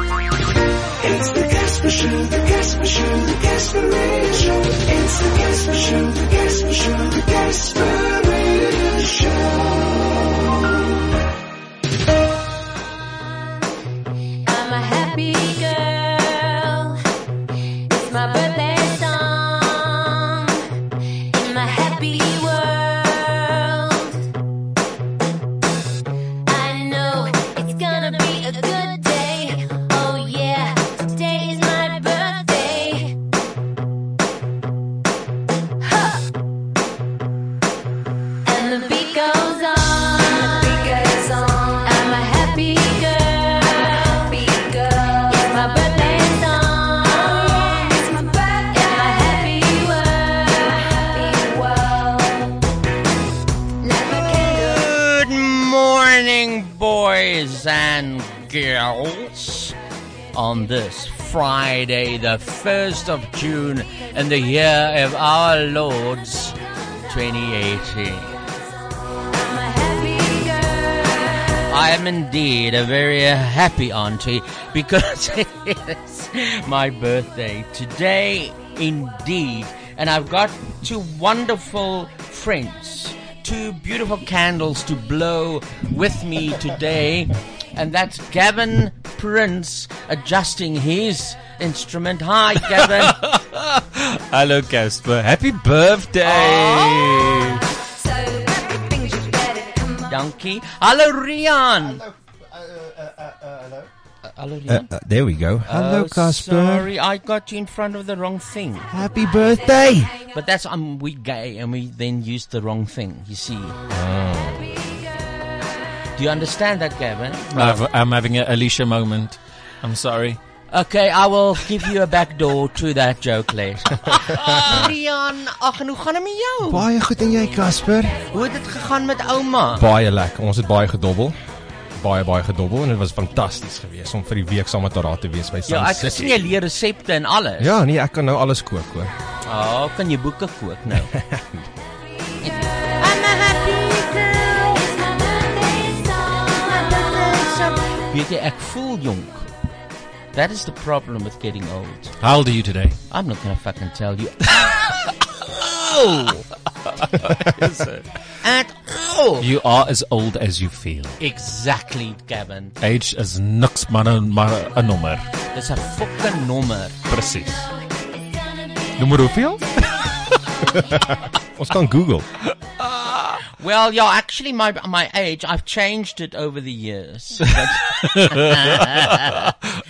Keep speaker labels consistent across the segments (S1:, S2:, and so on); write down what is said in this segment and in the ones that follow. S1: It's the Casper Show, the Casper Show, the Casper Show. It's the Casper Show, the Casper Show, the Casper Show.
S2: I'm a happy girl. It's my birthday song. In my happy world. I know it's gonna be a good day. Oh yeah, today is my birthday. Huh. And the beat goes on. I'm a happy girl. It's my birthday song. It's my birthday. my happy world. Like a candle.
S3: Good morning, boys and girls. On this Friday, the 1st of June, in the year of our Lord's 2018.
S2: I'm a happy girl.
S3: I am indeed a very happy auntie because it is my birthday today, indeed. And I've got two wonderful friends, two beautiful candles to blow with me today. And that's Gavin Prince adjusting his instrument. Hi, Gavin.
S4: Hello, Casper. Happy birthday! Ah.
S2: So everything's just better. Come on.
S3: Donkey. Hello, Rian. Hello, Rian.
S4: Uh, there we go. Hello,
S3: Oh,
S4: Casper.
S3: Sorry, I got you in front of the wrong thing.
S4: Happy birthday!
S3: But that's um, we gay and we then use the wrong thing. You see. Do you understand that, Gavin?
S4: I've, I'm having an Alicia moment. I'm sorry.
S3: Okay, I will give you a back door to that joke later. Rian, ag en hoe gaan dit met jou?
S4: Baie goed en jy, Casper?
S3: Hoe het dit gegaan met ouma?
S5: baie lekker. Ons het baie gedobbel. Baie baie gedobbel en dit was fantasties geweest om vir die week saam met haar daar te wees by
S3: Ja,
S5: San
S3: ek sien
S5: City.
S3: jy leer resepte en alles.
S5: Ja, nee, ek kan nou alles kook hoor.
S3: Oh, kan jy boeke kook
S2: I'm
S3: nou?
S2: a happy girl. It's my birthday song. It's my birthday song.
S3: Weet jy, ek voel jonk. That is the problem with getting old.
S4: How old are you today?
S3: I'm not gonna fucking tell you. At all.
S4: You are as old as you feel.
S3: Exactly, Gavin.
S4: Age is niks maar 'n maar 'n nommer.
S3: Dis 'n fucking nommer.
S4: Presies.
S5: Nommer hoeveel? ons kan Google.
S3: Well, yeah, actually, my my age, I've changed it over the years.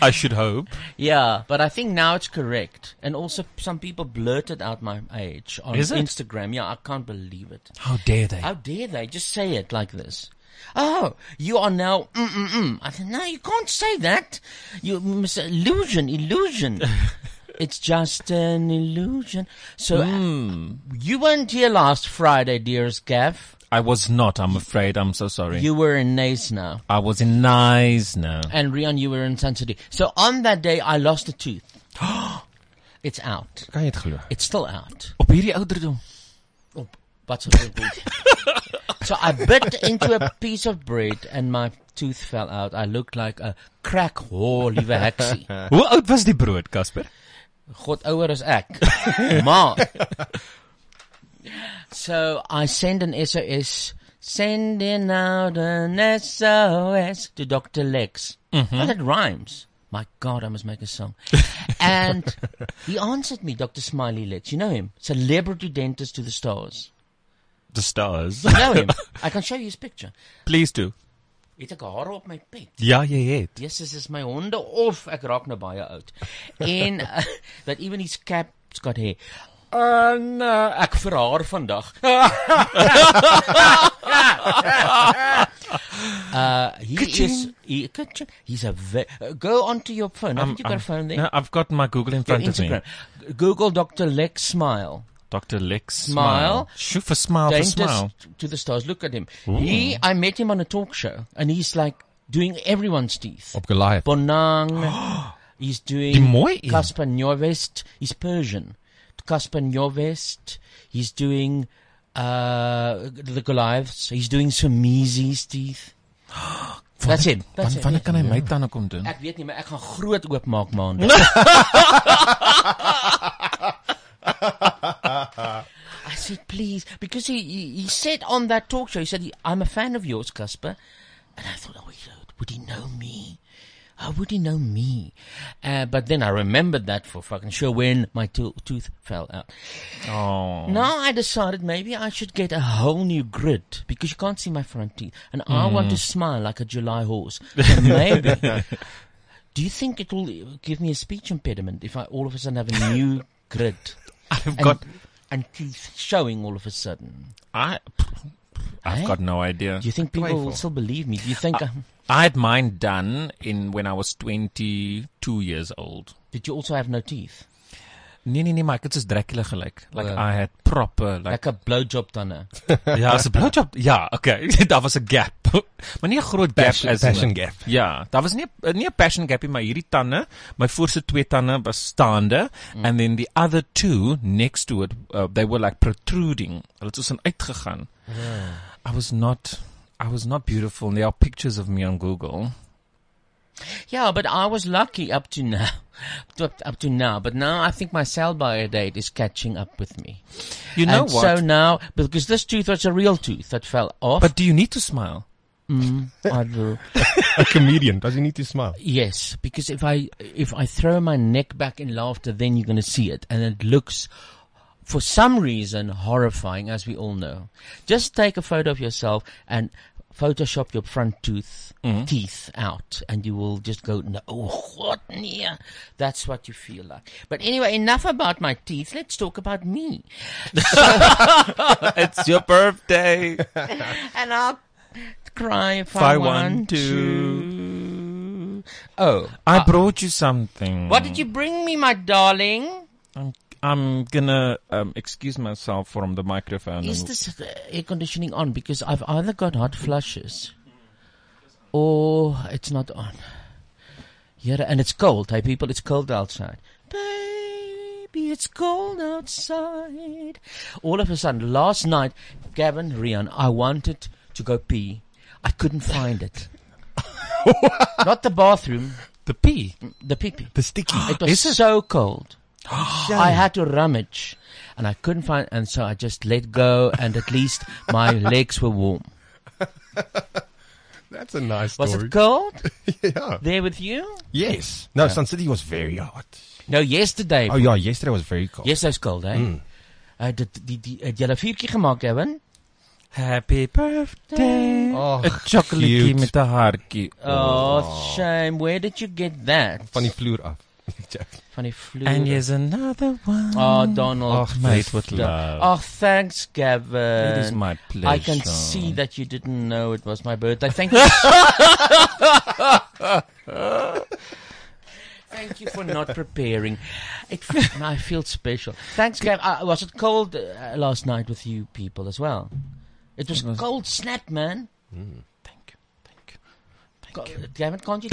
S4: I should hope.
S3: yeah, but I think now it's correct. And also, some people blurted out my age on
S4: Is it?
S3: Instagram. Yeah, I can't believe it.
S4: How dare they?
S3: How dare they just say it like this? Oh, you are now. Mm, mm, mm. I said, no, you can't say that. You misillusion, illusion. it's just an illusion. So uh,
S4: Hmm.
S3: you weren't here last Friday, dearest Gav.
S4: I was not. I'm afraid. I'm so sorry.
S3: You were in Nace now,
S4: I was in nice now.
S3: and Rion, you were in San City. So on that day, I lost a tooth. it's out.
S5: Kan jy dit glo?
S3: It's still out.
S4: Op hierdie ouderdom.
S3: Oh, what's a little bit. so I bit into a piece of bread and my tooth fell out. I looked like a crack whore, liewe heksie.
S4: Hoe oud was die brood, Casper?
S3: God ouer as ek. Maar So I send an SOS sending out an SOS to Dr. Lex. Oh, that rhymes. My God, I must make a song. and he answered me, Dr. Smiley Lex. You know him? Celebrity dentist to the stars.
S4: The stars.
S3: You know him? I can show you his picture.
S4: Please do.
S3: Het ek hare op my pet.
S4: Ja, jy het.
S3: Jesus is my honde of ek raak nou baie oud. En uh, that even his cap's got hair. En uh, ek vir haar vandag. Eh, uh he is he, ka-ching. he's a ve- uh, go onto your
S4: Um,
S3: phone. Haven't you got a phone there?
S4: No, I've got my Google in
S3: Your
S4: front of me.
S3: Instagram. Google Dr. Lex Smile.
S4: Dr. Lick.
S3: Smile.
S4: Shoot for smile for
S3: Dentist
S4: smile.
S3: to the stars. Look at him. He, I met him on a talk show, and he's like doing everyone's teeth.
S5: Op Goliath.
S3: Bonang. he's doing
S5: Die mooi een.
S3: Kaspar Njovest. He's Persian. Kaspar Njovest. He's doing uh, the Goliaths. He's doing Sumizi's teeth. That's it. That's
S4: Wanneer
S3: it.
S4: wanneer kan hy my tande kom doen?
S3: Ek weet nie, maar ek gaan groot oopmaak maandag. I said, please, because he, he he said on that talk show, he said, I'm a fan of yours, Casper, and I thought, oh, he- would he know me? How would he know me? Uh, but then I remembered that for fucking sure when my to- tooth fell out.
S4: Oh.
S3: Now I decided maybe I should get a whole new grid because you can't see my front teeth, and I
S4: Hmm.
S3: want to smile like a July horse. So maybe. do you think it will give me a speech impediment if I all of a sudden have a new grid
S4: I've
S3: and,
S4: got
S3: and teeth showing all of a sudden?
S4: I I've
S3: Eh?
S4: got no idea.
S3: Do you think people will
S5: Playful.
S3: still believe me? Do you
S4: Uh,
S3: think? um,
S4: I had mine done in when I was 22 years old.
S3: did you also have no teeth?
S4: Nee nee nee, maar ek het soos Dracula gelyk. Like
S3: Uh.
S4: I had proper like
S3: Like a blowjob done.
S4: Oh. Ja, as 'n blowjob. Ja, okay. daar was 'n gap. maar nie 'n groot gap
S5: Passion-
S4: as in-
S5: passion gap.
S4: Ja, daar was nie eh, nie 'n passion gap nie, maar hierdie tande, my voorste twee tande was staande
S3: Mm.
S4: and then the other two next to it, uh, they were like protruding. Hulle het soos in uitgegaan.
S3: Ah.
S4: I was not I was not beautiful. There are pictures of me on Google.
S3: Yeah, but I was lucky up to now. Up up to now, but now I think my sell-by date is catching up with me.
S4: You know
S3: and
S4: what?
S3: so now, because this tooth was a real tooth that fell off.
S4: but do you need to smile?
S3: I will-
S5: a comedian. Does he need to smile?
S3: yes, because if I if I throw my neck back in laughter, then you're going to see it, and it looks, for some reason, horrifying, as we all know. Just take a photo of yourself and Photoshop your front tooth
S4: Mm-hmm.
S3: teeth out, and you will just go, no, oh, what? Yeah, that's what you feel like. But anyway, enough about my teeth. Let's talk about me.
S4: it's your birthday.
S3: and I'll cry if,
S4: I
S3: I, want,
S4: want
S3: to. Oh,
S4: I brought you something.
S3: what did you bring me, my darling?
S4: I'm, I'm gonna um, excuse myself from the microphone.
S3: Is
S4: and-
S3: this uh, air conditioning on? Because I've either got hot flushes or it's not on. Yeah, and it's cold. Hey, people, it's cold outside. Baby, it's cold outside. All of a sudden, last night, Gavin, Rian, I wanted to go pee. I couldn't find it. not the bathroom,
S4: the pee?
S3: the pee pee.
S5: The sticky.
S3: It was so cold. I had to rummage and I couldn't find, and so I just let go and at least my legs were warm.
S5: That's a nice
S3: Was
S5: story.
S3: it cold
S5: yeah.
S3: there with you?
S5: Yes.
S4: Ja.
S5: No, Sun City was very hot.
S3: No, yesterday.
S5: Oh yeah, Hmm. yesterday was very cold.
S3: Yesterday's cold, eh? Uh, dit, die, die, het julle viertjie gemaak, Evan?
S4: Happy birthday.
S5: Oh,
S4: a chocolatey
S5: cute.
S4: met 'n hartjie.
S3: Oh, shame. Where did you get that?
S5: Van die vloer af. Ja.
S3: Van die vloer.
S4: And here's another one.
S3: Oh, Donald.
S4: Ach, made with love.
S3: Oh, thanks, Gavin.
S4: it is my pleasure.
S3: I can see that you didn't know it was my birthday. Thank you. Thank you for not preparing. It fe- I feel special. Thanks, Gav. Uh, was it cold uh, last night with you people as well? It was, Mm. cold snap, man.
S4: Thank you. Thank you.
S3: Co- Gavin, can't you?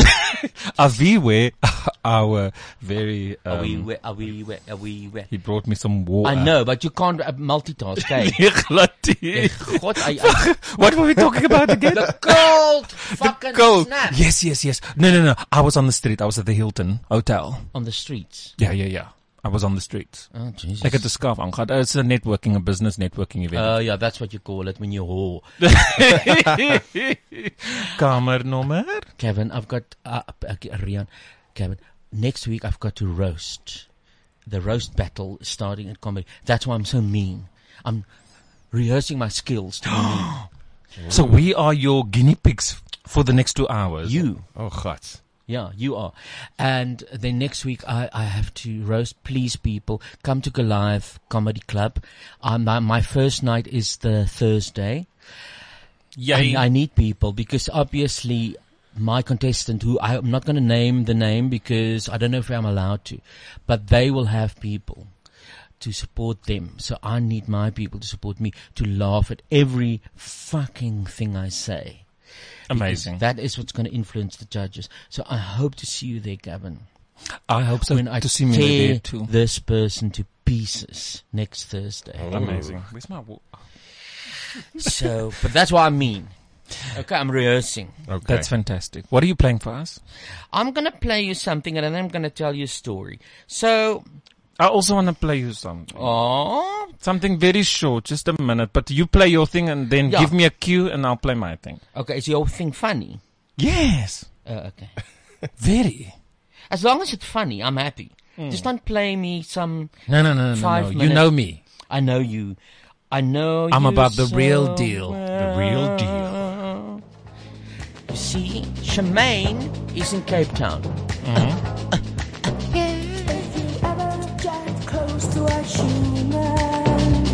S4: Uh, we were our very. Um,
S3: are we wet? Are we wet? Are we wet?
S4: He brought me some water.
S3: I know, but you can't uh, multitask. Hey,
S4: Chocolatey.
S3: God, I, I,
S4: what were we talking about again?
S3: the cold fucking
S4: Cold.
S3: snap
S4: Yes, yes, yes. No, no, no. I was on the street. I was at the Hilton Hotel.
S3: on the streets.
S4: Yeah, yeah, yeah. I was on the streets.
S3: Oh Jesus!
S4: Ek het 'n skaaf aangehad. It's a networking, a business networking event.
S3: Oh yeah, that's what you call it when you whore.
S4: Kamernommer.
S3: Kevin, I've got uh, okay, Rian, Kevin. Next week I've got to roast. The roast battle is starting at comedy. That's why I'm so mean. I'm rehearsing my skills to be mean.
S4: So we are your guinea pigs for the next 2 hours.
S3: you.
S5: Oh, guts.
S3: Yeah, you are. And then next week I, I have to roast. Please, people, come to Goliath Comedy Club. Um, my, my first night is the Thursday.
S4: Yeah.
S3: I, I need people because obviously my contestant who I, I'm not going to name the name because I don't know if I'm allowed to, but they will have people to support them. So I need my people to support me to laugh at every fucking thing I say.
S4: Amazing.
S3: That is what's going to influence the judges. So I hope to see you there, Gavin.
S4: I hope so.
S3: When I
S4: to see me
S3: tear
S4: there too.
S3: this person to pieces next Thursday.
S4: Amazing. Where's my wa-
S3: So, but that's what I mean. Okay, I'm rehearsing.
S5: Okay.
S4: That's fantastic. What are you playing for us?
S3: I'm gonna play you something and then I'm gonna tell you a story. So,
S4: I also want to play you something.
S3: oh,
S4: Something very short, just a minute. But you play your thing and then
S3: Yeah.
S4: give me a cue and I'll play my thing.
S3: okay, is your thing funny?
S4: Yes.
S3: Uh, okay.
S4: Very.
S3: As long as it's funny, I'm happy.
S4: Hmm.
S3: Just don't play me some.
S4: No, no, no, no,
S3: Five
S4: no. You
S3: minutes.
S4: know me.
S3: I know you. I know
S4: I'm
S3: you
S4: about the
S3: so
S4: real deal. The real
S3: well. You see, Charmaine is in Cape Town.
S6: If you ever get close to a human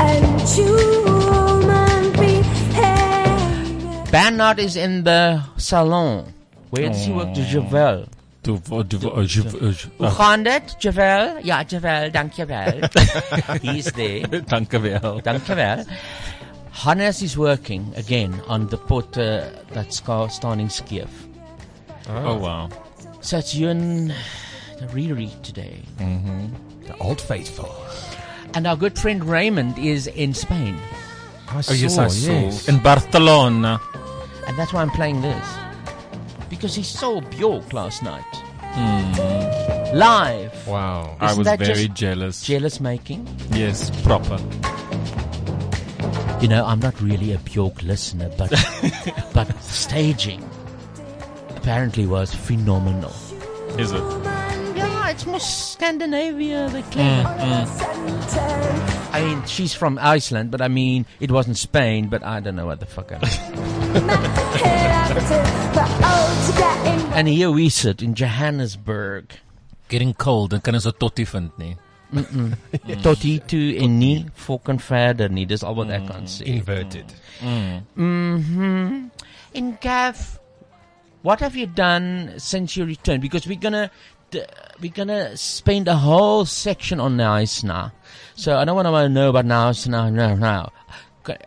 S6: and human behavior,
S3: Bernard is in the salon. Where does he work?
S4: Oh.
S3: The Javel.
S4: Du- du- du- uh, ju- uh, ju-
S3: Hoe
S4: uh,
S3: gaan dit? Javel? Ja, Javel, dankjewel. He's there.
S4: Dankjewel.
S3: Dankjewel. Hannes is working again on the potter that's ca- standing skiff.
S4: Oh wow.
S3: So it's you and Riri today.
S5: The old faithful.
S3: And our good friend Raymond is in Spain.
S5: I saw,
S4: Oh yes, I saw.
S5: yes.
S4: In Barcelona.
S3: And that's why I'm playing this. Because he saw Bjork last night. Live.
S5: Wow.
S4: Hmm. I
S3: Isn't
S4: was
S3: that
S4: very
S3: just
S4: jealous.
S3: Jealous making.
S4: yes, proper.
S3: You know, I'm not really a Bjork listener, but but staging apparently was phenomenal.
S4: Is it?
S3: Yeah, it's more Scandinavia, the clever.
S6: center,
S3: Eh, I mean, she's from Iceland, but I mean, it wasn't Spain, but I don't know what the fuck I
S6: hereafter, but all to get in
S3: And here we sit in Johannesburg.
S4: Getting cold and kan ons 'n totty vind nie.
S3: Tot hier toe en nie fucking verder nie. Dis al wat ek
S4: Mm.
S3: kan sê.
S5: Inverted.
S3: En Gav, what have you done since you returned? Because we're gonna d- we're gonna spend a whole section on nice now. So I don't want to know about nice now, no, no.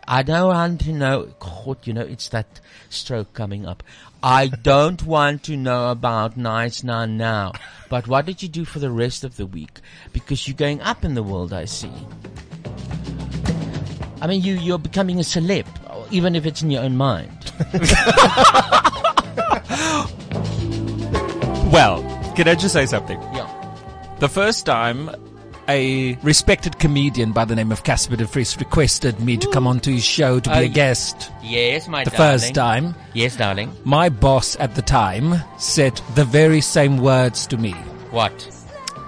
S3: I don't want to know. God, you know it's that stroke coming up. I don't want to know about nice now now. But what did you do for the rest of the week? Because you're going up in the world, I see. I mean, you you're becoming a celeb, even if it's in your own mind.
S4: Well, can I just say something?
S3: Yeah.
S4: The first time a respected comedian by the name of Casper de Vries requested me to come onto his show to be
S3: Oh,
S4: a
S3: ye-
S4: guest.
S3: Yes, my
S4: The
S3: darling.
S4: first time,
S3: Yes, darling.
S4: my boss at the time said the very same words to me.
S3: What?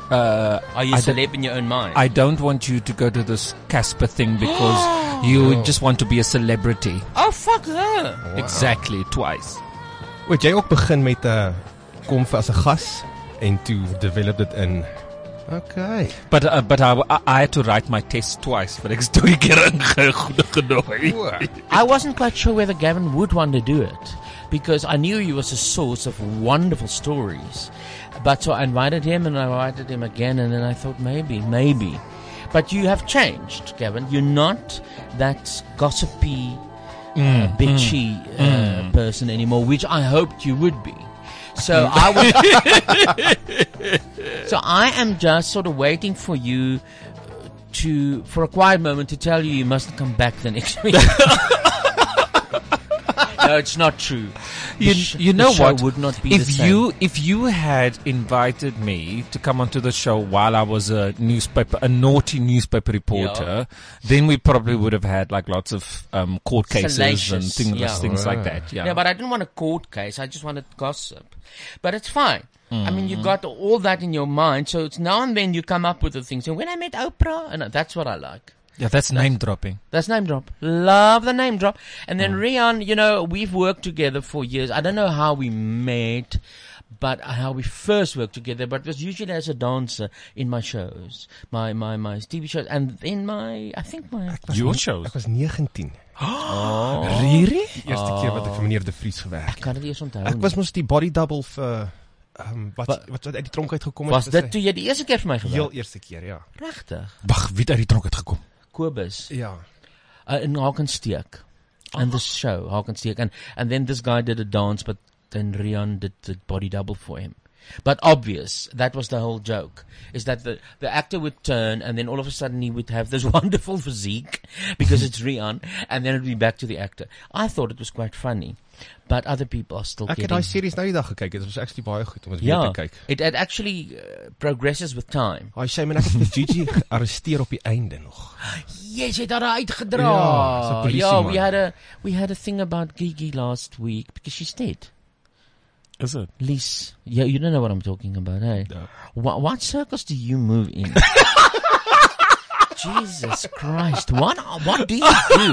S4: Uh,
S3: Are you
S4: I don't-
S3: celeb in your own mind?
S4: I don't want you to go to this Casper thing because you just want to be a celebrity.
S3: oh, fuck her.
S4: Exactly, twice.
S5: Weet jy ook begin met 'n kom vir as 'n gas en toe develop dit in. Okay.
S4: But uh, but I, I, I had to write my test twice, but it's two keer inge- genooi.
S3: I wasn't quite sure whether Gavin would want to do it because I knew he was a source of wonderful stories. But so I invited him and I invited him again, and then I thought maybe, maybe. But you have changed, Gavin. You're not that gossipy, uh, bitchy
S4: Hmm.
S3: uh, person anymore, which I hoped you would be. So
S4: Hmm.
S3: I was So I am just sort of waiting for you to, for a quiet moment, to tell you you mustn't come back the next week. no, it's not true. The
S4: You,
S3: sh-
S4: you
S3: the
S4: know
S3: show
S4: what?
S3: Would not be
S4: if
S3: the same.
S4: you if you had invited me to come onto the show while I was a newspaper a naughty newspaper reporter, then we probably would have had like lots of um, court cases and
S3: Salacious,
S4: things,
S3: yeah.
S4: things like that. Yeah.
S3: yeah, but I didn't want a court case. I just wanted gossip. But it's fine. I mean,
S4: Hmm.
S3: you got all that in your mind, so it's now and then you come up with the things. And when I met Oprah, and that's what I like.
S4: yeah, that's name dropping.
S3: That's name drop. Love the name drop. And then
S5: Mm.
S3: Rian, you know, we've worked together for years. I don't know how we met, but how we first worked together, but it was usually as a dancer in my shows, my, my, my TV shows, and in my, I think my,
S4: Your shows.
S5: Ek was 19. Oh. Really? Die eerste keer wat ek vir meneer De Vries gewerk het.
S3: kan dit eers onthou
S5: Ek
S3: nie.
S5: was mos die body double vir ehm, wat,
S3: Oh. Wa-
S5: wat wat uit die tronk uitgekom het.
S3: Was
S5: is
S3: dit
S5: sy
S3: toe jy die eerste keer vir my gewys?
S5: heel eerste keer, ja.
S3: Regtig?
S4: Wag, wie het uit die tronk het gekom?
S3: Kobus
S5: Ja.
S3: uh, in Hakensteek. And this show, Hakensteek and and then this guy did a dance but then Rian did the body double for him. But obvious, that was the whole joke, is that the, the actor would turn and then all of a sudden he would have this wonderful physique because it's Rian and then it would be back to the actor. I thought it was quite funny, but other people are still
S5: Ek het
S3: getting
S5: daai series nou die dag gekyk. Dit was actually baie goed om dit weer
S3: yeah,
S5: te kyk.
S3: it, it actually uh, progresses with time.
S5: Hy sê men ek het vir Gigi gearresteer op die einde nog.
S3: Yes, jy het haar uitgedra.
S5: Ja, as 'n
S3: ja,
S5: polisieman.
S3: we had a we had a thing about Gigi last week because she's dead.
S4: Is dit?
S3: Liz, yeah, you don't know what I'm talking about, eh? No. What, what circles do you move in? Jesus Christ, what what do you do?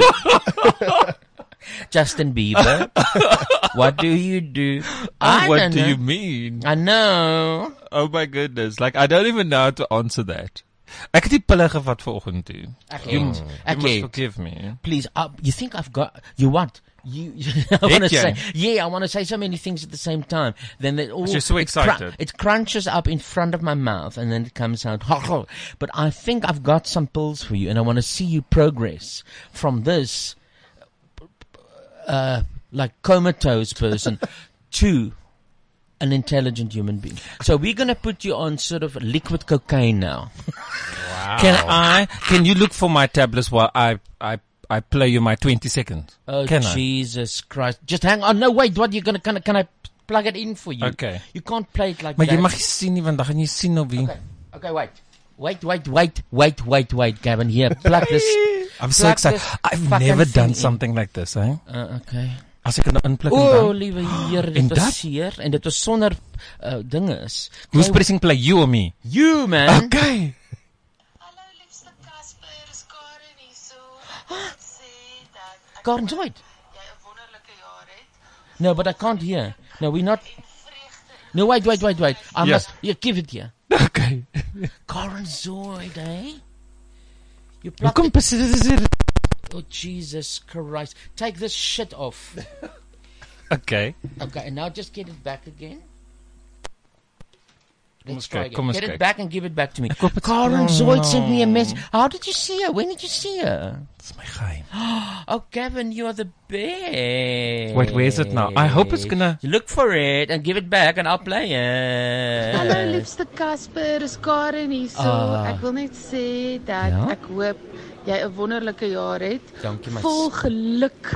S3: Justin Bieber, what do you do? I
S4: Uh, Ah, what
S3: don't
S4: do
S3: know.
S4: you mean?
S3: I know.
S4: Oh my goodness. Like I don't even know how to answer that. Ek het die pille gevat vanoggend toe.
S3: Ek
S4: You,
S3: het.
S4: you
S3: Ek
S4: must
S3: het.
S4: forgive me.
S3: please, uh, you think I've got you what? You, I want to
S4: you?
S3: say, yeah, I want to say so many things at the same time. Then they all
S4: You're so
S3: it cru-
S4: excited.
S3: it crunches up in front of my mouth, and then it comes out. But I think I've got some pills for you, and I want to see you progress from this, uh, like comatose person to an intelligent human being. So we're gonna put you on sort of liquid cocaine now.
S4: Can I can you look for my tablets while I I I play you my 20 seconds?
S3: Oh
S4: can
S3: Jesus Christ! Just hang on. No, wait. What are you gonna? Can I? Can I plug it in for you?
S4: Okay.
S3: You can't play it like
S4: I? Maar
S3: that.
S4: jy mag nie sien nie want dan gaan jy sien nou wie.
S3: Okay. Okay. Wait. Wait. Wait. Wait. Wait. Wait. Wait. Gavin, here. Plug this.
S4: I'm so
S3: plug
S4: excited.
S3: this
S4: I've
S3: fucking
S4: never
S3: thing in.
S4: done something like this, eh?
S3: Uh, okay.
S4: As ek dit nou inpluk en
S3: O,
S4: dan.
S3: liewe Here,
S4: En
S3: dit
S4: dat?
S3: was seer en dit was sonder uh, dinge is. Ah.
S4: Who's
S3: Jy-
S4: pressing play you or me?
S3: you man?
S4: Okay.
S7: Hallo liefste Casper, is Karen hierso. Ek sê dat ek
S3: Karen, wait.
S7: jy 'n wonderlike jaar het
S3: No, but I can't hear. No, we're not.
S7: en vreugde
S3: No, wait, wait, wait, wait. I
S4: Yeah.
S3: must. Yeah, give it here.
S4: Okay.
S3: Karen Zoid, eh? You plug
S4: Hoekom press dit?
S3: Oh, Jesus Christ. Take this shit off.
S4: Okay.
S3: okay, and now just get it back again. Let's
S4: ons
S3: try
S4: kyk,
S3: again.
S4: kom ons
S3: Get it
S4: kyk. Oh,
S3: back and give it back to me. Karen Zoid sent me a message. How did you see her? When did you see her?
S4: Dis my geheim.
S3: Oh, Gavin, you are the best.
S4: Wait, where is it now? I hope it's gonna-
S3: Look for it and give it back and I'll play it.
S7: Hallo Nou, liefste Casper, is Karen hierso.
S3: Ah.
S7: Uh, ek wil net sê dat
S3: Ja?
S7: ja? ek hoop jy 'n wonderlike jaar het.
S3: Dankie, my
S7: Vol
S3: s- Ah.
S7: geluk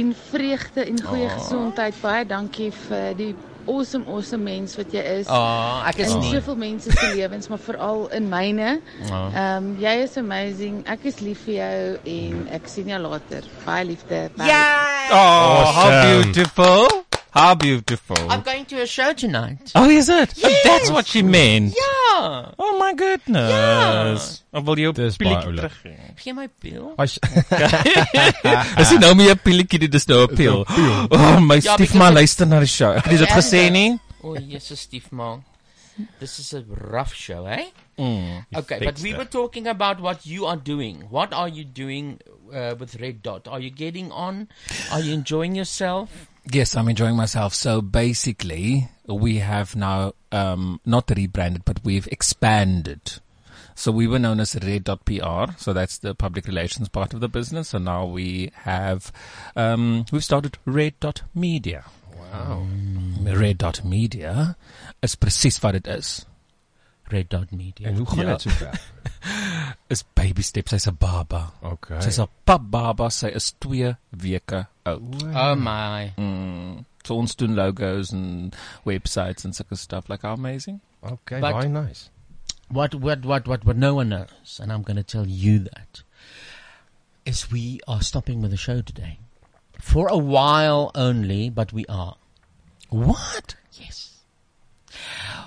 S7: en vreugde en goeie oh. gesondheid. Baie dankie vir die awesome awesome mens wat jy is.
S3: Oh, ek is
S7: in
S3: nie.
S7: soveel mense se lewens, maar veral in myne. Ehm
S3: Ja.
S7: jy is amazing. Ek is lief vir jou en ek sien jou later. Baie liefde. Bye.
S3: Ja.
S4: Oh, how beautiful. How beautiful.
S3: I'm going to a show tonight.
S4: Oh, is it? That's what she meant.
S3: Ja.
S4: Oh my goodness. Ja. Wil jy 'n
S5: Dis baie
S4: pilletjie
S5: oulik.
S4: terug?
S3: Gee my pil.
S5: As
S4: Is dit nou meer 'n pilletjie dit is nou 'n pil. Oh my
S3: Ja,
S4: stiefma
S3: because-
S4: luister na die show. Ek het dit
S3: Ja,
S4: gesê
S3: ja.
S4: nie.
S3: Oh, yes, Stiefman. This is a rough show, eh? okay, but
S5: Mm, fixed
S3: we
S5: it.
S3: were talking about what you are doing. What are you doing uh, with Red Dot? Are you getting on? Are you enjoying yourself?
S4: Yes, I'm enjoying myself. So basically, we have now um, not rebranded, but we've expanded. So we were known as Red Dot PR. So that's the public relations part of the business. So now we have um, we've started Red Dot Media. Wow, Red Dot Media is presies wat dit is.
S3: Red Dot Media.
S5: en hoe gaan dit sover?
S4: Is baby steps. Sy's 'n baba.
S5: Okay.
S4: Sy's 'n pap baba. Sy is 2 weke oud.
S3: Oh my.
S4: So ons doen logos and websites and such stuff. Like how amazing.
S5: Okay,
S3: But-
S5: baie nice.
S3: What, what, what, what, what no one knows, and I'm going to tell you that, is we are stopping with the show today. For a while only, but we are.
S4: What?
S3: Yes.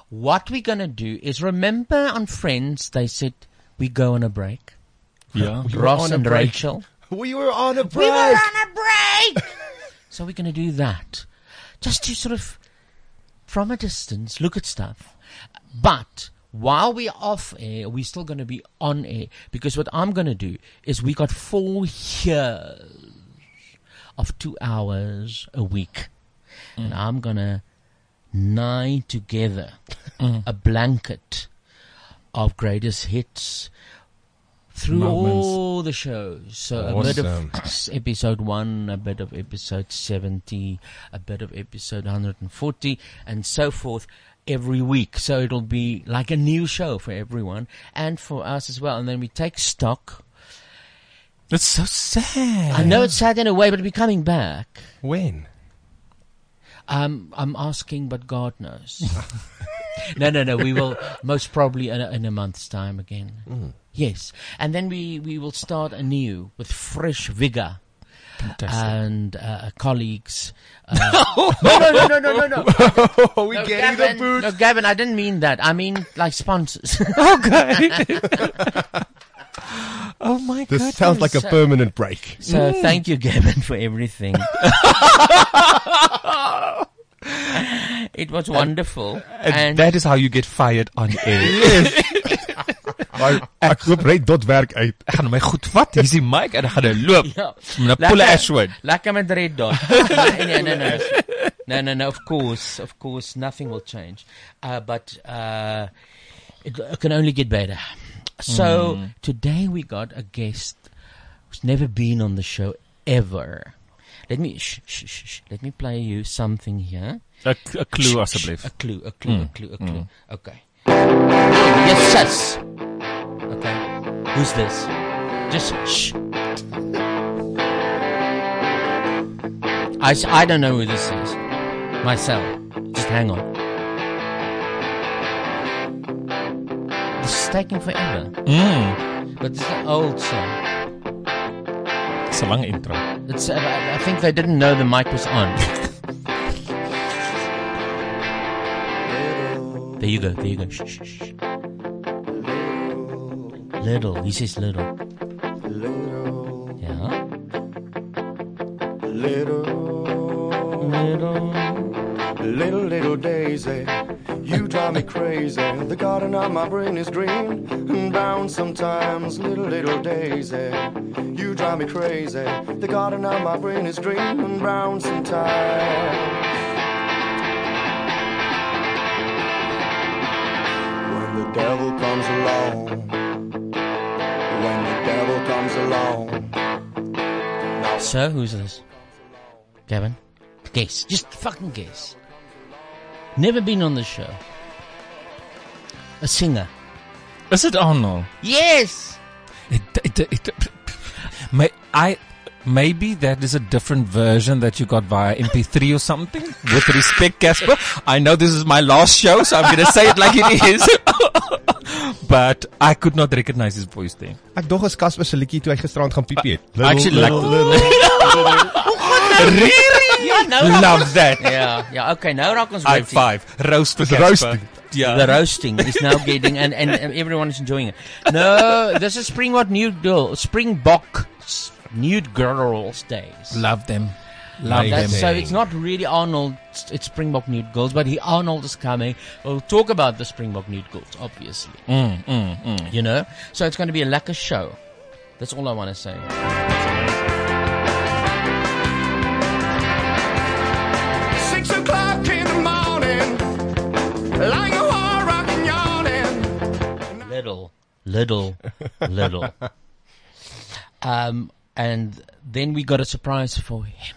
S3: What we're going to do is remember on Friends, they said we go on a break.
S4: Yeah.
S5: You were
S3: Ross
S5: on a
S3: and
S5: break.
S3: Rachel.
S5: We were on a break.
S3: on a break! so we're going to do that. Just to sort of, from a distance, look at stuff. But while we're off air, we're still going to be on air. Because what I'm going to do is we got four years of two hours a week. And I'm going to nigh together a blanket of greatest hits through
S4: Moments.
S3: all the shows. So a
S5: Awesome.
S3: bit of episode 1, a bit of episode 70, a bit of episode 140, and so forth every week. So it'll be like a new show for everyone and for us as well. And then we take stock.
S4: It's so sad.
S3: I know it's sad in a way, but we're coming back.
S5: When?
S3: Um, I'm asking, but God knows. no, no, no. We will most probably in a, in a month's time again. Yes, and then we we will start anew with fresh vigor. And uh, colleagues. Uh, no, no, no, no, no, no, no.
S5: Oh, we
S3: No, Gavin, no, Gavin, I didn't mean that. I mean like sponsors.
S4: Okay. oh my
S5: This
S4: god.
S5: sounds like a
S3: so-
S5: permanent break.
S3: so thank you, Gavin, for everything. it was wonderful.
S4: And,
S3: and
S4: that is how you get fired on air.
S5: Maar ek hoop Red Dot werk uit.
S4: gaan my goed vat. Hier's die mic en dan gaan hy loop.
S3: Ja.
S4: Na Paula Ashwood.
S3: Lekker met Red Dot. nee, nee, nee. No, no, no, of course, of course, nothing will change. Uh, but uh, it, it can only get better. So today we got a guest who's never been on the show ever. Let me shh, shh, shh, shh, let me play you something here.
S4: 'n k- 'n clue
S3: A
S4: asseblief. Mm,
S3: clue, a clue, a clue, a clue. Okay. Yes, sus. Okay. Who's this? Just shh. I, s- I don't know who this is. Myself. Just hang on. This is taking forever.
S4: Mm.
S3: But it's an old song.
S4: Dis 'n lang intro.
S3: It's, uh, I I think they didn't know the mic was on. there you go, there you go. Shh, shh, shh. Little. He says little. Little. Yeah.
S8: Little, little daisy, you drive me crazy. The garden of my brain is green and brown sometimes. Little, little daisy, you drive me crazy. The garden of my brain is green and brown sometimes. When the devil comes along, when the devil comes along.
S3: So, who's this? Gavin? Guess. Just fucking guess. Never been on the show. A singer.
S4: Is dit Arnold?
S3: Yes!
S4: It, it, it, may, I maybe that is a different version that you got via MP3 or something. With respect, Casper, I know this is my last show, so I'm going to say it like it is. but I could not recognize his voice there.
S5: Ek dog is Casper se liedjie toe hy gisterand gaan piepie het. Little,
S4: actually like-
S3: Yeah, no,
S4: Love that.
S3: yeah, yeah, okay, now rock and
S4: High five. Roast for Casper.
S5: roasting.
S4: Yeah.
S3: the roasting is now getting and, and, and everyone is enjoying it. No, this is Springbok Nude Girl, Springbok s- Nude Girls Days.
S4: Love them. Love
S3: That's-
S4: them.
S3: so it's not really Arnold, it's- it's Springbok Nude Girls, but he, Arnold is coming. We'll talk about the Springbok Nude Girls, obviously.
S4: Mm,
S3: You know? So it's going to be a lacquer show. That's all I want to say.
S8: Six o'clock in the morning, lying a whore rocking yawning.
S3: little, little, little. um, and then we got a surprise for him.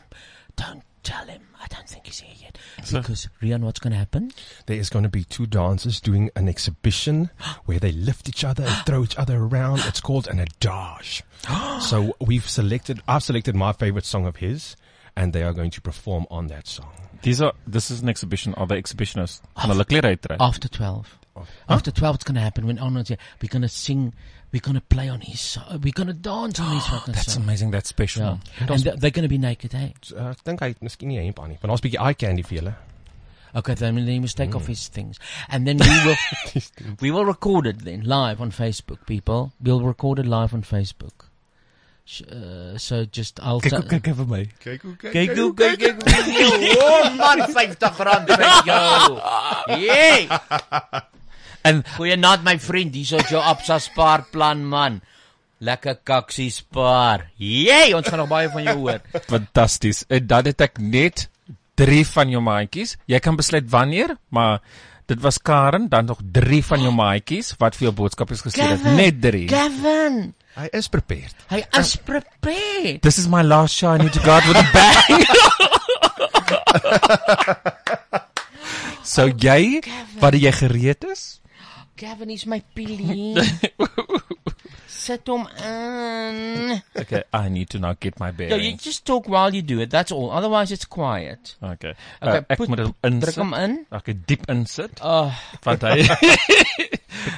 S3: Don't tell him. I don't think he's here yet. Because, Rian, what's going to happen?
S5: There is going to be two dancers doing an exhibition where they lift each other and throw each other around. It's called an adage. so we've selected, I've selected my favorite song of his, and they are going to perform on that song.
S4: These are, this is an exhibition. Are they exhibitionists? Gaan hulle klere uittrek?
S3: After 12. After 12, it's going to happen when Arnold's here. We're going to sing. We're going to play on his song. We're going to dance on his fucking
S4: That's
S3: song.
S4: amazing. That's special.
S3: Yeah. And th- they're going to be naked, eh?
S5: Uh, ek dink hy het miskien nie hemp aan nie, want ons bietjie eye candy vir julle.
S3: Okay, then he must take off his things, and then we will we will record it then live on Facebook. People, we'll record it live on Facebook. Sh- Uh, so just I'll.
S4: Kyk
S3: ta-
S4: hoe kyk hy vir my.
S8: Kyk hoe kyk.
S3: Kyk hoe kyk ek oh man 50 rand vir jou. Yay!
S4: En
S3: Goeienaand my vriend, hier is jou Absa spaarplan man. Lekker kaksie spaar. Yay, ons gaan nog baie van jou hoor.
S4: Fantasties. En dan het Eh, ek net drie van jou maatjies. Jy kan besluit wanneer, maar dit was Karen, dan nog drie van jou maatjies wat vir jou boodskapies gestuur het. Net drie.
S3: Gavin,
S5: Hy is prepared.
S3: hy is prepared.
S4: This is my last shiny to God with a bang. so jy, wat jy gereed is?
S3: Gavin is my pilie. Sit hom aan.
S4: Okay, I need to now get my bearings.
S3: No, you just talk while you do it. That's all. Otherwise it's quiet. Okay,
S4: Okay. Uh, ek
S3: put-
S4: moet hom insit.
S3: druk hom in.
S4: Okay, diep insit.
S3: Uh,
S4: Want hy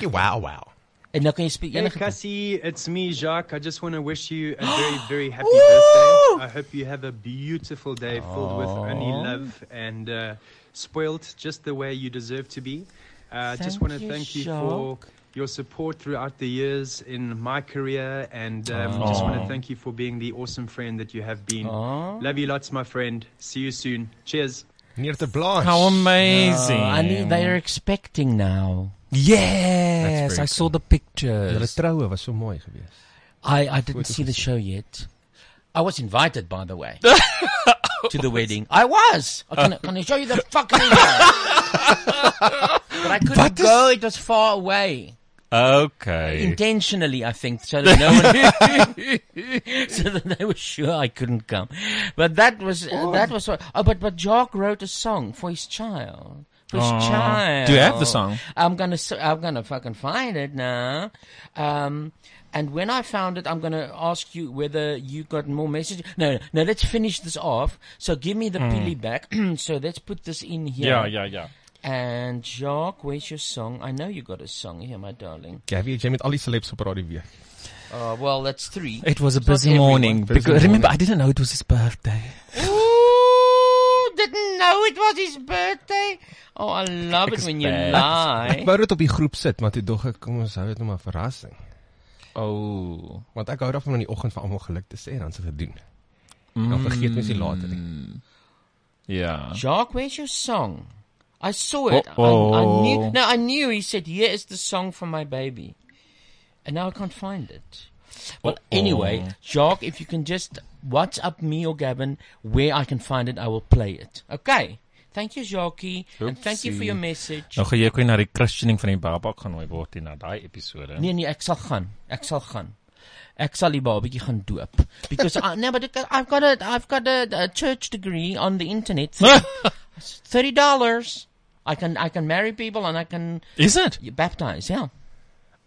S5: Wow, wow.
S3: en nou kan jy speak enige
S9: Cassie, it's me, Jacques. I just want to wish you a very, very happy birthday. I hope you have a beautiful day filled with only love and uh, spoilt just the way you deserve to be. Uh, just
S3: Thank
S9: want to
S3: you,
S9: thank you for your support throughout the years in my career, and um, just
S3: Oh.
S9: want to thank you for being the awesome friend that you have been. Love you lots, my friend. See you soon. Cheers.
S5: Near the blanche.
S4: How amazing.
S3: Ja, I mean, they are expecting now.
S4: Yes, I
S5: very
S4: saw
S5: cool.
S4: the
S5: Julle
S4: pictures.
S5: troue was so mooi gewees.
S3: I, I didn't see the show yet. I was invited, by the way, to the wedding. I was. I can, can I show you the fucking email? but I couldn't
S4: What is-
S3: go. It was far away.
S4: Okay.
S3: Intentionally, I think, so that no one, so that they were sure I couldn't come. But that was that was. what- Oh, but but Jock wrote a song for his child. For his child.
S4: Do you have the song?
S3: I'm gonna s- I'm gonna fucking find it now. Um, and when I found it, I'm gonna ask you whether you got more messages. No, no. Let's finish this off. So give me the pili back. so let's put this in here.
S4: Hmm. Yeah, yeah, yeah.
S3: And Jock, where's your song? I know you got a song here, my darling.
S5: Gavie, jy het met al die celebs gepraat die week.
S3: Uh, well, that's three.
S4: It was a
S3: It's not
S4: busy
S3: everyone.
S4: morning because
S5: Busy
S4: remember
S5: morning.
S4: I didn't know it was his birthday.
S3: Ooh, didn't know it was his birthday. Oh, I love it when you
S4: Expect.
S3: lie.
S5: Ek wou dit op die groep sit, maar toe dog ek kom ons hou dit nou maar verrassing.
S4: Oh.
S5: Want ek hou daarvan om in die oggend vir almal geluk te sê en dan se gedoen. Dan vergeet mens dit later. nie.
S4: Yeah.
S3: Jacques, where's your song? I saw it. I, I
S4: Uh-oh.
S3: knew. No, I knew. He said, "Here is the song for my baby," and now I can't find it. But anyway, Jacques, if you can just WhatsApp me or Gavin where I can find it, I will play it. Okay. Thank you, Jackie, and thank you for
S4: Oopsie.
S3: your message.
S4: Nou gaan jy ook nie na die christening van die baba genooi word nie na daai episode.
S3: Nee nee, ek sal gaan. Ek sal gaan. Ek sal die babatjie gaan doop because I, no, but I've got a I've got a, a church degree on the internet. Thirty dollars. I can I can marry people and I can
S4: Is it?
S3: you baptize. Yeah.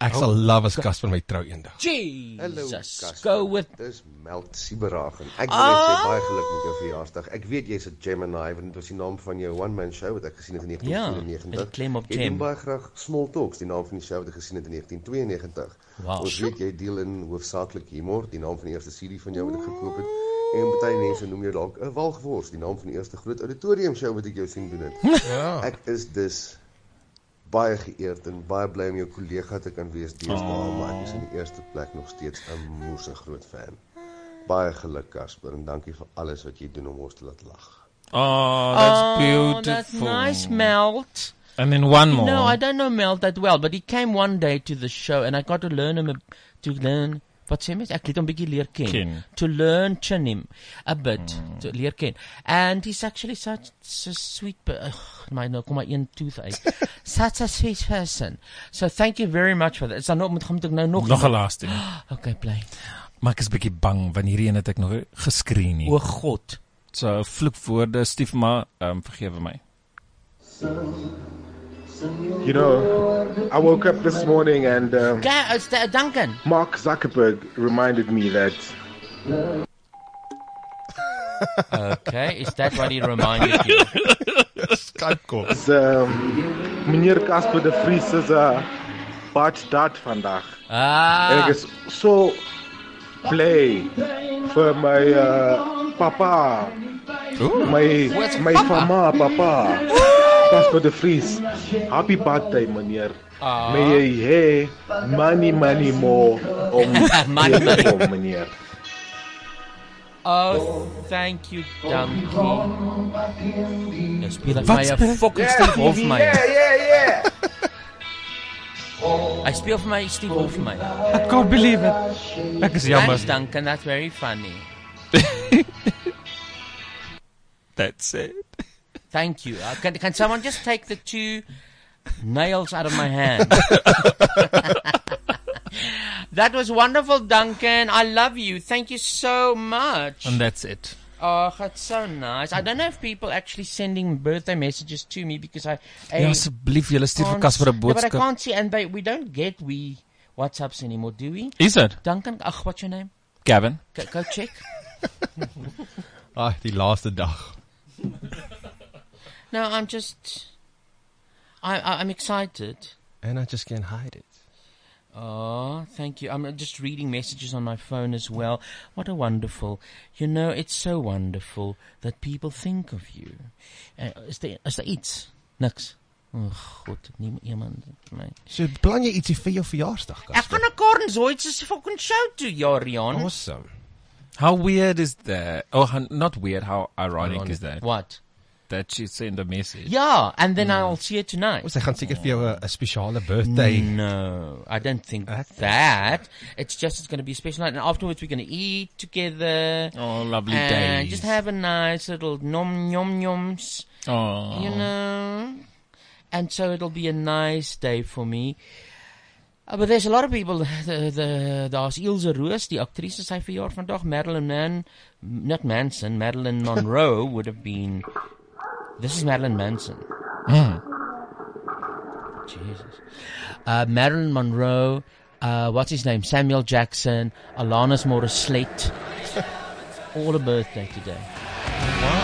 S5: Ek sal love as Casper my trou eendag.
S3: Jesus, go with Ah!
S10: Dis Meld Sieberagen. Ek wil net sê baie geluk met jou verjaarsdag. Ek weet jy's 'n Gemini want dit was die naam van jou one man show wat ek gesien het in
S3: Ja,
S10: 1994.
S3: met die klem op
S10: Jy doen
S3: gem.
S10: baie graag Small Talks, die naam van die show wat ek gesien het in 1992.
S3: Wow.
S10: Ons weet jy deel in hoofsaaklik humor, die naam van die eerste CD van jou wat ek gekoop het. En baie mense noem jou dalk 'n walgewors, die naam van die eerste groot auditorium show wat ek jou sien doen het. Ja. Ek is dus baie geëerd en baie bly om jou kollega te kan wees deesdae, maar ek is in die eerste plek nog steeds 'n moerse groot fan. Baie geluk Casper en dankie vir alles wat jy doen om ons te laat lag.
S4: Oh, that's
S3: Oh,
S4: beautiful.
S3: that's nice, Melt.
S4: And then one more.
S3: No, I don't know Melt that well, but he came one day to the show and I got to learn him a, to learn wat sê mens ek het hom bietjie leer ken.
S4: Ken.
S3: To learn chin him a bit to leer ken. And he's actually such a sweet pe- ugh, my nou kom my een tooth uit. such a sweet person. So thank you very much for that. Is dan nog moet moet ek nou nog
S4: Nog 'n laaste. een.
S3: Okay, play.
S4: Maar ek is bietjie bang want hierdie een het ek nog geskreen nie.
S3: O God.
S4: So vloekwoorde, stiefma, ehm um, vergewe my.
S8: You know, I woke up this morning and um,
S3: Ja, is da- Duncan.
S8: Mark Zuckerberg reminded me that
S3: Okay, is that what he reminded you?
S5: Skype call.
S8: um, meneer Casper de Vries is 'n bad dad vandag. En
S3: Ah.
S8: ek is so bly vir my uh, pappa. My
S3: Where's
S8: my
S3: papa?
S8: fama pappa. Casper de Vries. Happy birthday meneer. May jy hê money money more om
S3: Money,
S8: te
S3: money.
S8: kom, meneer.
S3: Oh, thank you, Duncan. Nou speel ek
S4: Wat
S3: my
S4: speel-
S3: fucking Steve Hofmeyer.
S8: yeah, yeah.
S3: Hy speel vir my Steve Hofmeyer.
S4: I can't believe it. Ek is jammer.
S3: Thanks Duncan, that's very funny.
S4: That's it.
S3: Thank you. Uh, can, can someone just take the two nails out of my hand? that was wonderful, Duncan. I love you. Thank you so much.
S4: And that's it.
S3: Oh, that's so nice. I don't know if people actually sending birthday messages to me because I.
S4: Ja,
S3: A,
S4: asseblief, julle stuur vir
S3: can't
S4: Casper
S3: s-
S4: 'n
S3: No, but I
S4: boodskap.
S3: can't see, and they, we don't get we WhatsApps anymore, do we?
S4: Is it?
S3: Duncan, ach, what's your name?
S4: Gavin.
S3: Go, go check.
S5: Ah, die laaste dag.
S3: No, I'm just. I, I, I'm excited.
S5: And I just can't hide it.
S3: Oh, thank you. I'm just reading messages on my phone as well. What a wonderful. You know, it's so wonderful that people think of you. Uh, is, there, is there iets? Niks. Oh, God, niemand, iemand. Nee.
S5: So plan jy ietsie vir jou verjaarsdag?
S3: Ek gaan 'n Kornzoidse fucking show toe, ja, Rian.
S5: Awesome.
S4: How weird is that? Oh, hun- not weird. How ironic,
S3: Ironic.
S4: is that?
S3: What?
S4: That she sent a message.
S3: Yeah, and then I'll see you tonight.
S5: Ons gaan seker vir jou 'n- 'n spesiale birthday.
S3: Hmm. No, I don't think that. It's just it's going to be a special night, and afterwards we're going to eat together.
S4: Oh, lovely
S3: and
S4: days.
S3: Uh, Just have a nice little nom nom noms.
S4: Oh.
S3: you know. And so it'll be a nice day for me. Uh, but there's a lot of people. The, the, daar's Ilse Roos, die actrice, sy verjaar vandag. Marilyn Man, not Manson, Marilyn Monroe would have been. This is Marilyn Manson.
S4: Mm.
S3: Jesus. Uh, Marilyn Monroe, uh, what's his name? Samuel Jackson, Alanis Morissette. All a birthday today.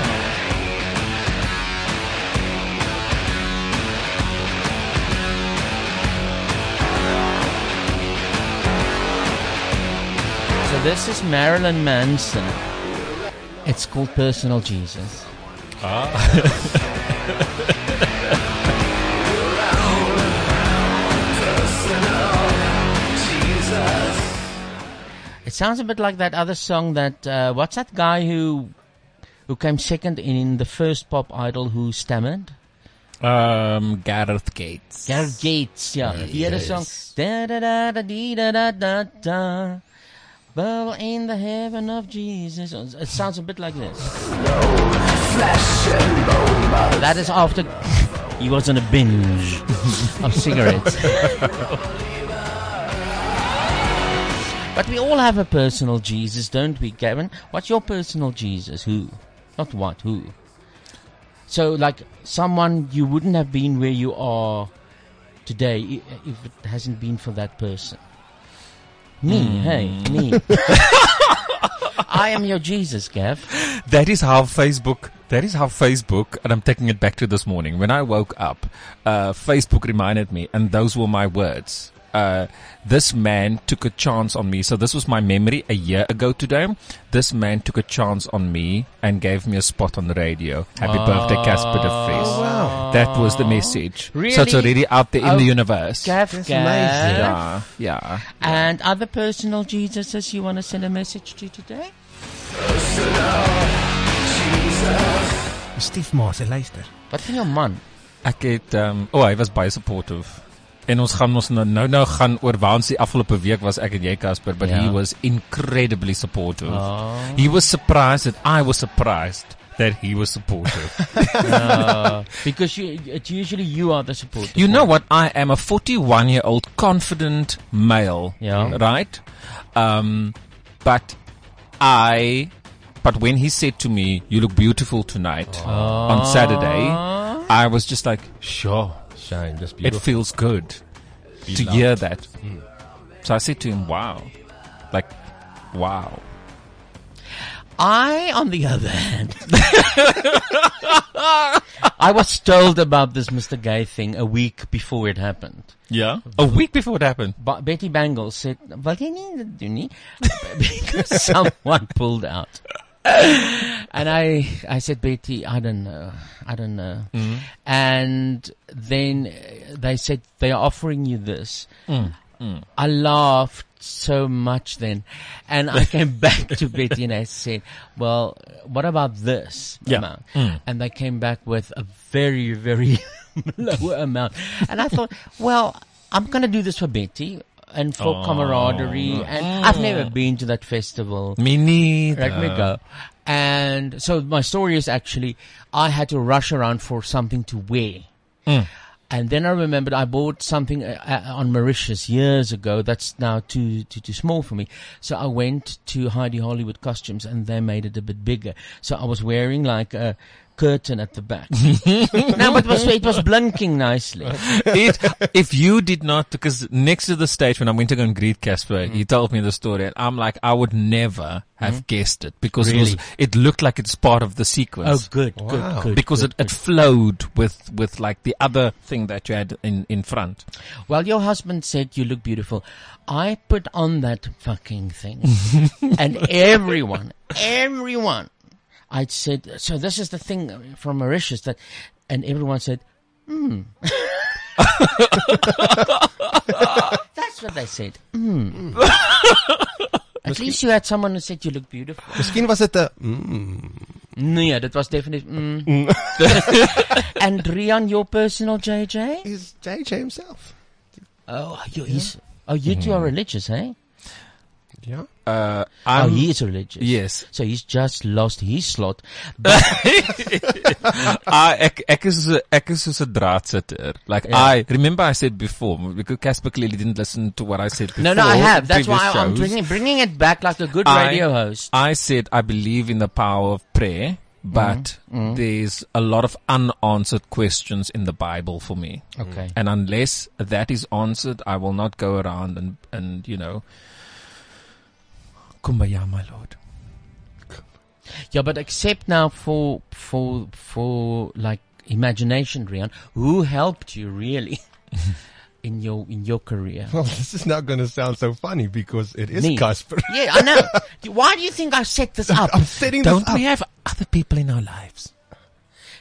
S3: So this is Marilyn Manson. It's called Personal Jesus. Ah. It sounds a bit like that other song that uh, what's that guy who who came second in the first pop idol who stammered?
S4: Um, Gareth Gates.
S3: Gareth Gates, yeah. He had a song
S4: Yes.
S3: da da da da dee, da da da da Well in the heaven of Jesus. It sounds a bit like this. That is after he was on a binge of cigarettes. But we all have a personal Jesus, don't we, Gavin? What's your personal Jesus? Who? Not what, who? So, like, someone you wouldn't have been where you are today i- if it hasn't been for that person. Me,
S4: Hmm.
S3: hey, me. I am your Jesus, Gav.
S4: That is how Facebook. That is how Facebook. And I'm taking it back to this morning when I woke up. Uh, Facebook reminded me, and those were my words. Uh, this man took a chance on me. So this was my memory a year ago today. This man took a chance on me and gave me a spot on the radio. Happy birthday, Casper the Face.
S3: Oh, wow.
S4: That was the message. So
S3: Really?
S4: it's already out there in
S3: Oh,
S4: the universe.
S3: Gav, That's Gav. amazing.
S4: Yeah, yeah.
S3: And other personal Jesuses you want to send a message to today?
S5: Stiefma, sy luister.
S3: Wat van jou man?
S4: Ek het um o, oh, hy was baie supportive. En ons gaan ons nou nou, nou gaan oor waans die afgelope week was ek en jy Casper, but
S3: Ja.
S4: he was incredibly supportive.
S3: Oh.
S4: He was surprised that I was surprised that he was supportive.
S3: Uh, because you, it's usually you are the supporter.
S4: you know what? I am a 41 year old confident male.
S3: Yeah.
S4: Right? Um, but I, but when he said to me, you look beautiful tonight on Saturday, I was just like, sure.
S5: Shame, just
S4: It feels good to
S5: loved.
S4: hear that.
S3: Hmm.
S4: So I said to him, wow. Like, wow.
S3: I, on the other hand, I was told about this Mr. Gay thing a week before it happened.
S4: Yeah. A week before it happened.
S3: But Betty Bangle said, "Wil jy nie dit doen nie?" because someone pulled out. and I, I said, Betty, I don't know, I don't know.
S4: Mm-hmm.
S3: And then uh, they said they are offering you this.
S4: Mm.
S3: I laughed so much then, and I came back to Betty and I said, "Well, what about this
S4: Yeah. Mm.
S3: amount?" And they came back with a very, very lower amount, and I thought, "Well, I'm going to do this for Betty." and for
S4: Oh. Mm.
S3: camaraderie. And I've never been to that festival.
S4: Me neither.
S3: Let me go. And so my story is actually, I had to rush around for something to wear.
S4: Mm.
S3: And then I remembered I bought something uh, uh, on Mauritius years ago. That's now too, too too small for me. So I went to Heidi Hollywood Costumes, and they made it a bit bigger. So I was wearing like a curtain at the back. no, but it was it was blinking nicely.
S4: it, if you did not, because next to the stage when I went to go and greet Casper, he
S3: Hmm.
S4: told me the story, and I'm like, I would never have
S3: Mhm.
S4: guessed it because it,
S3: Really?
S4: was, it looked like it's part of the sequence.
S3: Oh, good, good, Wow. good,
S4: Because
S3: good,
S4: it, it flowed with with like the other thing that you had in in front.
S3: Well, your husband said you look beautiful. I put on that fucking thing, and everyone, everyone, I said. So this is the thing from Mauritius that, and everyone said, "Hmm." That's what they said. Hmm. At least you had someone who said you look beautiful.
S11: Miskien was dit Hmm. 'n
S3: Nee, dit was definitief mm. And Rian, your personal JJ?
S11: Is JJ himself.
S3: Oh, you he's, oh, you two are religious, eh?
S11: Yeah.
S3: oh,
S4: Uh, I'm-
S3: he is religious.
S4: Yes.
S3: So he's just lost his slot. But
S4: I, ek ek is soos 'n- ek is soos 'n draadsitter. Like
S3: Yeah.
S4: I remember I said before because Casper clearly didn't listen to what I said before.
S3: no, no, I have. That's why
S4: previous
S3: I- I'm
S4: shows.
S3: bringing, bringing it back like a good radio host.
S4: I said I believe in the power of prayer, but
S3: Mm, mm.
S4: there's a lot of unanswered questions in the Bible for me.
S3: Okay.
S4: And unless that is answered, I will not go around and, and you know, kumbaya, my lord.
S3: Yeah, but except now for for for like imagination, Rian, who helped you really in your in your career?
S11: Well, this is not going to sound so funny because it is
S3: Me.
S11: Casper.
S3: Nee. Yeah, I know. Why do you think I set this up? I'm
S11: setting
S4: Don't we have other people in our lives?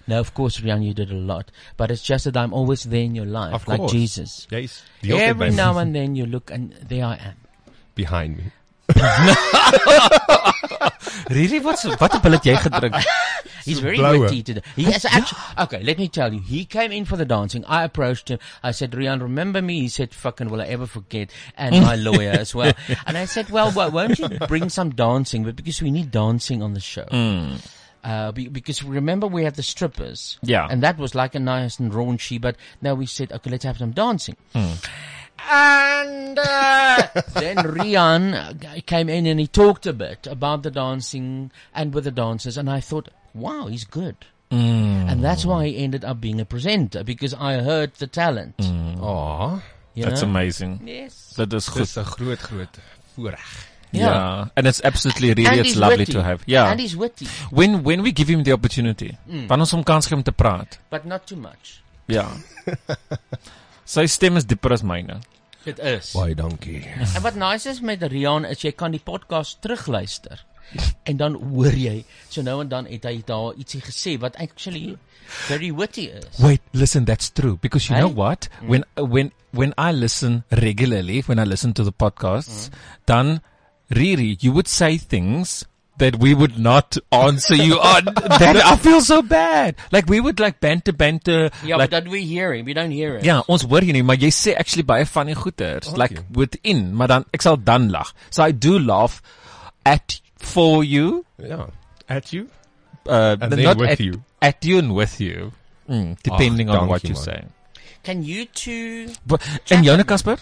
S3: No, of course, Rian, you did a lot, but it's just that I'm always there in your life,
S11: Of
S3: like
S11: course.
S3: Jesus.
S11: Yes, the ultimate.
S3: Every now and Mm. then you look, and there I am.
S11: behind me.
S4: really? What's, wat heb hulle jy gedrink?
S3: He's very
S4: Blower.
S3: witty today. He has actually, okay, let me tell you. He came in for the dancing. I approached him. I said, Rian, remember me? He said, fucking will I ever forget? And my lawyer as well. And I said, well, why won't you bring some dancing? But because we need dancing on the show.
S4: Mm.
S3: Uh, be- because remember we had the strippers.
S4: Yeah.
S3: And that was like a nice and raunchy, but now we said, okay, let's have some dancing.
S4: Hmm.
S1: And uh,
S3: then Rian uh, g- came in and he talked a bit about the dancing and with the dancers, and I thought, wow, he's good.
S4: Mm.
S3: And that's why he ended up being a presenter because I heard the talent.
S11: Aww.
S4: Hmm. That's amazing.
S3: Yes.
S4: That is
S11: Dis
S4: goed.
S11: 'n groot groot voorreg.
S4: Yeah. And it's absolutely really
S3: And
S4: it's
S3: he's
S4: lovely
S3: witty.
S4: to have. Yeah.
S3: And he's witty.
S4: When when we give him the opportunity,
S3: Mm.
S4: wanneer ons hom kans gee om te praat.
S3: But not too much.
S4: Ja. Sy stem is dieper as myne.
S3: Dit is.
S11: Baie dankie.
S3: En wat nice is met Rian is jy kan die podcast terugluister. En dan hoor jy, so nou en dan het hy daar ietsie gesê wat actually very witty is.
S4: Wait, listen, that's true because you
S3: Hey?
S4: know what?
S3: Mm.
S4: When when when I listen regularly, when I listen to the podcasts, dan Riri, you would say things that we would not answer you on. that I feel so bad. Like we would like banter banter
S3: Yeah,
S4: like
S3: but that we hear him. We don't hear him.
S4: Ja, ons hoor jy nie, maar jy sê actually baie funny
S11: Oh,
S4: goeters, like within, maar dan ek sal dan lag. So I do laugh at for you.
S11: Ja, at you.
S4: Uh,
S11: And
S4: but
S11: then
S4: not
S11: with
S4: at,
S11: you.
S4: At you and with you. Mm, depending
S11: Ag,
S4: on what
S11: dankie,
S4: you
S11: man.
S4: say.
S3: Can you two
S4: But, en joune Casper?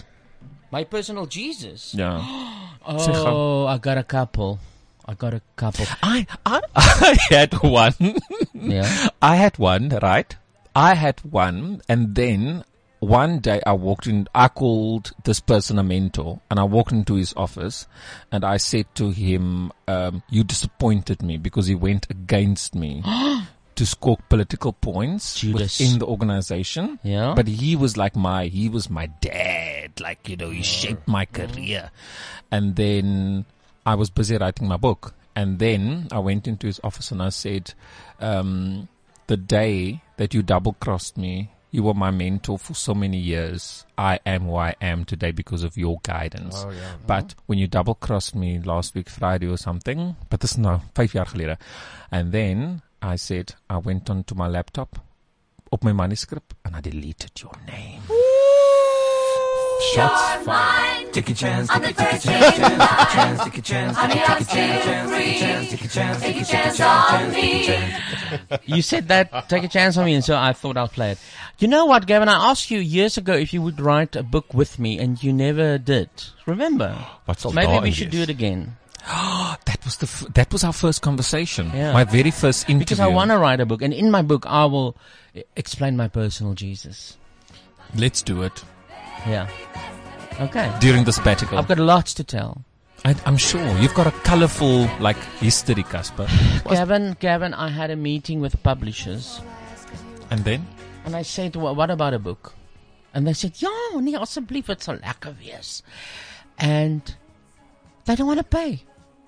S3: My personal Jesus.
S4: Ja. Sê gou.
S3: Oh, I got a couple. I got a couple.
S4: I I, I had one.
S3: Yeah.
S4: I had one, right? I had one, and then one day I walked in. I called this person a mentor, and I walked into his office, and I said to him, um, "You disappointed me because he went against me." To score political points
S3: Judas.
S4: within the organization,
S3: Yeah.
S4: But he was like my, he was my dad. Like you know, he shaped my career. And then I was busy writing my book. And then I went into his office and I said, um, The day that you double crossed me, you were my mentor for so many years. I am where I am today because of your guidance.
S11: Oh, yeah.
S4: But when you double crossed me last week, Friday or something, but this is now five jaar geleden. And then I said, I went onto my laptop, op my manuscript, and I deleted your name.
S1: Shots fired. Take a chance, take a take a chance, take a chance, take a chance, take a chance, take a chance, take a chance, take a chance, take a chance on me.
S3: you said that, take a chance on me, and so I thought I'll play it. You know what, Gavin? I asked you years ago if you would write a book with me, and you never did. Remember?
S4: Wat sal
S3: Maybe
S4: daar
S3: we
S4: in
S3: should do
S4: wees?
S3: it again.
S4: that was the f- that was our first conversation.
S3: Yeah.
S4: My very first interview.
S3: Because I want to write a book, and in my book, I will e- explain my personal Jesus.
S4: Let's do it
S3: Yeah. Okay.
S4: during the sabbatical.
S3: I've got lots to tell.
S4: I, I'm sure you've got a colourful like history, Casper.
S3: Gavin, Gavin, I had a meeting with publishers,
S4: And then
S3: and I said, "Wha- "What about a book?" And they said, "Ja, nee, asseblief, dit sal lekker wees." And they don't want to pay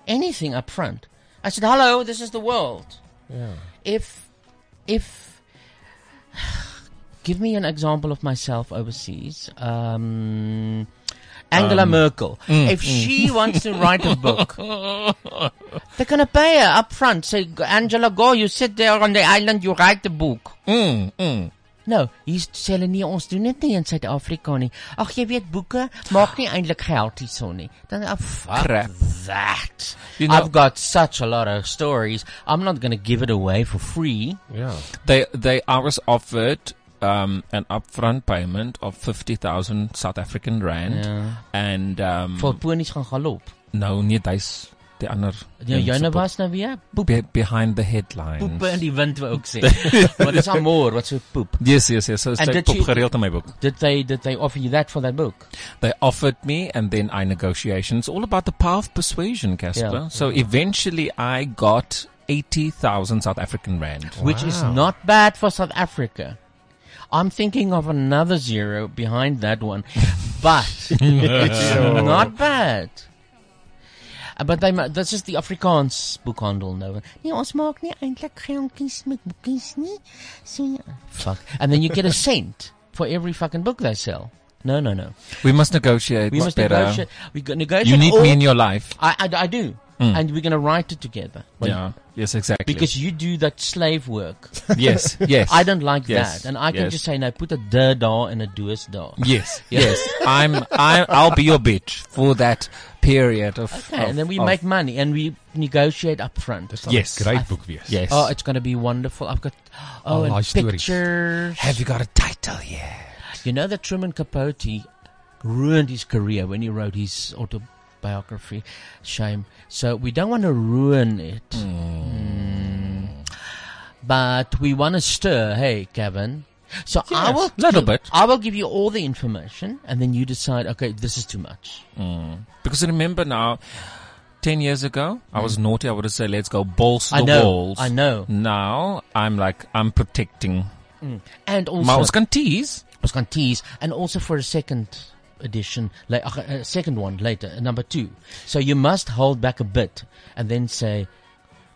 S3: anything up front. I said, "Hello, this is the world.
S1: Yeah.
S3: If, if, give me an example of myself overseas." Um, Angela
S4: Um,
S3: Merkel.
S4: mm,
S3: if
S4: mm.
S3: she wants to write a book, they're gonna pay her up front. Say, "G- Angela, go. You sit there on the island. You write the book. Mm, mm. Nou, hier sê hulle nee, ons doen dit nie in Suid-Afrika nie. Ag, jy weet boeke maak nie eintlik geld hierson nie. Dan ah, fuck
S4: Crap.
S3: that.
S4: You know-
S3: I've got such a lot of stories. I'm not going to give it away for free.
S4: Yeah. They they I was offered um, an upfront payment of fifty thousand South African rand.
S3: Yeah.
S4: And um
S3: Vir ponies gaan galop.
S4: No, nee, dis die ander.
S3: Ja,
S4: een
S3: joune
S4: se boek.
S3: was nou weer poep.
S4: Be- behind the headlines.
S3: Poepe in die wind wou ek sê. Wat is amor? Wat so poep?
S4: Yes, yes, yes. So it's
S3: And
S4: like
S3: did
S4: pop
S3: you-
S4: gereeld in my book.
S3: Did they did they offer you that for that book?
S4: They offered me, and then I negotiations. all about the power of persuasion, Casper.
S3: Yeah.
S4: So eventually, I got eighty thousand South African rand,
S3: which is not bad for South Africa. I'm thinking of another zero behind that one, but it's
S4: Sure.
S3: not bad. Uh, But they, ma- this is the Afrikaans boekhandel now. Nee, ons maak nie eintlik geldjies met boekies nie. So ja. Fuck. And then you get a cent for every fucking book they sell. No, no, no.
S4: We must negotiate.
S3: We must
S4: better.
S3: negotiate. We go- negotiate.
S4: You need
S3: all-
S4: me in your life.
S3: I, I, I do,
S4: Mm.
S3: and we're going to write it together. Well,
S4: yeah. Yes, exactly.
S3: because you do that slave work.
S4: Yes, yes.
S3: I don't like
S4: Yes,
S3: that, and I can
S4: yes.
S3: just say no. Put a der da and a doers da.
S4: Yes, yes. I'm. I, I'll be your bitch for that period of.
S3: Okay,
S4: of-
S3: and then we
S4: of-
S3: make money and we negotiate up front.
S4: sal Yes. 'n great
S3: I-
S4: boek wees. Yes.
S3: Oh, it's going to be wonderful. I've got oh,
S4: Allerlei
S3: and
S4: stories.
S3: pictures.
S4: Have you got a title yet?
S3: You know that Truman Capote ruined his career when he wrote his autobiography. Shame. So we don't want to ruin it.
S4: Hmm.
S3: Mm. But we want to stir, hey, Gavin. So I
S4: Yes,
S3: will
S4: little
S3: gi-
S4: bit.
S3: I will give you all the information, and then you decide. Okay, this is too much.
S4: Mm. Because remember now, 10 years ago, I was naughty. I would have said, let's go balls to
S3: I
S4: the
S3: know,
S4: walls.
S3: I know.
S4: Now, I'm like, I'm protecting.
S3: Mm. And also,
S4: Maar ons kan tease.
S3: Ons kan tease, and also for a second edition, like a second one later, uh, number two. So you must hold back a bit, and then say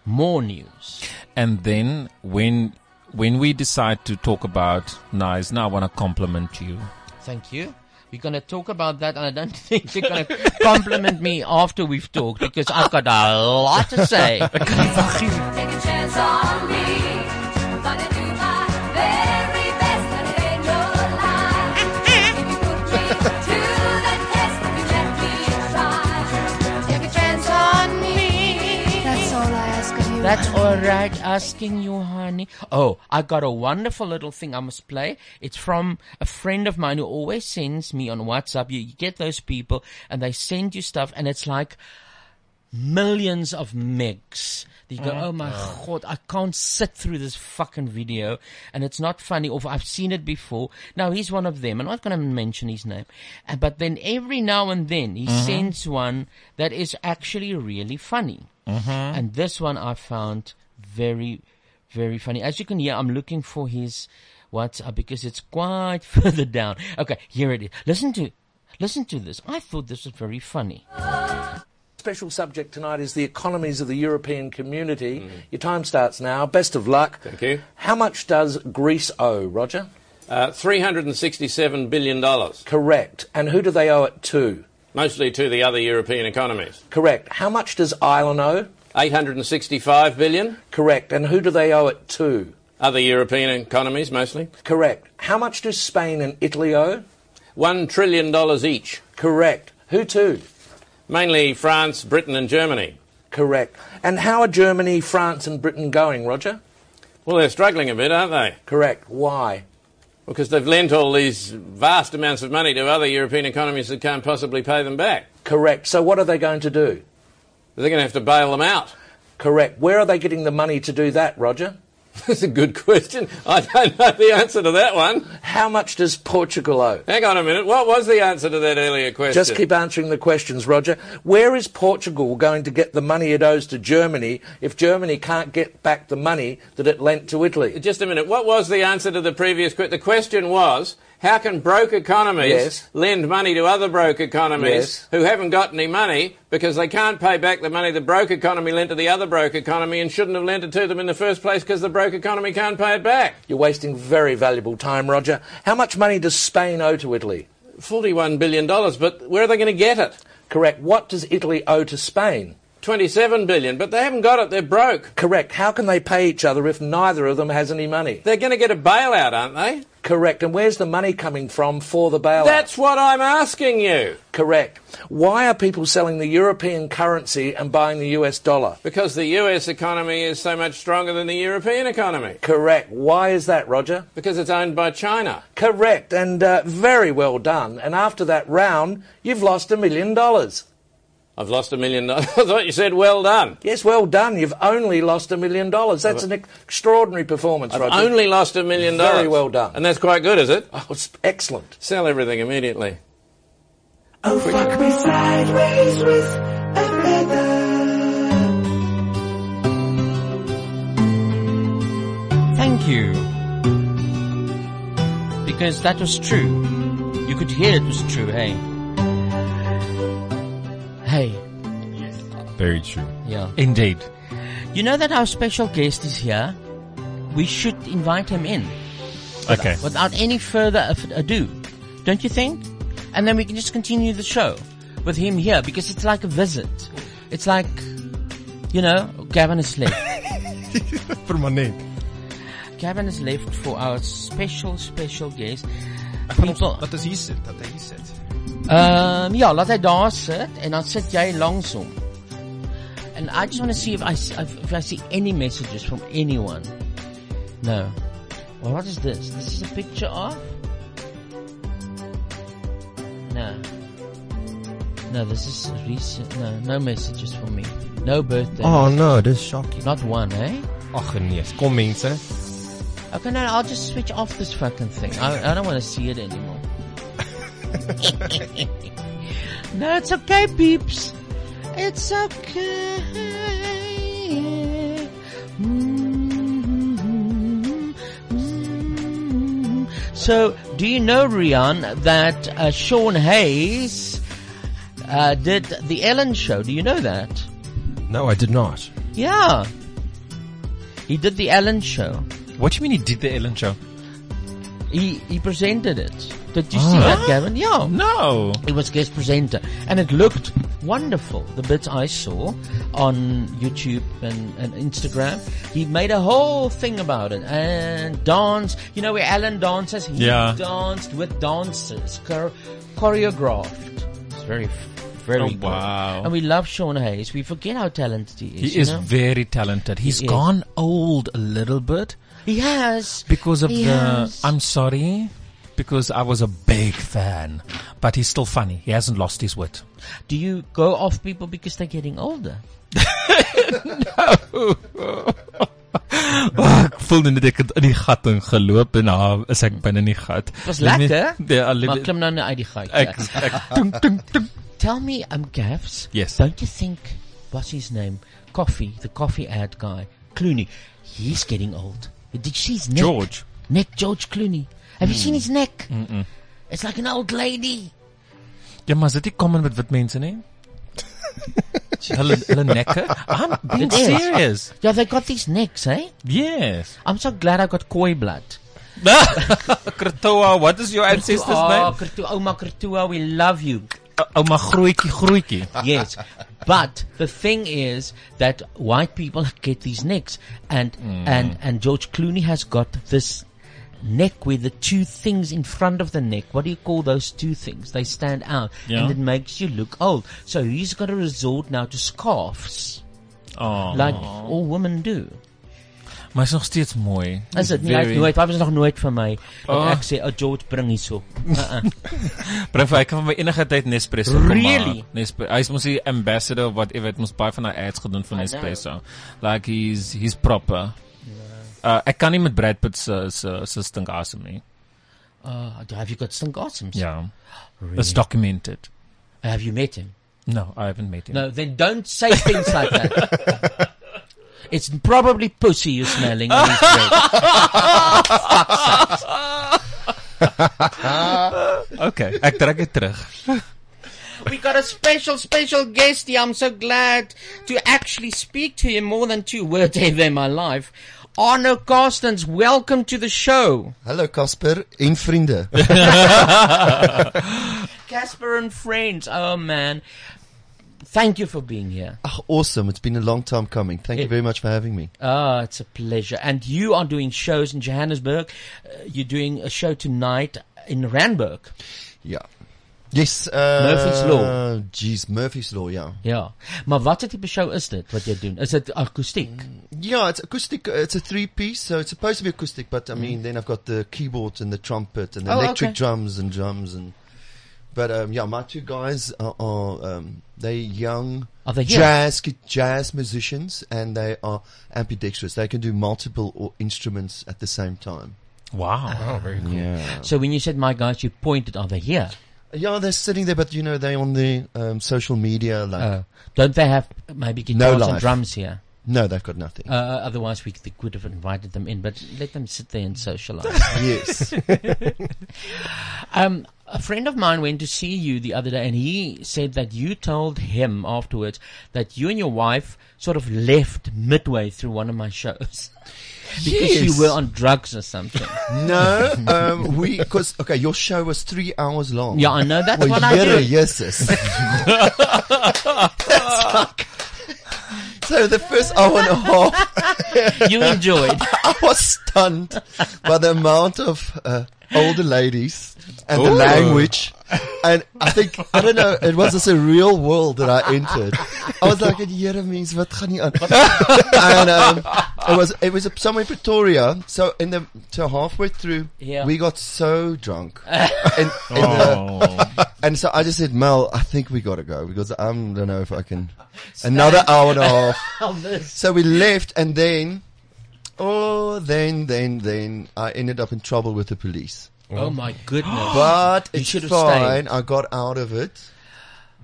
S3: more news.
S4: And then when when we decide to talk about nice, now I want to compliment you.
S3: Thank you. We're going to talk about that, and I don't think you're going to compliment me after we've talked because I've got a lot to say.
S2: Take a chance on me. I'm gonna do my very best to save your life. If you put me to the test, if you let me try. Take a chance on me. That's all I ask of you.
S3: That's all right, asking you, honey. Oh, I got a wonderful little thing I must play. It's from a friend of mine who always sends me on WhatsApp. You, you get those people and they send you stuff and it's like millions of megs. You go,
S4: Mm.
S3: oh my
S4: Oh.
S3: god, I can't sit through this fucking video and it's not funny or I've seen it before. Now he's one of them. I'm not going to mention his name. Uh, but then every now and then he
S4: Mhm.
S3: sends one that is actually really funny.
S4: Mhm.
S3: And this one I found very, very funny. As you can hear, I'm looking for his WhatsApp because it's quite further down. Okay, here it is. Listen to, listen to this. I thought this was very funny.
S12: Special subject tonight is the economies of the European community. Your time starts now. Best of luck. Thank you. How much does Greece owe, Roger?
S13: Uh, $367 billion.
S12: Correct. And who do they owe it to?
S13: Mostly to the other European economies.
S12: Correct. How much does Ireland owe?
S13: 865 billion.
S12: Correct. And who do they owe it to?
S13: Other European economies mostly.
S12: Correct. How much do Spain and Italy owe?
S13: $1 trillion each.
S12: Correct. Who to?
S13: Mainly France, Britain, and Germany.
S12: Correct. And how are Germany, France, and Britain going, Roger?
S13: Well, they're struggling a bit, aren't they?
S12: Correct. Why?
S13: Because they've lent all these vast amounts of money to other European economies that can't possibly pay them back.
S12: Correct. So what are they going to do?
S13: They're going to have to bail them out.
S12: Correct. Where are they getting the money to do that, Roger?
S13: That's a good question. I don't know the answer to that one.
S12: How much does Portugal owe?
S13: Hang on a minute. What was the answer to that earlier question?
S12: Just keep answering the questions, Roger. Where is Portugal going to get the money it owes to Germany if Germany can't get back the money that it lent to Italy?
S13: Just a minute. What was the answer to the previous question? The question was how can broke economies
S12: Yes.
S13: lend money to other broke economies
S12: Yes.
S13: who haven't got any money because they can't pay back the money the broke economy lent to the other broke economy and shouldn't have lent it to them in the first place because the broke economy can't pay it back?
S12: You're wasting very valuable time, Roger. How much money does Spain owe to Italy?
S13: $41 billion, but where are they going to get it?
S12: Correct. What does Italy owe to Spain?
S13: 27 billion, but they haven't got it. They're broke.
S12: Correct. How can they pay each other if neither of them has any money?
S13: They're going to get a bailout, aren't they?
S12: Correct. And where's the money coming from for the bailout?
S13: That's what I'm asking you.
S12: Correct. Why are people selling the European currency and buying the US dollar?
S13: Because the US economy is so much stronger than the European economy.
S12: Correct. Why is that, Roger?
S13: Because it's owned by China.
S12: Correct. And uh, very well done. And after that round, you've lost a million dollars.
S13: I've lost a million dollars. I thought you said well done.
S12: Yes, well done. You've only lost a million dollars. That's an ex- extraordinary performance,
S13: I've
S12: Roger.
S13: only lost a million dollars.
S12: Very well done.
S13: And that's quite good, is it?
S12: Oh, it's excellent.
S13: Sell everything immediately.
S1: Fuck me sideways with a feather.
S3: Thank you. Because that was true. You could hear it was true, hey? Hey.
S5: Very true.
S3: Yeah.
S4: Indeed.
S3: You know that our special guest is here? We should invite him in.
S4: Okay.
S3: Without any further af- ado. Don't you think? And then we can just continue the show with him here because it's like a visit. It's like, you know, Gavin is left.
S5: Permanent.
S3: Gavin is left for our special, special guest. People-
S11: Dat is hier sit, dat hy hier sit.
S3: Ehm ja, laat hy daar sit en dan sit jy langs hom. And I just want to see if I see, if I see any messages from anyone. No. Well, what is this? This is a picture of No. No, this is recent. No, no messages from me. No birthday.
S5: Oh no, this is shocking.
S3: Not one, eh?
S5: Ag nee, kom mense.
S3: Okay, no, I'll just switch off this fucking thing. I, I don't want to see it anymore. no, it's okay, peeps. It's okay. Mm-hmm. So, do you know, Rian, that uh, Sean Hayes uh, did the Ellen show? Do you know that?
S5: No, I did not.
S3: Yeah. He did the Ellen show.
S4: What do you mean he did the Ellen show?
S3: He, he presented it. Did you
S4: Ah.
S3: see that, Gavin? Yeah.
S4: No.
S3: He was guest presenter. And it looked wonderful. The bits I saw on YouTube and, and Instagram. He made a whole thing about it. And dance. You know where Alan dances? He
S4: Yeah.
S3: danced with dancers. chor- choreographed. It's very, very
S4: Oh,
S3: good.
S4: wow.
S3: And we love Sean Hayes. We forget how talented he is.
S4: He
S3: you
S4: is
S3: know?
S4: very talented. He's
S3: He is.
S4: gone old a little bit
S3: He has.
S4: because of
S3: He
S4: the.
S3: has.
S4: I'm sorry, because I was a big fan, but he's still funny. He hasn't lost his wit.
S3: Do you go off people because they're getting older?
S4: Ah, ek voel net ek het in die gat ingeloop en ah, is ek binne in die gat.
S3: Was
S4: Let me-
S3: lekker.
S4: Ja, let
S3: maar
S4: me-
S3: klim nou nou uit die gaatjie.
S4: Ek- dunk,
S3: Tell me, um, Gavs.
S4: Yes.
S3: Don't you think what's his name? Coffee, the coffee ad guy, Clooney. He's getting old. Did you see his neck?
S4: George. Hmm.
S3: Neck, George Clooney. Have you seen his neck? Mm-mm. It's like an old lady.
S4: Ja, maar is dit nie common met wit mense nie? hulle hulle nekke. Ah, I'm being
S3: It is.
S4: serious.
S3: Yeah, they got these necks, eh?
S4: Yes.
S3: I'm so glad I got koi blood.
S4: Kratoa, what is your ancestor's
S3: Oh,
S4: name?
S3: Kertu, Oma Kertua, we love you.
S4: Ouma Groetjie Groetjie.
S3: yes. But the thing is that
S4: Mm.
S3: white people get these necks and and and George Clooney has got this neck where the two things in front of the neck, what do you call those two things? They stand out
S4: Yeah.
S3: and it makes you look old. So he's got to resort now to scarves.
S4: Oh.
S3: Like all women do.
S4: Maar is nog steeds mooi.
S3: Is dit nie? Hy het
S4: Very.
S3: nooit, hy was nog nooit vir my.
S4: Oh.
S3: Oh. Ek sê, "O George, bring hierso." Uh-uh.
S4: Bring vir hy kan vir my enige tyd Nespresso kom
S3: Really?
S4: maak. Nespresso. Hy's mos die ambassador of whatever. Dit mos baie van hy ads gedoen vir
S3: I
S4: Nespresso. Like he's he's proper. Uh, ek kan nie met Brad Pitt se se se stink asem nie.
S3: Uh, have you got stink asems?
S4: Ja.
S3: Really?
S4: It's documented.
S3: Have you met him?
S4: No, I haven't met him.
S3: No, then don't say things like that. It's probably pussy you're smelling when he's dead. Fuck sakes.
S4: okay, ek trek dit terug.
S3: We got a special, special guest here. I'm so glad to actually speak to him more than two words ever in my life. Arno Carstens, welcome to the show.
S14: Hallo Casper en vriende.
S3: Casper and friends. Oh man. Thank you for being here.
S14: Ach, awesome. It's been a long time coming. Thank you
S3: It-
S14: very much for having me.
S3: Ah, it's a pleasure. And you are doing shows in Johannesburg. Uh, you're doing a show tonight in Randburg.
S14: Yeah. Yes, uh
S3: Murphy's Law.
S14: Jeez, Murphy's Law, yeah.
S3: Ja. Maar wat 'n tipe show is dit wat jy doen? Is dit akoestiek?
S14: Yeah, it's acoustic. uh, It's a three piece, so it's supposed to be acoustic, but I mean, then I've got the keyboards and the trumpet and the
S3: Mm. Oh,
S14: electric
S3: okay.
S14: drums and drums and. But um, yeah, my two guys are, are um, they young
S3: Are they young?
S14: jazz ki- jazz musicians and they are ambidextrous. They can do multiple o- instruments at the same time.
S4: Wow.
S3: Oh, very
S14: cool. Yeah.
S3: So when you said my guys, you pointed over here.
S14: Yeah, they're sitting there, but you know they're on the um, social media. Like,
S3: Oh. don't they have maybe guitars and
S14: life.
S3: drums here?
S14: No, they've got nothing.
S3: Uh, otherwise, we c- could have invited them in, but let them sit there and socialize.
S14: Yes.
S3: um, a friend of mine went to see you the other day, and he said that you told him afterwards that you and your wife sort of left midway through one of my shows because
S14: Yes.
S3: you were on drugs or something.
S14: No, um, we because okay, your show was three hours long.
S3: Yeah, I know, that's
S14: well,
S3: what I
S14: jere,
S3: do.
S14: yeses. That's like- so the first hour and a half,
S3: you enjoyed.
S14: I was stunned by the amount of uh, older ladies and the
S15: Ooh.
S14: language. And I think I don't know. It was just a real world that I entered. I was like, "Here means what gaan nie aan?" and um, it was it was somewhere in Pretoria. So in the so halfway through,
S3: Yeah.
S14: we got so drunk, and, and, the- and so I just said, "Mel, I think we gotta go because I am don't know if I can." Another hour and a
S3: On
S14: half.
S3: this.
S14: so we left, and then, oh, then then then I ended up in trouble with the police.
S3: Oh my goodness.
S14: But
S3: You
S14: it's
S3: should have
S14: fine.
S3: stayed.
S14: I got out of it.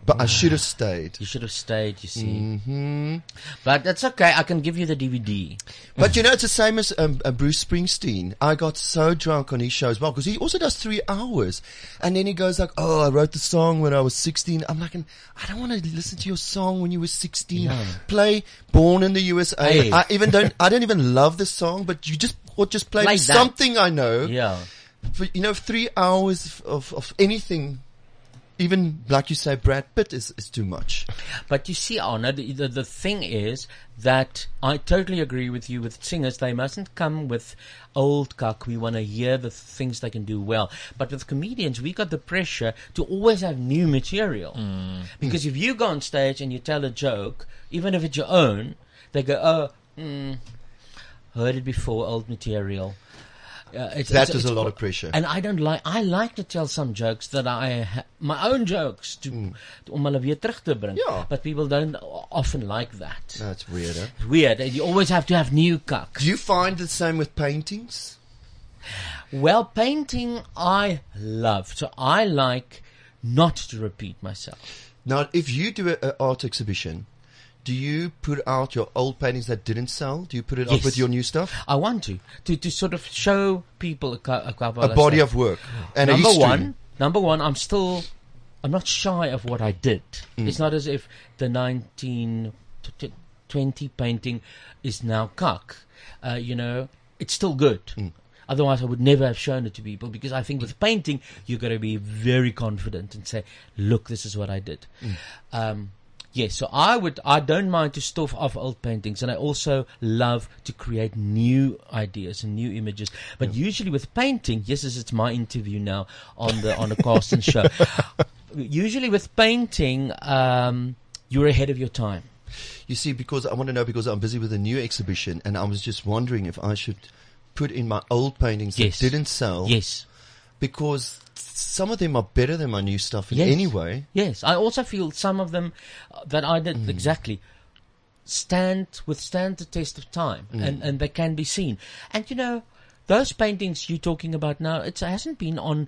S14: But I should have stayed.
S3: You should have stayed, you see. Mm-hmm. But that's okay. I can give you the DVD.
S14: But you know, it's the same as um, uh, Bruce Springsteen. I got so drunk on his show as well because he also does three hours, and then he goes like, "Oh, I wrote the song when I was 16." I'm like, "I don't want to listen to your song when you were 16.
S15: No.
S14: Play Born in the USA.
S15: Hey.
S14: I even don't. I don't even love the song, but you just or just play,
S15: Play
S14: me
S15: that.
S14: something I know.
S3: Yeah.
S14: For, you know, three hours of of anything, even like you say, Brad Pitt is is too much.
S3: But you see, Arno, the, the, the thing is that I totally agree with you with singers. They mustn't come with old cuck. We want to hear the things they can do well. But with comedians, we got the pressure to always have new material.
S14: Mm.
S3: Because if you go on stage and you tell a joke, even if it's your own, they go, oh, mm, heard it before, old material. Uh, it's,
S14: That is a lot of pressure.
S3: And I don't like, I like to tell some jokes that I, ha- my own jokes to,
S14: Hmm.
S3: om hulle weer terug te bring. But people don't often like that.
S14: That's weird. Huh?
S3: It's weird. You always have to have new cuck.
S14: Do you find the same with paintings?
S3: Well, painting I love. So I like not to repeat myself.
S14: Now, if you do an art exhibition, do you put out your old paintings that didn't sell? Do you put it up
S3: Yes.
S14: with your new stuff?
S3: I want to. To, to sort of show people a, cou- a couple
S14: A
S3: of
S14: body
S3: stuff.
S14: of work and a
S3: number
S14: history.
S3: one, number one, I'm still, I'm not shy of what I did.
S14: Mm.
S3: It's not as if the 1920 painting is now cuck. Uh, you know, it's still good.
S14: Mm.
S3: Otherwise, I would never have shown it to people because I think with
S14: Mm.
S3: painting, you've got to be very confident and say, look, this is what I did. Um, Yes, so I would, I don't mind to stuff off old paintings and I also love to create new ideas and new images. But usually with painting, yes, this is my interview now on the, on a Carson show. Usually with painting, um, you're ahead of your time.
S14: You see, because I want to know because I'm busy with a new exhibition, and I was just wondering if I should put in my old paintings
S3: Yes.
S14: that didn't
S11: Oh.
S14: sell.
S3: Yes.
S14: Because some of them are better than my new stuff in
S3: Yes.
S14: any way.
S3: Yes, I also feel some of them uh, that I
S14: Mm.
S3: did exactly stand withstand the test of time,
S14: Mm.
S3: and and they can be seen. And you know, those paintings you're talking about now, it hasn't been on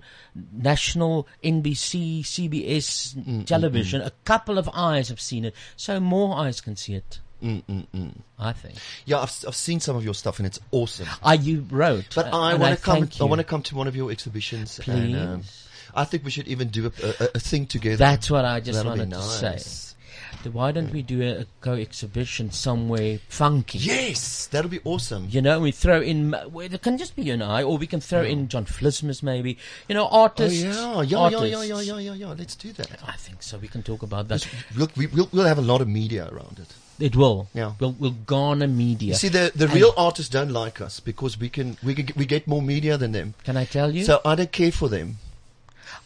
S3: national NBC, CBS television.
S14: mm.
S3: A couple of eyes have seen it, so more eyes can see it.
S14: Mm-mm-mm.
S3: I think.
S14: Yeah, I've, I've seen some of your stuff, and it's awesome.
S3: I you wrote,
S14: but
S3: uh,
S14: I
S3: and
S14: want
S3: I
S14: to come.
S3: thank
S14: I
S3: you.
S14: want to come to one of your exhibitions. And, um,
S3: Please.
S14: I think we should even do a, a, a thing together.
S3: That's what I just
S14: That'll be
S3: wanted to
S14: nice.
S3: say. Th- Why don't we do a, a co-exhibition somewhere funky?
S14: Yes, that'll be awesome.
S3: You know, we throw in m- well, it can just be you and I, or we can throw in John Flismus maybe. You know, artists.
S14: Oh, yeah, yeah, yeah, yeah, yeah, yeah, yeah, yeah. Let's do that.
S3: I think so. We can talk about that.
S14: Look, we, we'll, we'll have a lot of media around it.
S3: It will.
S14: Yeah.
S3: We'll, we'll garner media.
S14: You see, the the
S3: And-
S14: real artists don't like us because we can we can, we get more media than them.
S3: Can I tell you?
S14: So I don't care for them.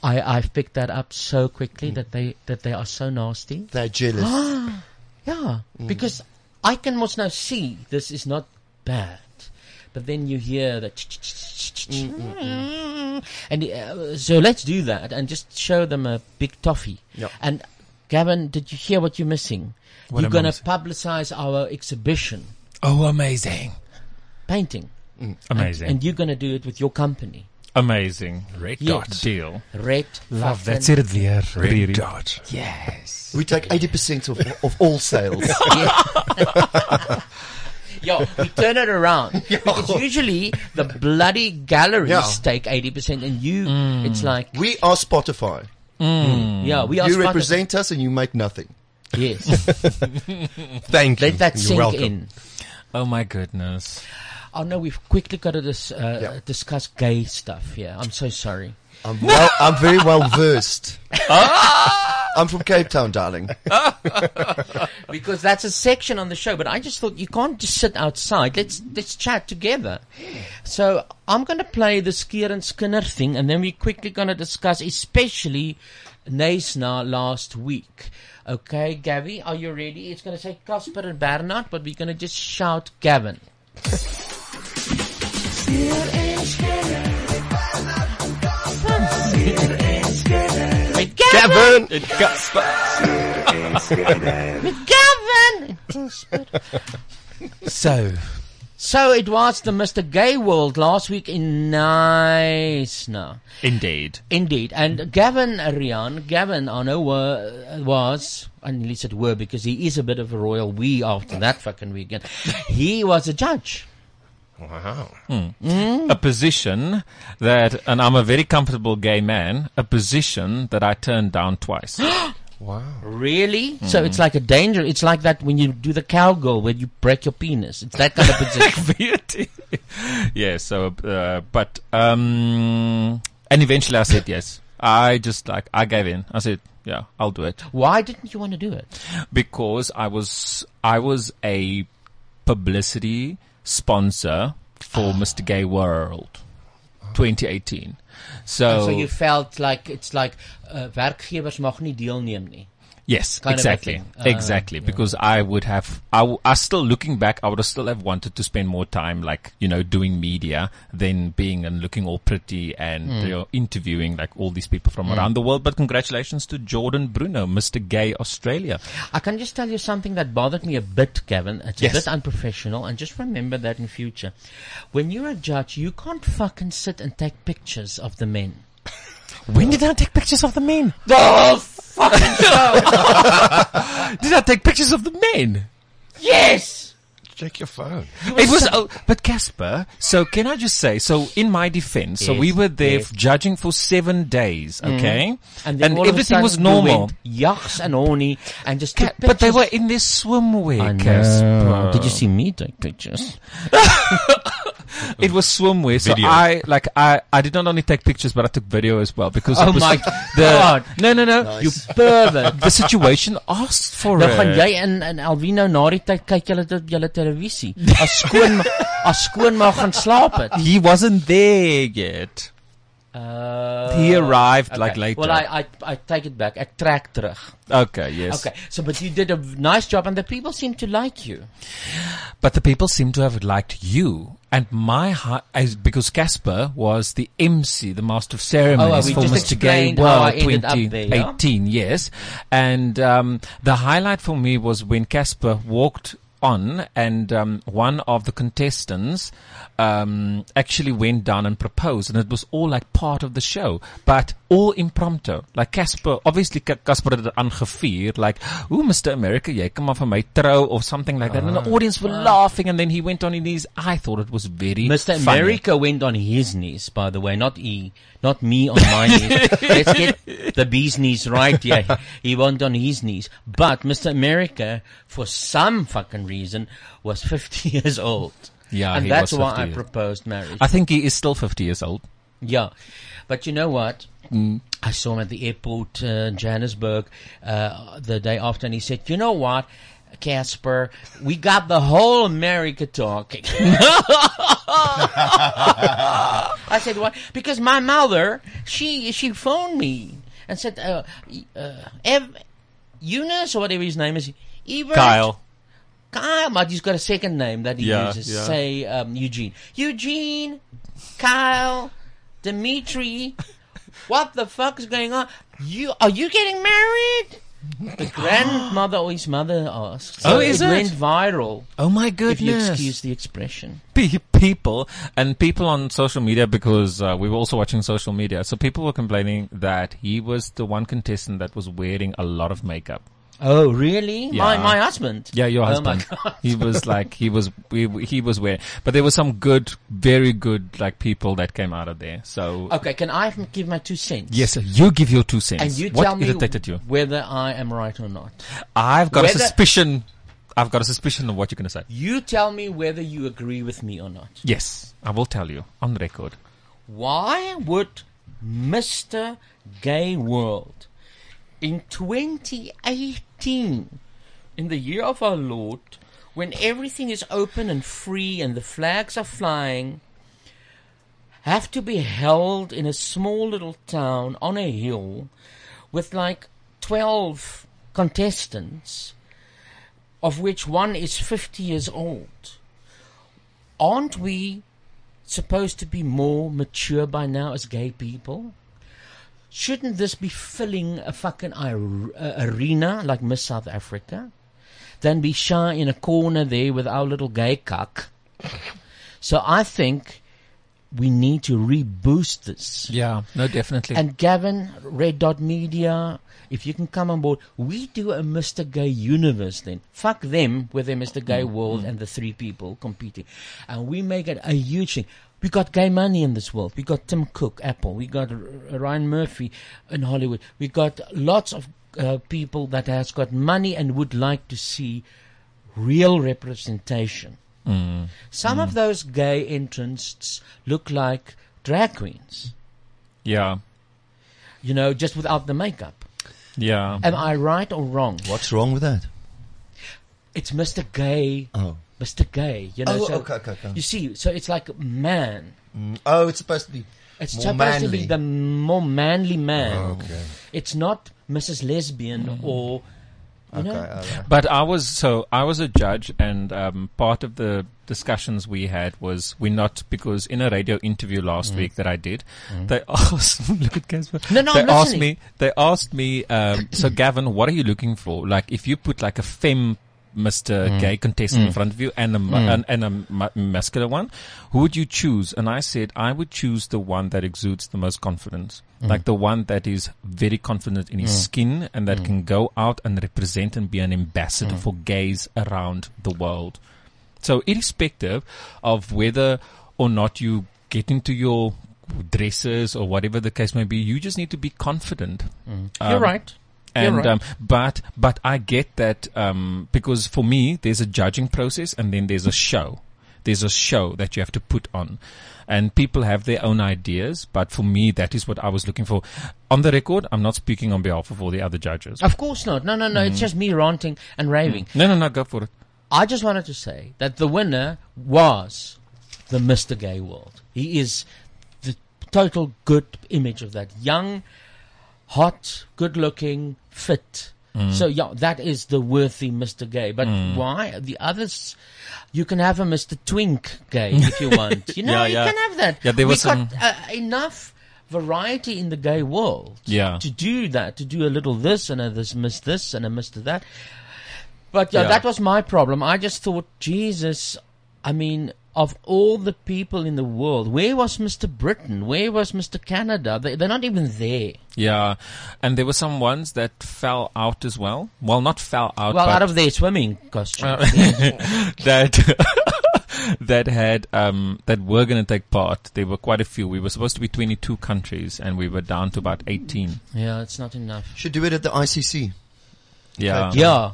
S3: I I've picked that up so
S14: Hmm.
S3: quickly that they that they are so nasty.
S14: They're jealous.
S3: yeah,
S14: Mm.
S3: because I can almost now see this is not bad, but then you hear
S4: Mm,
S3: that, mm. and uh, so let's do that and just show them a big toffee.
S14: Yep.
S3: And Gavin, did you hear what you're missing?
S4: What
S3: you're
S4: am I
S3: gonna
S4: missing?
S3: publicize our exhibition
S4: Oh, amazing.
S3: painting.
S4: Mm, amazing.
S3: And, and you're gonna do it with your company.
S4: Amazing. Red
S3: Yes.
S4: dot. Deal.
S3: Red.
S4: Love,
S3: fucking-
S4: that's it weer.
S3: Red
S4: Really.
S3: dot. Yes.
S14: We take eighty percent of of all sales.
S3: Yeah. Yo, we turn it around. Because usually the bloody galleries
S14: Yeah.
S3: take 80% and you,
S4: Mm.
S3: it's like.
S14: We are Spotify.
S3: Mm. Yeah, we are
S14: You
S3: Spotify.
S14: represent us and you make nothing.
S3: Yes.
S14: Thank you.
S3: Let that
S14: You're
S3: sink
S14: welcome.
S3: in.
S4: Oh my goodness.
S3: Oh no, we've quickly got to dis- uh, discuss gay stuff here. I'm so sorry.
S14: I'm well, I'm very well versed. I'm from Cape Town, darling.
S3: because that's a section on the show. But I just thought you can't just sit outside. Let's let's chat together. So I'm going to play the Kieran Skinner thing, and then we're quickly going to discuss, especially Naisna last week. Okay, Gabby, are you ready? It's going to say Casper and Bernard, but we're going to just shout Gavin. With Gavin.
S1: With Gavin.
S3: With Gavin. So. So it was the Mr. Gay World last week in Naisna.
S4: Indeed.
S3: Indeed. And Gavin uh, Rian, Gavin Arno were, uh, was, I nearly said were because he is a bit of a royal we after that fucking weekend. He was a judge.
S4: Wow. A position that, and I'm a very comfortable gay man, a position that I turned down twice.
S3: Wow. Really? So it's like a danger. It's like that when you do the cowgirl where you break your penis. It's that kind of position.
S4: yeah, so, uh, but, um, and eventually I said yes. I just like, I gave in. I said, yeah, I'll do it.
S3: Why didn't you want to do it?
S4: because I was I was a publicity sponsor for
S5: Ah.
S4: Mr. Gay World 2018.
S3: And
S4: So,
S5: Ah,
S3: so you felt like it's like uh, werkgevers mag nie deelneem nie.
S4: yes,
S3: Kind of a
S4: exactly,
S3: thing. Uh,
S5: Ah,
S4: exactly. Because I would have I, w- I still looking back, I would have still have wanted to spend more time like you know doing media than being and looking all pretty and
S3: Mm.
S4: you know, interviewing like all these people from
S3: Mm.
S4: around the world. But congratulations to Jordan Bruno, Mr. Gay Australia.
S3: I can just tell you something that bothered me a bit, Gavin. It's
S4: Yes.
S3: a bit unprofessional, and just remember that in future. When you're a judge, you can't fucking sit and take pictures of the men.
S4: When did I take pictures of the men?
S3: The whole fucking show!
S4: Did I take pictures of the men?
S3: yes!
S14: Check your phone.
S4: It was, oh, but Casper, so can I just say, so in my defense, so
S3: Yes,
S4: we were there
S3: yes.
S4: judging for seven days,
S3: Mm.
S4: okay?
S3: And, then all of a
S4: everything was
S3: sudden you
S4: normal.
S3: went Yucks and horny, and just took
S4: But they
S3: pictures.
S4: were in their swimwear,
S3: I know.
S4: Casper.
S3: Did you see me take pictures?
S4: It was swimwear. So
S3: Video.
S4: I like I, I did not only take pictures, but I took video as well because
S3: Oh
S4: it was
S3: my
S4: like the
S3: God.
S4: no no no
S3: Nice.
S4: you pervert. The situation asked for
S3: Nou
S4: it.
S3: gaan jy in in Alvino na die tyd kyk julle dit op julle televisie. As skoon as skoon maar gaan slaap het.
S4: He wasn't there yet.
S3: Uh,
S4: He arrived, like, later.
S3: Well, I, I I take it back. Ek trek terug.
S4: Okay, yes.
S3: Okay, so but you did a nice job, and the people seem to like you.
S4: But the people seem to have liked you. And my heart, as, because Casper was the MC, the master of ceremonies
S3: we
S4: for
S3: just
S4: Mr. Gay
S3: explained how I
S4: World
S3: ended up there, yeah?
S4: 2018, yes. And um, the highlight for me was when Casper walked on and um, one of the contestants um, actually went down and proposed and it was all like part of the show but all impromptu like Casper obviously Ca- Casper het dit aangevier like ooh Mr America jy kan maar vir my trou or something like that and the
S3: Ah.
S4: audience were laughing and then he went on his knees I thought it was very
S3: Mr.
S4: funny.
S3: America went on his knees, by the way, not he, not me on my knees. Let's get the bee's knees right. Yeah, he went on his knees. But Mr. America, for some fucking reason, was 50 years old.
S4: Yeah,
S3: and
S4: he
S3: that's
S4: was
S3: why
S4: 50
S3: I
S4: years-
S3: proposed marriage.
S4: I think he is still 50 years old
S3: Yeah, but you know what?
S4: Mm.
S3: I saw him at the airport, uh, Johannesburg, uh, the day after, and he said, "You know what, Casper? We got the whole America talking." I said, "What?" Because my mother, she she phoned me and said, uh, uh, Ev- "Eunice or whatever his name is, Ebert,
S4: Kyle.
S3: Kyle, but he's got a second name that he
S4: Yeah,
S3: uses.
S4: yeah.
S3: Say um, Eugene. Eugene, Kyle, Dimitri. What the fuck is going on? You are you getting married? The grandmother or his mother asked.
S4: Oh, is it?
S3: went viral.
S4: Oh my
S3: If you
S4: goodness.
S3: excuse the expression.
S4: pe- people and people on social media because uh, we were also watching social media. So people were complaining that he was the one contestant that was wearing a lot of makeup.
S3: Oh, really? My- my husband?
S4: Yeah, your
S3: Oh, my
S4: husband.
S3: God.
S4: He was like he was we, he was wearing, but there were some good, very good like people that came out of there. So
S3: Okay, can I give my two cents?
S4: yes, sir, you give your two cents.
S3: And you
S4: what
S3: tell me
S4: irritated you?
S3: whether I am right or not.
S4: I've got
S3: Whether-
S4: a suspicion. I've got a suspicion of what you're going to say.
S3: You tell me whether you agree with me or not.
S4: Yes, I will tell you on record.
S3: Why would Mr. Gay World in 2018, in the year of our Lord, when everything is open and free and the flags are flying, have to be held in a small little town on a hill with like 12 contestants, of which one is 50 years old? Aren't we supposed to be more mature by now as gay people? Shouldn't this be filling a fucking ir- uh, arena like Miss South Africa? Than be shy in a corner there with our little gay cuck. so I think we need to reboost this.
S4: Yeah, no, definitely.
S3: And Gavin, Red Dot Media, if you can come on board, we do a Mr. Gay universe then. Fuck them with their Mr.
S4: Mm,
S3: Gay world and the three people competing. And we make it a huge thing. We got gay money in this world. We got Tim Cook, Apple. We got R- R- Ryan Murphy in Hollywood. We got lots of uh, people that has got money and would like to see real representation.
S4: Mm.
S3: Some of those gay entrants look like drag queens
S4: Yeah,
S3: you know, just without the makeup.
S4: yeah.
S3: Am I right or wrong?
S14: What's wrong with that?
S3: It's Mr. Gay.
S14: Oh.
S3: Mr. Gay. You know,
S14: Oh,
S3: so
S14: okay, okay, okay.
S3: you see, so it's like man.
S14: Oh, it's supposed to be.
S3: It's
S14: more
S3: supposed to
S14: manly.
S3: be the more manly man.
S14: Oh, okay. Mm.
S3: It's not Mrs. Lesbian or. You know?
S4: But I was so I was a judge, and um, part of the discussions we had was we're not because in a radio interview last
S3: Mm.
S4: week that I did,
S3: Mm.
S4: they asked look at Casper.
S3: No, no,
S4: they
S3: I'm
S4: asked
S3: listening.
S4: me. They asked me. Um, so Gavin, what are you looking for? Like if you put like a femme. Mr.
S3: Mm.
S4: Gay contestant in
S3: Mm.
S4: front of you and a, mu-
S3: Mm.
S4: and, and a mu- muscular one, who would you choose? And I said, I would choose the one that exudes the most confidence.
S3: Mm.
S4: Like the one that is very confident in his
S3: Mm.
S4: skin and that
S3: Mm.
S4: can go out and represent and be an ambassador
S3: Mm.
S4: for gays around the world. So, irrespective of whether or not you get into your dresses or whatever the case may be, you just need to be confident.
S3: Mm.
S14: um,
S3: You're right. You're
S4: And
S3: right.
S4: Um, but but I get that um, because for me, there's a judging process and then there's a show. there's a show that you have to put on. And people have their own ideas, but for me, that is what I was looking for. On the record, I'm not speaking on behalf of all the other judges.
S3: Of course not. No, no, no. It's
S4: Mm.
S3: just me ranting and raving.
S4: No, no, no, go for it.
S3: I just wanted to say that the winner was the Mr. Gay World. He is the total good image of that young, hot, good looking, fit.
S4: Mm.
S3: So yeah, that is the worthy Mr. Gay. But
S4: Mm.
S3: why the others? You can have a Mr. Twink Gay if you want. You know,
S4: Yeah,
S3: you
S4: yeah.
S3: can have that.
S4: Yeah, there
S3: we
S4: was
S3: got uh, enough variety in the gay world
S4: Yeah.
S3: to do that, to do a little this and a this miss this and a mister that. But yeah,
S4: Yeah.
S3: that was my problem. I just thought, Jesus, I mean, of all the people in the world, where was Mr. Britain? Where was Mr. Canada? They, they're not even there.
S4: Yeah. And there were some ones that fell out as well. Well, not fell out.
S3: well,
S4: but
S3: out of their swimming costume.
S4: Uh, that that had um, that were going to take part. There were quite a few. We were supposed to be 22 countries, and we were down to about 18.
S3: yeah, it's not enough.
S14: Should do it at the ICC.
S4: Yeah.
S3: Yeah.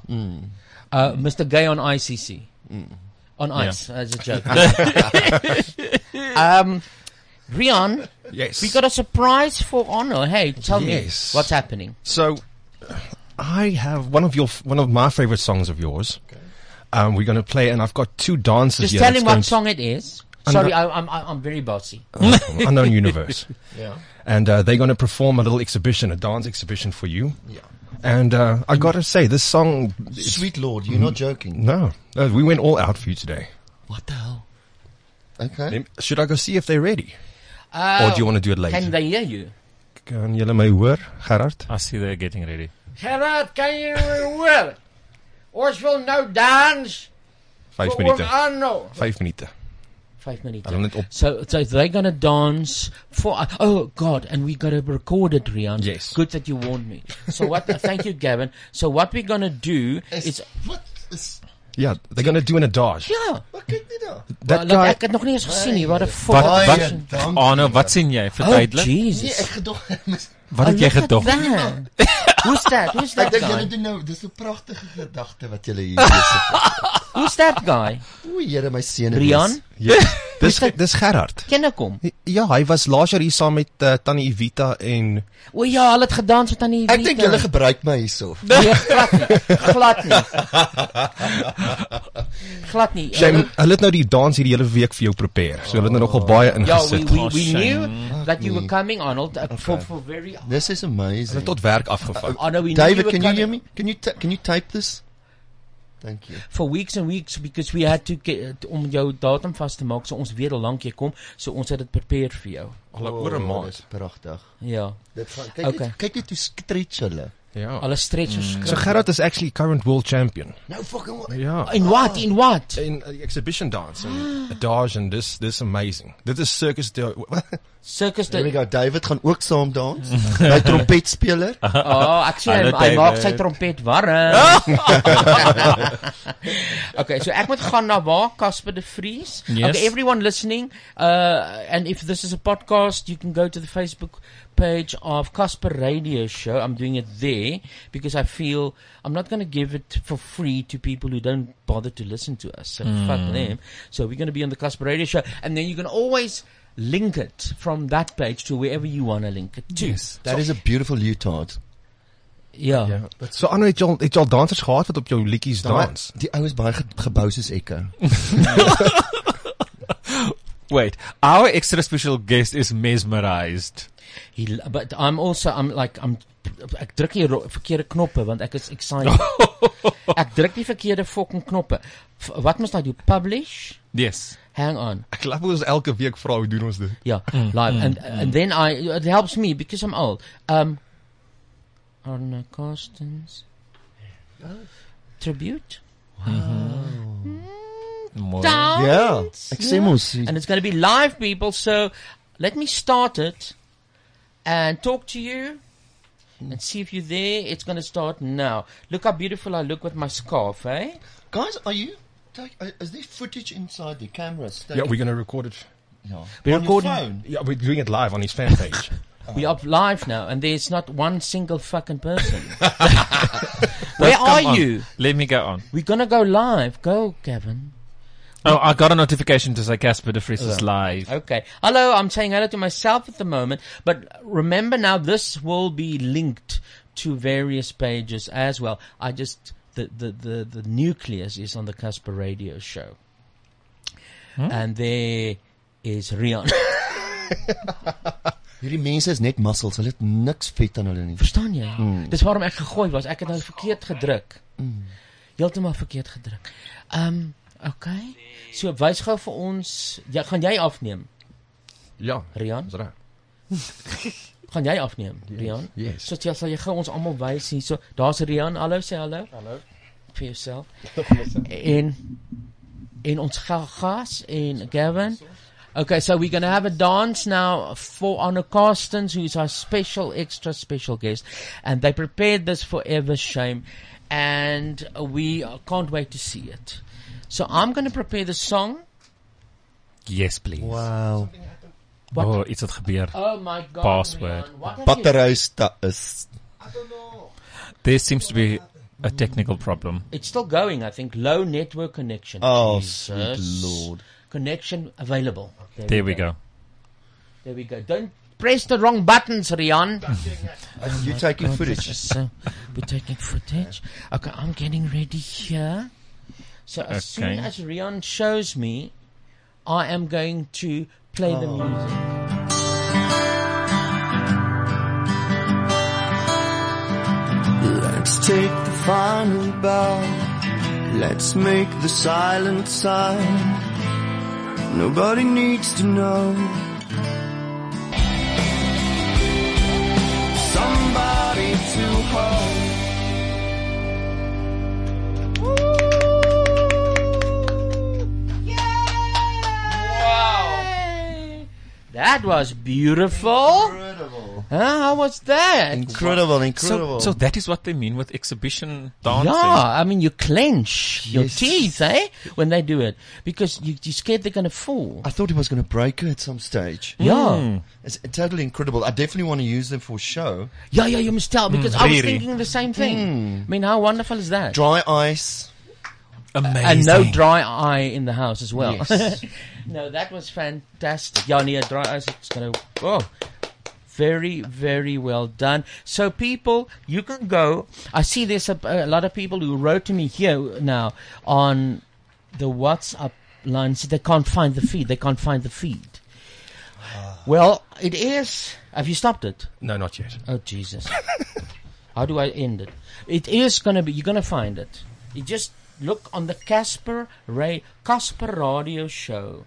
S3: Uh, Mr. Gay on ICC. On
S4: Yeah.
S3: ice, as a joke. um, Rian.
S5: Yes.
S3: We got a surprise for Honor. Hey, tell
S5: Yes.
S3: me what's happening.
S5: So, I have one of your one of my favorite songs of yours. Um, we're going to play, and I've got two dances. here
S3: Just tell
S5: that's
S3: him what
S5: going-
S3: song it is.
S5: I'm
S3: Sorry,
S5: not-
S3: I, I'm I- I'm very bossy.
S5: unknown universe.
S3: Yeah.
S5: And uh, they're going to perform a little exhibition, a dance exhibition for you. Yeah. And uh, I got to say, this song.
S14: Sweet Lord, you're not joking.
S5: No, Uh, we went all out for you today.
S3: What the hell?
S14: Okay.
S5: Should I go see if they're ready?
S3: Uh,
S5: or do you want to do it later?
S3: Can they hear you?
S5: Kan julle my hoor, Gerard?
S4: I see they're getting ready.
S15: Gerard, kan jy hoor? Ons wil nou dans.
S5: Vyf
S15: vir
S5: minute.
S15: oom Arno.
S5: Vyf minute.
S3: Five minutes.
S5: Hulle net op.
S3: So, so they're gonna dance for. Oh God! And we gotta record it, Rian. Yes. Good that you warned me. So what? uh, thank you, Gavin. So what we're gonna do is
S14: what is
S5: Yeah, they're going to do an adage.
S3: yeah.
S5: That
S3: Well, look,
S5: guy-
S3: ek het nog nie eens gesien nie. What a
S4: Wat
S3: fuck.
S4: wat Arno, Oh, wat sien jy? Verduidelik.
S3: Oh, Jesus.
S14: ek gedog.
S4: Wat het jy gedog?
S3: Who's that? Who's that
S14: Ek dink
S3: guy?
S14: julle doen nou, dis 'n pragtige gedagte wat julle hier besig het.
S3: Who's that guy?
S14: O, Here my seun.
S5: Rian? Ja. Dis dis Gerard.
S3: Ken ek hom?
S5: Ja, hy was laas jaar hier saam met uh, Tannie Evita en
S3: O ja, hulle het gedans met aan die
S14: Ek dink julle gebruik my hierso.
S3: Nee, glad nie. Glad nie. Glad nie. Ehm,
S5: Shame, hulle het nou die dans hierdie hele week vir jou prepare. So hulle het nou nogal baie
S3: Ja,
S5: ingesit.
S3: we we, we knew that
S14: Hmm.
S3: you were coming Arnold uh, for for very
S14: This is amazing. Hulle
S5: tot werk afgevat.
S3: Arno, we knew you
S14: Oh, David,
S3: were
S14: can you
S3: coming.
S14: hear me? Can you ta- can you type this? Thank you.
S3: for weeks and weeks because we had to get om jou datum vas te maak so ons weet al lank jy kom, so ons het dit prepare vir jou.
S5: Al oor 'n maand.
S14: Oh, Dis pragtig.
S3: Ja.
S14: Dit gaan kyk okay.
S3: Okay.
S14: net, kyk net hoe stretch hulle.
S5: Ja.
S3: Hulle stretch ons.
S14: Hmm.
S5: So Gerard is actually current world champion.
S14: Nou fucking
S5: Ja.
S3: In what? In what?
S5: In uh, exhibition dance and adage and this this amazing. Dit is circus de
S3: Circus
S14: There we go. David gaan ook saam dans. Hy trompetspeler.
S3: Oh, ek sien hy, hy maak sy trompet warm. okay, so ek moet gaan na waar Casper de Vries.
S15: Yes.
S3: Okay, everyone listening, uh and if this is a podcast, you can go to the Facebook page of Casper Radio Show. I'm doing it there because I feel I'm not going to give it for free to people who don't bother to listen to us. So fuck
S15: Mm.
S3: them. So we're going to be on the Casper Radio Show, and then you can always link it from that page to wherever you want to link it to.
S14: That
S3: So-
S14: is a beautiful leotard.
S3: Ja.
S5: ja. So Anno het jy al het jy al dansers gehad wat op jou liedjies
S14: Daai-
S5: dans.
S14: Die ou is baie ge- gebou soos Ekko.
S4: Wait, our extra special guest is mesmerized.
S3: He, but I'm also I'm like I'm ek druk hier ro- verkeerde knoppe want ek is excited. ek druk die verkeerde fucking knoppe. F- Wat moet nou doen? Publish?
S4: Yes.
S3: Hang on.
S5: Ek klap ons elke week vra hoe doen ons dit?
S3: Ja, live and and then I it helps me because I'm old. Um Arna Carstens tribute.
S4: Mooi.
S3: Dance.
S14: Ja, ek sê
S3: Yeah.
S14: mos, die-
S3: And it's going to be live people, so let me start it and talk to you and see if you're there. It's going to start now. Look how beautiful I look with my scarf, eh?
S14: Guys, are you take, uh, is there footage inside the cameras?
S5: Yeah, we're going to record it.
S14: Yeah.
S3: We're
S14: On your
S3: recording-
S14: phone?
S5: Yeah, we're doing it live on his fan page.
S3: We are live now, and there's not one single fucking person. Where are you?
S4: Let me go on.
S3: We're gonna go live. Go, Gavin.
S4: Oh, I got a notification to say Casper de Vries is
S3: Yeah.
S4: live.
S3: Okay. Hello, I'm saying hello to myself at the moment, but remember now this will be linked to various pages as well. I just, the, the, the, the nucleus is on the Casper Radio Show. And there is Rian.
S14: Hierdie mense is net muscles, hulle het niks vet aan hulle nie.
S3: Verstaan jy?
S11: Mm.
S3: Dis waarom ek gegooi was. Ek het nou verkeerd gedruk. Heeltemal verkeerd gedruk. Um okay. So wys gou vir ons, ja, gaan jy afneem?
S11: Ja,
S3: Rian.
S11: Dis reg.
S3: gaan jy afneem, Rian?
S11: yes.
S3: So jy sal jy gou ons almal wys hier. So daar's Rian. Hallo, sê hallo.
S11: Hallo.
S3: Vir jouself. en en ons ga- gas en Gavin. Okay, so we're going to have a dance now for Anna Carstens, who's our special, extra special guest. And they prepared this for Ever Shame. And we uh, can't wait to see it. So I'm going to prepare the song.
S4: Yes, please.
S14: Wow.
S3: Wat?
S4: Oh, iets het gebeur.
S3: Oh my God,
S4: Password.
S3: Rian, what have
S14: Battery sta is
S4: There seems to be a technical problem.
S3: It's still going, I think. Low network connection.
S4: Oh,
S3: Jesus.
S4: sweet Lord.
S3: Connection available.
S4: There we go.
S3: There we go. Don't press the wrong buttons, Rian.
S14: you
S3: my
S14: taking
S3: God,
S14: footage?
S3: this is so- we're taking footage. Okay, I'm getting ready here. So as
S1: Okay.
S3: soon as Rian shows me, I am going to play the
S14: Oh.
S3: music.
S16: Let's take the final bow. Let's make the silent sign. Nobody needs to know. Somebody to hold.
S3: Wow. That was beautiful. Incredible. how was that?
S4: So, so that is what they mean with exhibition dancing.
S3: Yeah, I mean you clench your
S14: Yes.
S3: teeth, eh, when they do it because you you scared they're gonna fall.
S14: I thought he was going to break her at some stage.
S3: Yeah. Mm.
S14: It's totally incredible. I definitely want to use them for show.
S3: Yeah, yeah, you must tell because I was thinking the same thing.
S14: Hmm.
S3: I mean, how wonderful is that?
S14: Dry ice.
S4: Amazing.
S3: And no dry eye in the house as well.
S14: Yes.
S3: no, that was fantastic. Yanni, a dry eye. It's gonna. Oh, very, very well done. So, people, you can go. I see there's a, a lot of people who wrote to me here now on the WhatsApp line. Said they can't find the feed. They can't find the feed. Well, it is. Have you stopped it?
S11: No, not yet.
S3: Oh Jesus! How do I end it? It is gonna be. You're gonna find it. You just look on the Casper Ray Casper Radio Show.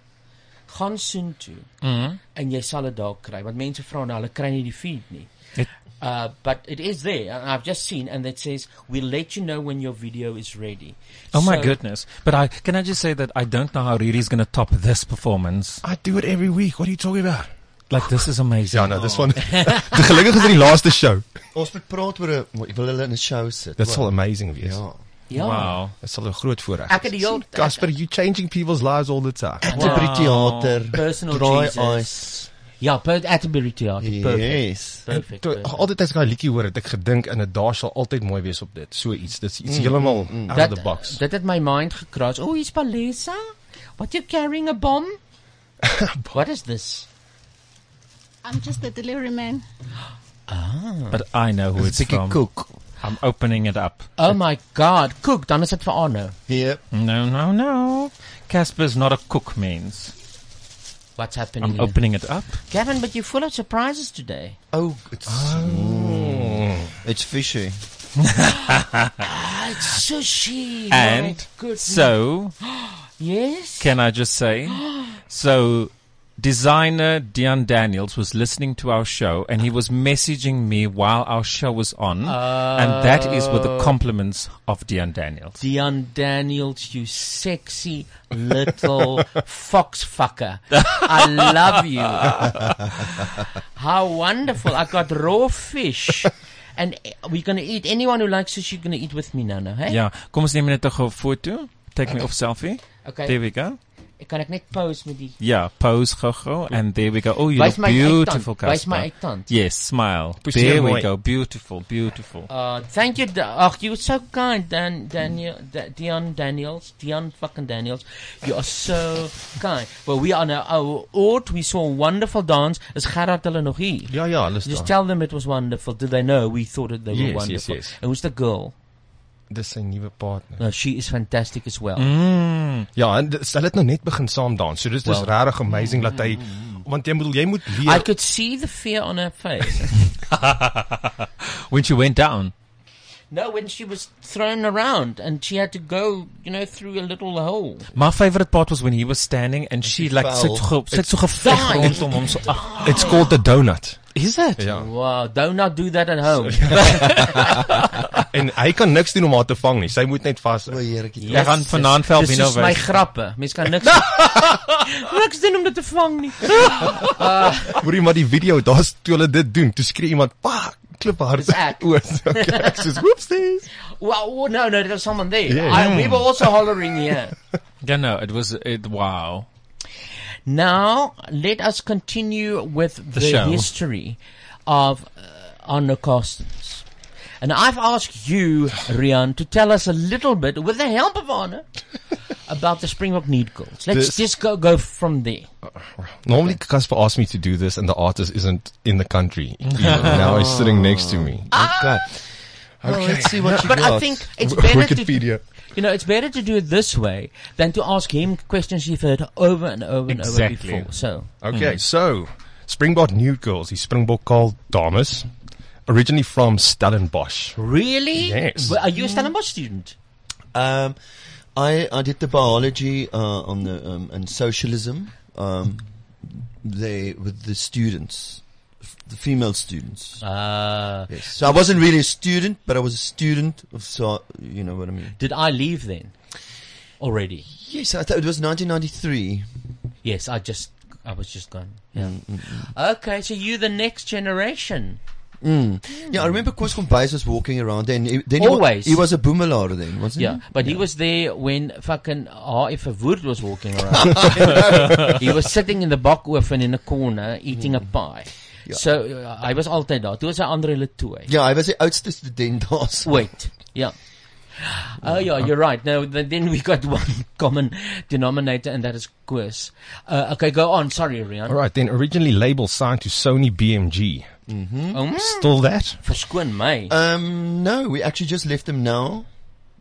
S3: Gaan soon toe.
S4: Mhm.
S3: En jy sal dit dalk kry want mense vra nou hulle kry nie die feed nie. Uh, but it is there, and I've just seen, and it says we'll let you know when your video is ready.
S4: Oh my
S3: So-
S4: goodness! But I can I just say that I don't know how Riri's going to top this performance.
S11: I do it every week. What are you talking about?
S4: Like this is amazing.
S11: Ja, no, this one. Gelukkig is dit die laaste show.
S14: Ons moet praat oor 'n wil hulle in 'n show sit.
S11: Dit sal amazing wees.
S14: Ja.
S3: Ja. Wow.
S11: Dit sal 'n groot voorreg.
S3: Ek het die heel-
S11: Casper, you changing people's lives all the time.
S14: Atterbury
S3: Wow.
S14: Theater,
S3: Personal
S14: dry
S3: Jesus.
S14: ice.
S3: Ja, per Atterbury Theater.
S14: Yes.
S3: Perfect.
S14: Eh,
S11: Toe,
S3: perfect.
S11: altyd as ek daai liedjie hoor, het ek gedink in 'n daar sal altyd mooi wees op dit. So iets, dit's iets
S3: Mm,
S11: heeltemal
S3: mm, mm.
S11: out
S3: Dat-
S11: of the box.
S3: Dit het my mind gekruis. Oh, hier's Palesa. What you carrying a bomb? What is this?
S17: I'm just the delivery man.
S3: Ah.
S4: But I know who it's, from. Cook. I'm opening it up.
S3: Oh my god, cook, dan is dit vir Arno.
S14: Yep.
S3: Hmm.
S4: No, no, no. Casper's not a cook, means.
S3: What's happening?
S4: I'm
S3: here?
S4: opening it up.
S3: Gavin, but you're full of surprises today.
S14: Oh, it's Mm.
S5: Oh.
S14: It's fishy.
S3: Ah, it's sushi. my
S4: and
S3: goodness.
S4: so,
S3: yes.
S4: Can I just say? So, designer Dion Daniels was listening to our show and he was messaging me while our show was on. and that is with the
S3: Oh.
S4: compliments of Dion Daniels.
S3: Dion Daniels, you sexy little fox fucker. I love you. How wonderful. I got raw fish. And we're going to eat. Anyone who likes sushi, you're going to eat with me now, no, hey?
S4: Yeah. Kom ons neem net 'n gou foto. Take me off selfie.
S3: Okay.
S4: There we go.
S3: Kan ek net pause met die
S4: Yeah, pose gogo, and there we go. Oh, you
S3: Wys
S4: look
S3: my eik
S4: beautiful,
S3: tand. Wys my
S4: Casper.
S3: eik tand.
S4: Yes, smile.
S3: Push
S4: there
S3: your
S4: we
S3: mic.
S4: go. Beautiful, beautiful.
S3: Uh, thank you. Da- oh, you're so kind, Dan, Daniel, da- Dion Daniels, Dion fucking Daniels. You are so kind. Well, we are now our oort. We saw a wonderful dance. Is Gerard hulle nog hier?
S5: Ja, ja, hulle is
S3: Just
S5: daar.
S3: tell them it was wonderful. Did they know we thought it they
S5: Yes,
S3: were
S5: yes,
S3: wonderful?
S5: yes.
S3: And who's the girl?
S5: Dis sy nuwe partner.
S3: No, she is fantastic as well.
S5: Mm. Ja, en dis- hulle het nou net begin saam dans. So dis dis
S3: Wel.
S5: regtig amazing dat
S14: Mm,
S5: hy want jy moet jy moet
S3: I
S5: leer
S3: could see the fear on her face.
S4: when she went down.
S3: no, when she was thrown around and she had to go, you know, through a little hole.
S4: My favorite part was when he was standing and she like
S3: fell.
S4: sit ge, sit
S3: It's
S4: so gevleg
S3: fine.
S4: rondom hom so. ah.
S5: It's called the donut.
S4: Is it?
S5: Oh.
S3: Wow, do not do that at home.
S5: en hy kan niks doen om haar te vang nie. Sy moet net vas. O,
S3: Yes,
S5: Heretjie. Jy gaan
S3: dis-
S5: vanaand veld
S3: dis
S5: wie nou
S3: soos my
S5: wys.
S3: grappe. Mens kan niks niks doen om dit te vang nie. Uh,
S5: Hoorie maar die video, daar's toe hulle dit doen, toe skree iemand, "Pak, klip hard."
S3: Dis ek.
S5: Oor. Okay, ek sê, "Whoopsies."
S3: well, oh, no, no, there was someone there.
S4: Yeah.
S3: I, we
S4: Mm.
S3: were also hollering here.
S4: Yeah, no, Ja, nou, it was it. Wow.
S3: Now, let us continue with the,
S4: The show.
S3: history of uh, Arno Carstens. And I've asked you, Rian, to tell us a little bit, with the help of Arno, about the Springbok Need Girls. Let's
S5: This-
S3: just go, go from there.
S5: Normally Casper asked me to do this and the artist isn't in the country. even. now he's sitting next to me. Okay. Oh,
S3: Well, let's see what you
S5: But
S3: got.
S5: I think it's better Wikipedia.
S3: To, you know, it's better to do it this way than to ask him questions you've heard over and over and over before. So,
S5: okay, so Springbok Nude Girls, die Springbok Karl dames, originally from Stellenbosch.
S3: Really?
S5: Yes.
S3: Well, are you a Stellenbosch student?
S14: Um, I I did the biology uh, on the um, and socialism. Um, they with the students, f- the female students.
S3: Ah,
S14: yes. So I wasn't really a student, but I was a student of so you know what I mean.
S3: Did I leave then? Already?
S14: Yes, I thought it was 1993.
S3: Yes, I just I was just gone.
S14: Yeah.
S3: Okay, so you the next generation.
S14: Mm. Yeah, I remember Koos Kombuis was walking around then. He, then he wa-
S3: Always.
S14: He, was a boomelaar then, wasn't
S3: Yeah,
S14: he?
S3: but he was there when fucking R.F. Wood was walking around. he was sitting in the bakoven in a corner eating
S14: Hmm.
S3: a pie. So uh, hy was altyd daar. Toe was hy Andre Letoe.
S14: Ja, hy was die oudste student daar.
S3: Wait. Yeah. Oh yeah, you're right. No, th- then we got one common denominator, and that is quiz. Uh, okay, go on. Sorry, Rian.
S5: All right, then originally label signed to Sony BMG.
S3: Mm-hmm. Um,
S5: Still that?
S3: Verskoon my.
S14: Um, no, we actually just left them now.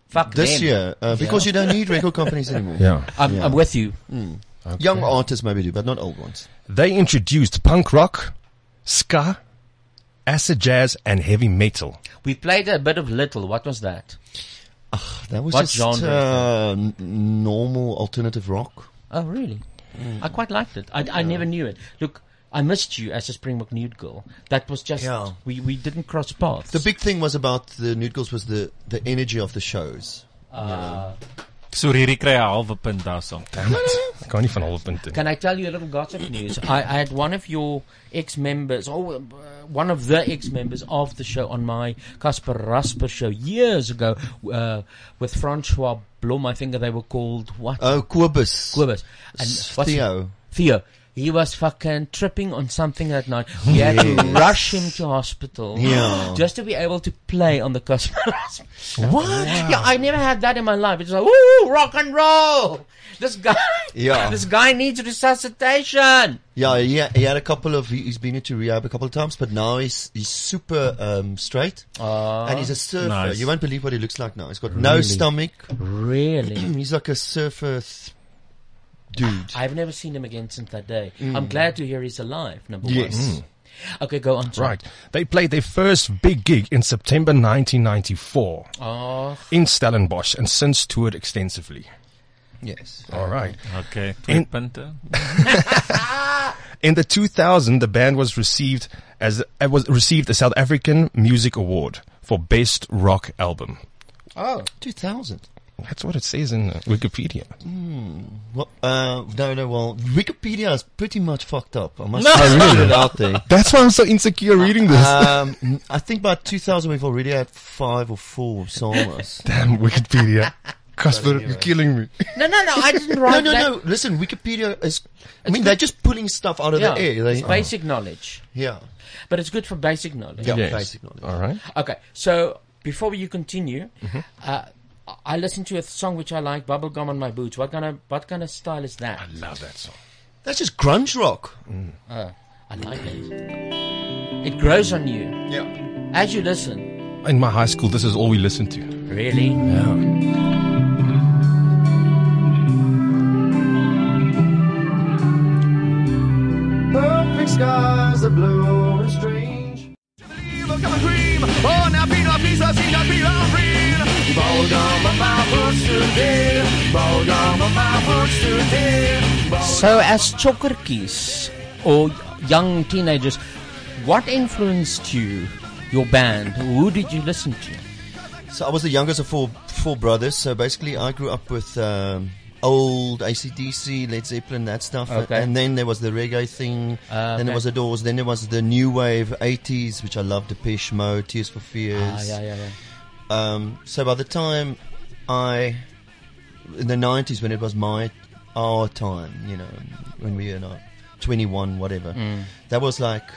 S3: Fuck
S14: This
S3: them.
S14: year, uh, because
S3: Yeah.
S14: you don't need record companies anymore.
S5: Yeah.
S3: I'm- I'm with you.
S14: Mm. Young artists maybe do, but not old ones.
S5: They introduced punk rock, ska, acid jazz and heavy metal.
S3: We played a bit of little. What was that?
S14: That was
S3: What
S14: just
S3: genre is
S14: uh, n- normal alternative rock. Mm.
S3: Oh, really? I quite liked it. I, I never knew it. Look, I missed you as a Springbok nude girl. That was just we we didn't cross paths.
S14: The big thing was about the Nude Girls was the, the energy of the shows.
S3: Uh,
S4: So Riri kry 'n halwe punt daarsom.
S5: Damn it. Ek kan nie van halwe punte nie.
S3: Can I tell you a little gossip news? I, I had one of your ex-members, or uh, one of the ex-members of the show on my Casper Rasper show years ago uh, with Francois Blom. I think they were called what?
S14: Oh, Kobus.
S3: Kobus. And
S14: S-
S3: what's-
S14: Theo.
S3: Theo. He was fucking tripping on something that night. We had to
S14: Yes.
S3: rush him to hospital
S14: Yeah.
S3: just to be able to play on the Casper Rasper. show.
S14: What?
S3: Yeah, I never had that in my life. It's like, ooh, rock and roll. This guy,
S14: Yeah.
S3: this guy needs resuscitation.
S14: Yeah, he, he had a couple of. he- He's been into rehab a couple of times, but now he's he's super um, straight, and he's a surfer.
S3: Nice.
S14: You won't believe what he looks like now. He's got no
S3: Really?
S14: stomach.
S3: Really,
S14: he's like a surfer th- dude.
S5: Ah,
S3: I've never seen him again since that day.
S14: Mm.
S3: I'm glad to hear he's alive. Number
S5: Yes. Mm,
S3: one. Okay, go on. sorry.
S5: Right. They played their first big gig in September 1994
S14: Ah.
S3: Oh,
S5: in Stellenbosch and since toured extensively.
S14: Yes.
S5: All right.
S4: Okay. Twee
S5: In-
S4: punte.
S5: In the 2000, the band was received as it was received the South African Music Award for Best Rock Album.
S14: Oh, 2000.
S5: That's what it says in uh, Wikipedia.
S14: Mm. Well, uh, no, no. Well, Wikipedia is pretty much fucked up. I must
S5: No.
S14: say,
S5: Oh, really?
S14: put it out there.
S5: That's why I'm so insecure reading this.
S14: Um, n- I think by 2000 we've already had five or four songs.
S5: Damn Wikipedia.
S11: Casper, you're killing me.
S14: No, no, no.
S3: I didn't write
S14: No, no,
S3: that.
S14: no. Listen, Wikipedia is. I mean, they're just pulling stuff out of
S3: yeah,
S14: the air. They,
S3: it's basic knowledge.
S14: eh, uh-huh. Yeah.
S3: But it's good for basic knowledge.
S14: Yeah, Yes. basic knowledge. All right.
S3: Okay, so before you continue,
S14: Mm-hmm.
S3: uh, I listened to a song which I like, Bubblegum on My Boots. What kind of what kind of style is that? I
S11: love that song.
S14: That's just grunge rock.
S3: Oh, I like it. It grows on you.
S14: Yeah.
S3: As you listen.
S11: In my high school, this is all we listened to.
S3: Really?
S11: Yeah.
S8: Perfect skies are blue and strange. Oh, now Peter, please, I sing that Peter
S14: Uh,
S8: Green. Bubblegum on my boots today. Bubblegum on my boots today.
S3: So, as chockerkies or young teenagers, what influenced you, your band? Who did you listen to?
S14: So I was the youngest of four four brothers. So basically, I grew up with um, old ACDC, Led Zeppelin, that stuff.
S3: Okay.
S14: And then there was the reggae thing. Then
S3: Ah, okay.
S14: there was the Doors. Then there was the new wave '80s, which I loved: Depeche Mode, Tears for Fears.
S3: Ah, yeah, yeah, yeah.
S14: Um, so by the time I in the '90s, when it was my our time, you know, when we were like 21, whatever,
S3: Mm.
S14: that was like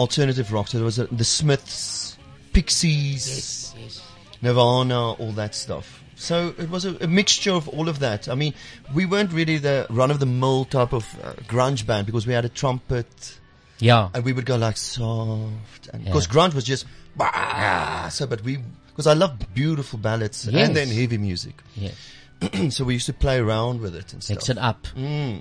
S14: alternative rock. So there was a, the Smiths, Pixies, Nirvana, all that stuff. So it was a, a mixture of all of that. I mean, we weren't really the run of the mill type of uh, grunge band because we had a trumpet.
S3: Yeah.
S14: And we would go like soft. And
S3: Yeah.
S14: because grunge was just, bah, so, but we, because I love beautiful ballads
S3: Yes.
S14: and then heavy music.
S3: Yes.
S14: so we used to play around with it and stuff.
S3: Mix it up.
S14: Mm.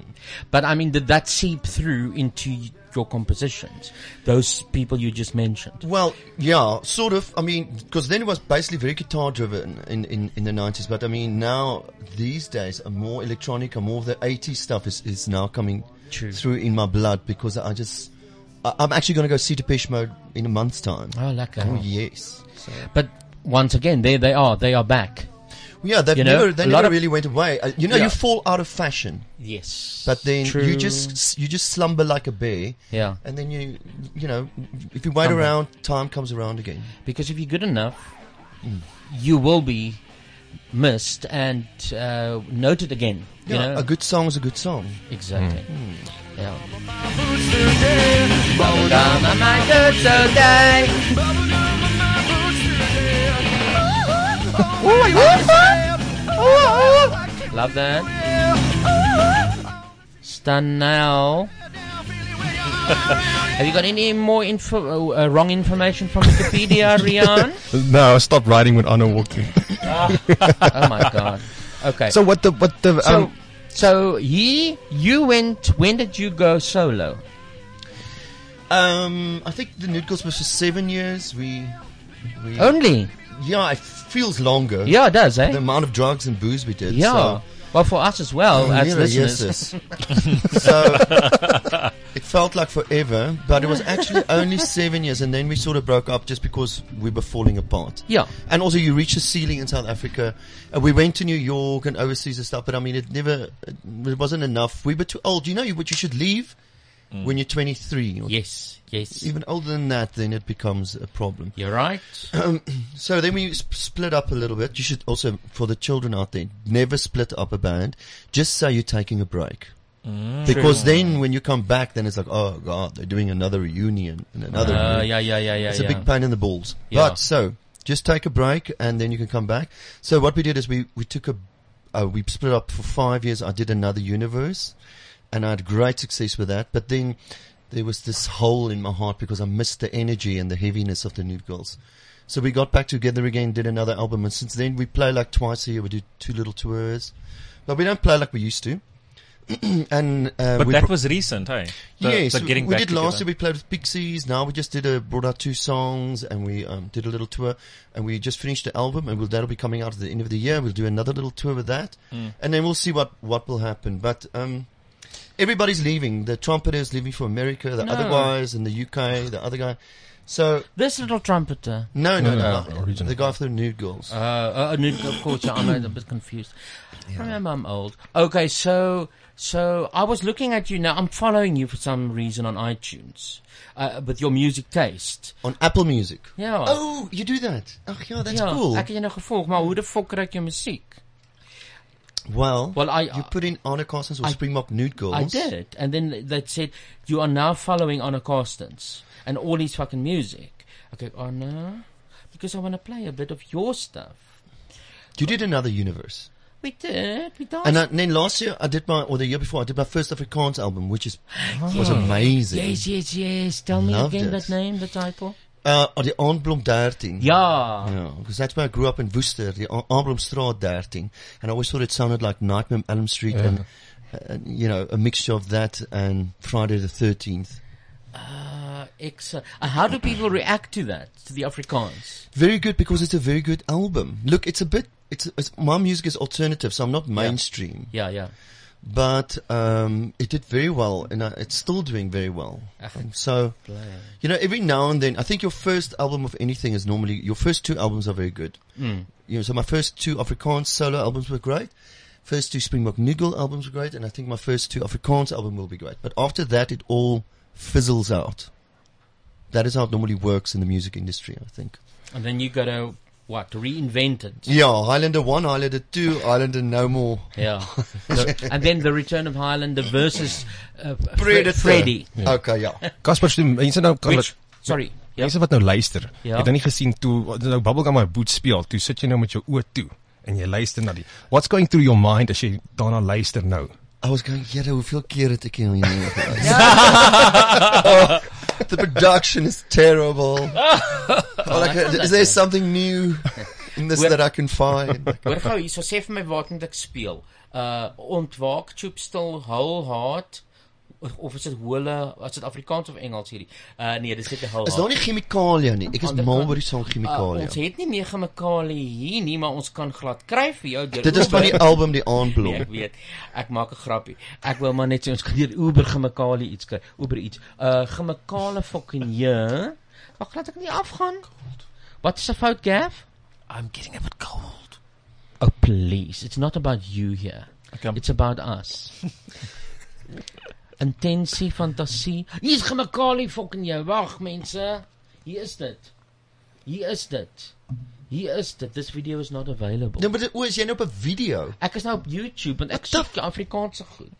S3: But I mean, did that seep through into y- your compositions? Those people you just mentioned.
S14: Well, yeah, sort of. I mean, because then it was basically very guitar driven in, in, in the 90s. But I mean, now these days, are more electronic and more of the 80s stuff is, is now coming through in my blood because I just. I- I'm actually going to go see Depeche Mode in a month's time.
S3: Oh, lucky.
S14: Oh, yes. So-
S3: But once again, there they are. They are back.
S14: yeah, they've
S3: You know,
S14: never, they
S3: a lot
S14: never
S3: of-
S14: really went away. Uh,
S4: Ja.
S14: You know,
S3: Yeah.
S14: you fall out of fashion.
S3: Yes.
S14: But then
S3: True.
S14: you just you just slumber like a bear.
S3: Yeah.
S14: And then you you know if you wait
S3: Come back.
S14: around, time comes around again.
S3: Because if you're good enough, you will be missed and uh, noted again. You
S14: Yeah,
S3: know?
S14: a good song is a good song.
S3: Exactly. Yeah.
S1: Bubblegum on my boots today.
S3: Love that. Stun now. Have you got any more info, uh, uh, wrong information from Wikipedia, Rian?
S11: Uh, no, I stopped riding when Anna walked in.
S3: Ah. oh my god. Okay.
S11: So what the what the
S3: So,
S11: um,
S3: so he, you went. When did you go solo?
S14: Um, I think the Nude Girls was for seven years. We, we
S3: Only?
S14: Yeah, it feels longer.
S3: Yeah, it does, eh?
S14: The amount of drugs and booze we did.
S3: Yeah.
S14: so-
S3: Well, for us as well
S14: Mm,
S3: as
S14: yeah,
S3: listeners.
S14: yes, yes. so it felt like forever, but it was actually only seven years, and then we sort of broke up just because we were falling apart.
S3: Yeah.
S14: and also you reach a ceiling in South Africa. And we went to New York and overseas and stuff, but I mean, it never, uh, it wasn't enough. We were too old. You know, you, but you should leave
S11: um,
S14: when you're 23. Or
S3: yes, yes.
S14: Even older than that, then it becomes a problem.
S3: You're right.
S14: Um, so then we sp- split up a little bit. You should also, for the children out there, never split up a band. Just say you're taking a break.
S3: Mm.
S14: Because
S3: True.
S14: then when you come back, then it's like, oh God, they're doing another reunion and another.
S3: Uh,
S14: reunion.
S3: yeah, yeah, yeah, yeah,
S14: It's
S3: yeah.
S14: a big pain in the balls.
S3: Yeah.
S14: But so just take a break and then you can come back. So what we did is we, we took a, uh, we split up for five years. I did another universe and I had great success with that. But then there was this hole in my heart because I missed the energy and the heaviness of the Nude Girls. So we got back together again, did another album, and since then we play like twice a year. We do two little tours, but we don't play like we used to. and uh,
S4: But
S14: we
S4: that
S14: pro-
S4: was recent, hey? The-
S14: yes,
S4: the getting
S14: we
S4: back
S14: did last
S4: together.
S14: year. We played with Pixies. Now we just did a brought out two songs, and we um, did a little tour, and we just finished the album, and we'll, that'll be coming out at the end of the year. We'll do another little tour with that,
S11: Mm.
S14: and then we'll see what what will happen. But um, everybody's leaving. The trumpeter is leaving for America. The
S3: No.
S14: other guys in the UK. The other guy. So
S3: this little trumpeter.
S14: No, no,
S3: No,
S14: no.
S3: no,
S14: no, the guy for the Nude Girls.
S3: Uh, uh, no, of course, yeah, I'm a bit confused. I remember I'm old. Okay, so so I was looking at you now. I'm following you for some reason on iTunes uh, with your music taste
S14: on Apple Music.
S3: Yeah.
S14: Oh, you do that? Ach ja, that's
S3: ja,
S14: cool.
S3: Ek het jou nou gevolg, maar hoe die fuck kry ek jou musiek?
S14: Well,
S3: well, I
S14: you put in Anna Carstens or
S3: I-
S14: Springbok Nude Girls.
S3: I did. And then they said, you are now following Anna Carstens and all his fucking music. Okay, Anna, because I want to play a bit of your stuff.
S14: You did another universe.
S3: We did. We danced.
S14: And, I, and then last year I did my, or the year before I did my first Afrikaans album, which is was
S3: Yeah.
S14: amazing.
S3: Yes, yes, yes. Tell me
S14: Loved
S3: again
S14: it. Mm.
S3: that name, the title.
S14: Uh, die Aanblom 13.
S3: Yeah.
S14: Because that's where I grew up in Worcester, the Aan- Aanblomstraat 13. And I always thought it sounded like Nightmare on Elm Street
S3: Yeah.
S14: and, and, you know, a mixture of that and Friday the 13th.
S3: Uh, ex- uh, how do people react to that, to the Afrikaans?
S14: Very good because it's a very good album. Look, it's a bit, it's, it's my music is alternative, so I'm not mainstream.
S3: Yeah, yeah.
S14: But um, it did very well, and uh, it's still doing very well.
S3: Ah,
S14: And so,
S3: blame.
S14: you know, every now and then, I think your first album of anything is normally your first two albums are very good.
S3: Mm.
S14: You know, so my first two Afrikaans solo albums were great. First two Springbok Nigel albums were great, and I think my first two Afrikaans album will be great. But after that, it all fizzles out. That is how it normally works in the music industry, I think.
S3: And then you got to, what, reinvent it.
S14: Yeah, Highlander 1, Highlander 2, Highlander No More.
S3: Yeah. So- and then the return of Highlander versus uh, Fre-
S14: Predator.
S3: Freddy.
S14: Ja. Okay, ja.
S5: Kasper, so mense nou kan
S3: Which- sorry, ja.
S5: Mense wat nou luister,
S3: Ja.
S5: het nou nie gesien toe wat nou Bubblegum My Boot speel, toe sit jy nou met jou oë toe en jy luister na die What's going through your mind as jy daarna luister nou?
S14: I was going, "Here, hoeveel keer het ek hier in
S5: Ja.
S14: Oh, The production is terrible.
S3: Oh,
S14: like,
S3: I found
S14: is
S3: that
S14: there
S3: good.
S14: something new in this
S3: Hoor-
S14: that I can find?
S3: Hoor gou hierso sê vir my wat moet ek speel? Uh ontwaak Choop Still Whole Heart of- of is dit hole is dit Afrikaans of Engels hierdie? Uh nee, dis net 'n whole.
S14: Is daar nie chemikalia nie? ja. Ek is
S3: Ander
S14: mal
S3: kant.
S14: oor die song
S3: Uh,
S14: chemikalia.
S3: ons het nie meer chemikalie hier nie, maar ons kan glad kry vir jou deur
S14: Dit is van die
S3: Uber.
S14: album Die Aanblom.
S3: Nee, ek weet. Ek maak 'n grappie. Ek wil maar net sê ons kan deur Uber chemikalie iets kry. Uber iets. Uh chemikale fucking ja. Wag, laat ek nie afgaan. Wat is 'n fout, Gav? I'm getting a bit cold. Oh please, it's not about you here. It's about us. Intensie, fantasie. Hier's gemekalie fucking jou. Wag mense. Hier is dit. Hier is dit. Hier is dit. This video is not available.
S14: Nee, maar dit- o, is jy nou op 'n video?
S3: Ek is nou op YouTube en ek soek Afrikaanse goed.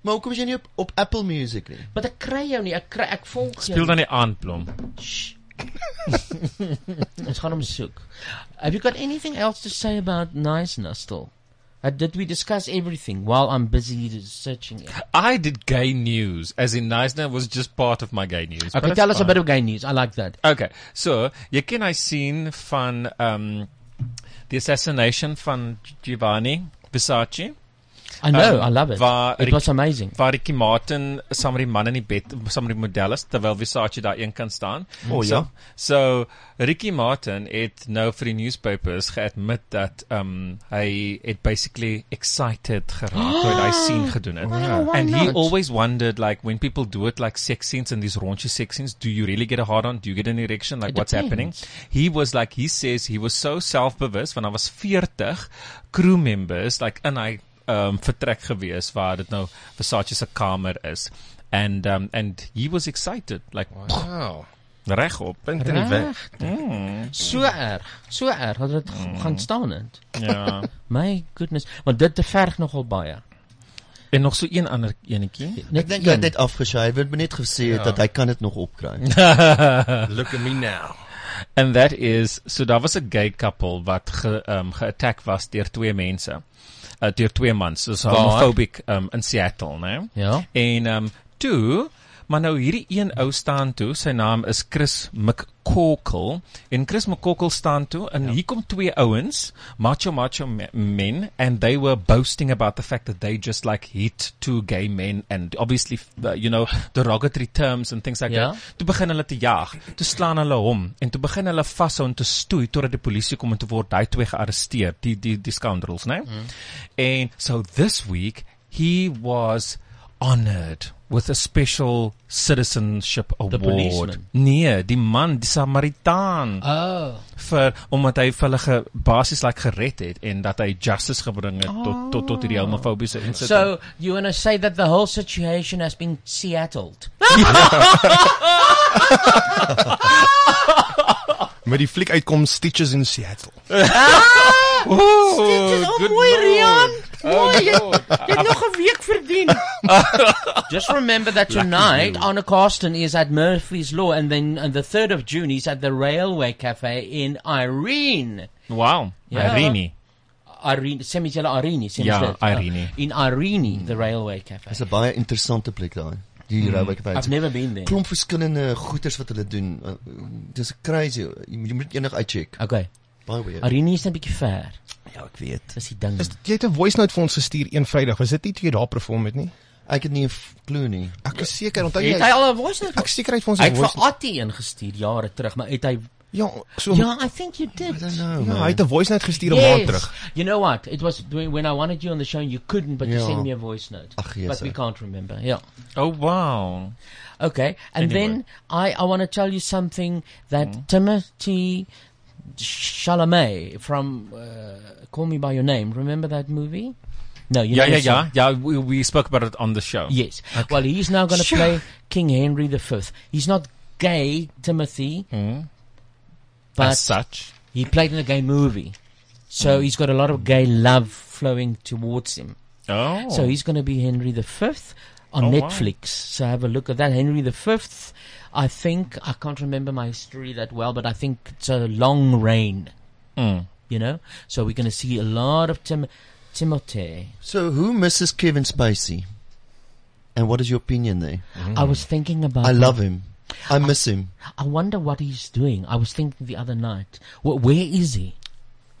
S14: Maar hoekom is jy nie op op Apple Music nie?
S3: Maar ek kry jou nie. Ek kry ek volg jou.
S4: Speel dan die aanblom.
S3: Ons gaan hom soek. Have you got anything else to say about nice Nostal? Uh, did we discuss everything while I'm busy searching it?
S4: I did gay news, as in Neisner was just part of my gay news.
S3: Okay, tell us a bit of gay news. I like that.
S4: Okay, so jy ken hy scene van um the assassination van Giovanni Versace.
S3: I know, I love it.
S4: Um, Waar
S3: It
S4: Rick-
S3: was amazing.
S4: Waar Ricky Martin saam met die man in die bed, saam met die model is terwyl Versace daar een kan staan.
S3: Oh,
S14: O, ja.
S4: So, so Ricky Martin het nou vir die newspapers geadmit dat um hy het basically excited geraak toe hy daai scene gedoen het.
S3: Wow, Oh, why
S4: And he
S3: not?
S4: always wondered like when people do it like sex scenes and these raunchy sex scenes, do you really get a hard on? Do you get an erection? Like
S3: It
S4: what's happening?
S3: depends.
S4: He was like he says he was so self-bewus want daar was 40 crew members like in hy um vertrek gewees waar dit nou Versace se kamer is. And um and he was excited like wow. Regop, punt en weg.
S3: Mm. So erg, so erg dat dit g- gaan staan het.
S4: Mm. Ja.
S3: My goodness, want dit te verg nogal baie.
S4: En nog so een ander enetjie.
S14: Ek dink hy het net afgesy, hy het net gesê
S4: Ja.
S14: dat hy kan dit nog opkry.
S4: Look at me now. And that is so daar was 'n gay couple wat ge um, geattack was deur twee mense. Uh, deur twee mans, so
S3: Waar?
S4: homophobic um, in Seattle, né?
S3: Ja.
S4: En um toe Maar nou hierdie een ou staan toe, sy naam is Chris McCorkle en Chris McCorkle staan toe en ja. hier kom twee ouens, macho macho me- men and they were boasting about the fact that they just like hit two gay men and obviously uh, you know derogatory terms and things like
S3: Ja.
S4: that. Toe begin hulle te jaag. Toe slaan hulle hom en toe begin hulle vashou en te stoei totdat die polisie kom en toe word daai twee gearresteer, die die die scoundrels, né?
S3: Mm.
S4: Mm. And so this week he was honored with a special citizenship award.
S3: policeman?
S4: Nee, die man, die Samaritaan.
S3: Oh.
S4: vir omdat hy vir hulle ge, basies like gered het en dat hy justice gebring het tot tot tot hierdie homofobiese insident.
S3: So you want to say that the whole situation has been Seattled?
S5: Met die fliek uitkom Stitches in Seattle.
S3: Ah!
S5: Ooh,
S3: Stitches, oh
S5: good
S3: boy,
S5: lord.
S3: Rian. Oh,
S1: Mooi, jy-
S3: Lord.
S1: jy het nog 'n week verdien.
S3: Just remember that
S1: Lucky
S3: tonight,
S1: you.
S3: Anna Carsten is at Murphy's Law, and then on the 3rd of June, he's at the Railway Cafe in Irene.
S4: Wow.
S3: Ja.
S4: Irene.
S3: Irene, sê mens julle Irene, sê mens
S14: Ja,
S3: dit? Ah,
S14: Irene.
S3: In Irene, Mm. the Railway Cafe.
S14: Dis 'n baie interessante plek daai. Die
S3: Mm.
S14: mm. Railway Cafe.
S3: I've never been there.
S14: Klomp verskillende goeters eh, wat hulle doen. Uh, Dis crazy. Jy, jy moet eendag uitcheck.
S3: Okay.
S14: Baie weird.
S3: Irene is net 'n bietjie ver.
S14: Ja, ek weet.
S3: Dis die ding.
S11: Jy het 'n voice note vir ons gestuur een Vrydag. Was dit nie toe jy daar perform het nie?
S14: Ek het nie 'n klou nie.
S11: Ek is seker onthou jy
S3: Het hy al 'n voice note?
S11: Ek seker hy het vir ons 'n
S3: Hy het
S11: voice
S3: vir Attie ingestuur jare terug, maar het hy
S11: Ja, so
S3: Ja, I think you did. I don't know.
S11: Ja, hy het 'n voice note gestuur 'n
S3: yes.
S11: maand terug.
S3: You know what? It was when when I wanted you on the show and you couldn't, but you
S11: Ja.
S3: sent me a voice note.
S11: Ag,
S3: but
S11: Jesse.
S3: we can't remember. Yeah.
S4: Oh wow.
S3: Okay. And
S4: Anyway. Hmm?
S3: then I, I want to tell you something that Timothy Chalamet from uh, Call Me by Your Name. Remember that movie? No, you
S4: yeah,
S3: know
S4: yeah,
S3: the song.
S4: yeah, yeah. We, we spoke about it on the show.
S3: Yes. Well, he's now going to
S4: Sure.
S3: play King Henry V. He's not gay, Timothy, but
S4: Hmm? As such.
S3: he played in a gay movie, so
S4: Mm.
S3: he's got a lot of gay love flowing towards him.
S4: Oh.
S3: So he's going to be Henry V on
S4: Oh, wow.
S3: Netflix. So have a look at that. Henry V. I think I can't remember my history that well, but I think it's a long reign.
S4: Mm.
S3: You know, so we're going to see a lot of Tim Timothy.
S14: So who misses Kevin Spacey? And what is your opinion there?
S3: I
S4: Hmm.
S3: was thinking about
S14: I
S3: that.
S14: love him. I miss him.
S3: I wonder what he's doing. I was thinking the other night, wh- where is he?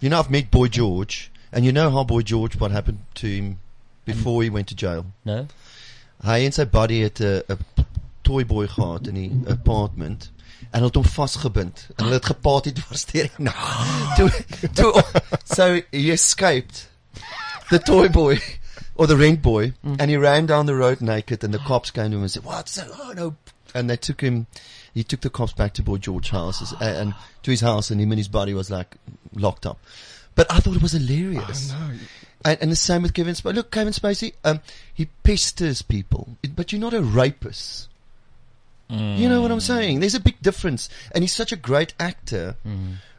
S14: You know I've met Boy George and you know how Boy George what happened to him before he went to jail.
S3: No.
S14: Hy en sy buddy het 'n 'n toy boy gehad in die apartment en hulle het hom vasgebind. En hulle het gepaat het dwars deur die nag. Toe toe so he escaped the toy boy or the rent boy and he ran down the road naked and the cops came to him and said, "What's that? Oh no." And they took him he took the cops back to Boy George's house and, and to his house and him and his buddy was like locked up. But I thought it was hilarious.
S11: I know.
S14: And, and the same with Kevin Spacey. Look, Kevin Spacey, um, he pesters people, It- but you're not a rapist. You know what I'm saying? There's a big difference, and he's such a great actor.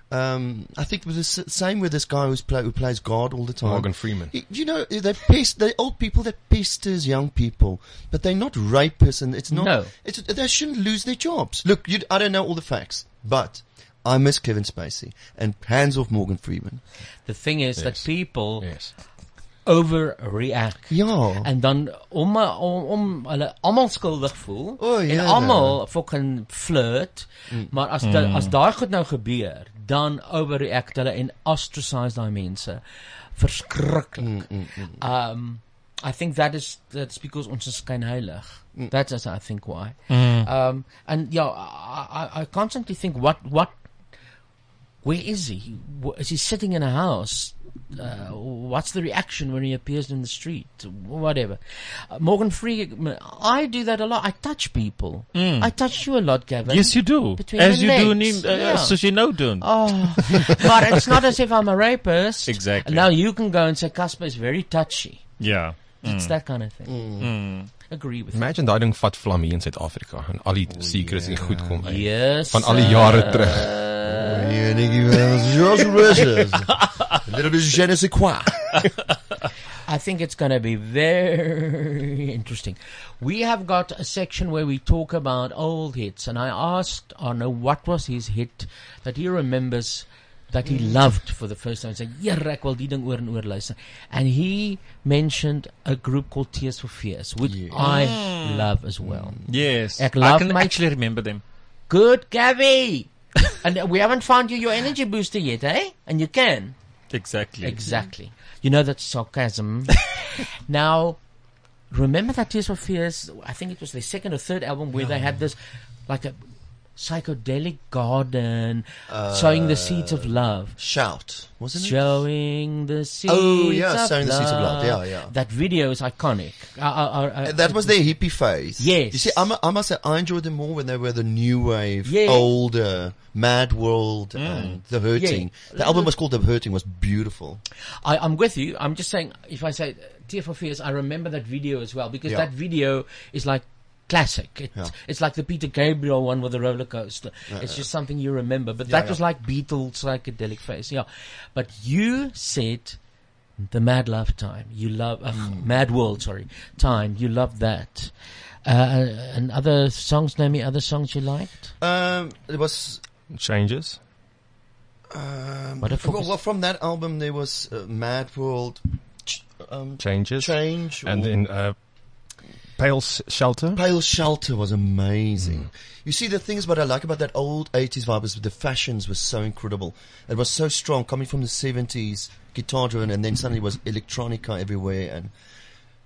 S14: Um, I think with the s- same with this guy who's play, who plays God all the time,
S11: Morgan Freeman.
S14: Y- You know, they pest they old people that pesters young people, but they're not rapists, and it's not.
S3: No.
S14: it's, they shouldn't lose their jobs. Look, you I don't know all the facts, but I miss Kevin Spacey and hands off Morgan Freeman.
S3: The thing is that people overreact. um,
S14: Ja.
S3: En dan om om, om hulle almal skuldig voel
S4: Oh.
S14: ja,
S3: en almal fucking flirt.
S14: Mm.
S3: Maar as da,
S14: Mm.
S3: as daai goed nou gebeur, dan overreact hulle en ostracize daai mense.
S14: Mm,
S3: Verskriklik. Um I think that is that's because ons is skynheilig.
S14: Mm.
S3: That is I think why.
S1: Mm.
S3: Um and yeah, I, I I constantly think what what where is he? Wh- Is he sitting in a house? Uh, what's the reaction when he appears in the street? Whatever. Uh, Morgan Freeman, I do that a lot. I touch people.
S4: Mm.
S3: I touch you a lot, Gavin.
S4: Yes, you do.
S3: Between
S4: As
S3: the
S4: you do
S3: legs.
S4: in, uh, soos jy nou doen.
S3: Oh, but it's not as if I'm a rapist.
S4: Exactly.
S3: Now you can go and say Casper is very touchy.
S4: Yeah.
S3: It's
S4: Mm.
S3: that kind of thing.
S4: Mm.
S3: Agree with
S11: Imagine daai ding vat vlam hier in Suid-Afrika en al die secrets yeah. en goed kom uit.
S3: Oh, Yes,
S11: Van al die jare
S3: sir.
S11: terug.
S14: Yeah, thank you. George Richards. A little bit of je ne sais quoi.
S3: I think it's going to be very interesting. We have got a section where we talk about old hits, and I asked Arno what was his hit that he remembers that he loved for the first time. He said, "Yeah, ek wil die ding oor en oor luister." And he mentioned a group called Tears for Fears, which I
S4: Mm.
S3: love as well.
S4: Yes.
S3: Ek
S4: I
S3: love
S4: can
S3: my-
S4: actually remember them.
S3: Good, Gabby. and we haven't found you your energy booster yet, eh? And you can.
S4: Exactly.
S3: Exactly. You know that's sarcasm. now, remember that Tears for Fears? I think it was their second or third album where they had this, like a psychedelic garden, sowing the seeds of love.
S14: Shout, wasn't Uh, it?
S3: Sowing the seeds.
S14: Oh, yeah,
S3: of
S14: Sowing the Seeds of Love. Yeah, yeah.
S3: That video is iconic. Uh, I, I, I, I,
S14: That was their hippie phase.
S3: Yes.
S14: You see, I'm, I must say, I enjoyed them more when they were the new wave,
S3: Yes.
S14: older, Mad World, and The Hurting.
S3: Yeah.
S14: The album was called The Hurting, was beautiful.
S3: I, I'm with you. I'm just saying, if I say Tear for Fears, I remember that video as well because
S14: Yeah.
S3: that video is like classic. It,
S14: Yeah.
S3: It's like the Peter Gabriel one with the roller coaster.
S14: Yeah,
S3: it's
S14: yeah.
S3: just something you remember. But
S14: Yeah,
S3: that
S14: yeah.
S3: was like Beatles psychedelic phase. Yeah. But you said The Mad Love Time. You love uh,
S14: Hmm.
S3: Mad World. Sorry, Time. You love that. Uh, and other songs, Naomi. Other songs you liked?
S14: Um, there was.
S4: Changes.
S14: Um,
S3: What if it
S14: well,
S3: was-
S14: well, from that album, there was uh, Mad World. ch- Um,
S4: Changes.
S14: Change.
S5: And
S14: or-
S5: then uh, Pale S- Shelter.
S14: Pale Shelter was amazing. Mm. You see, the things what I like about that old 80s vibe is the fashions were so incredible. It was so strong, coming from the 70s, guitar driven, and then suddenly it was electronica everywhere. And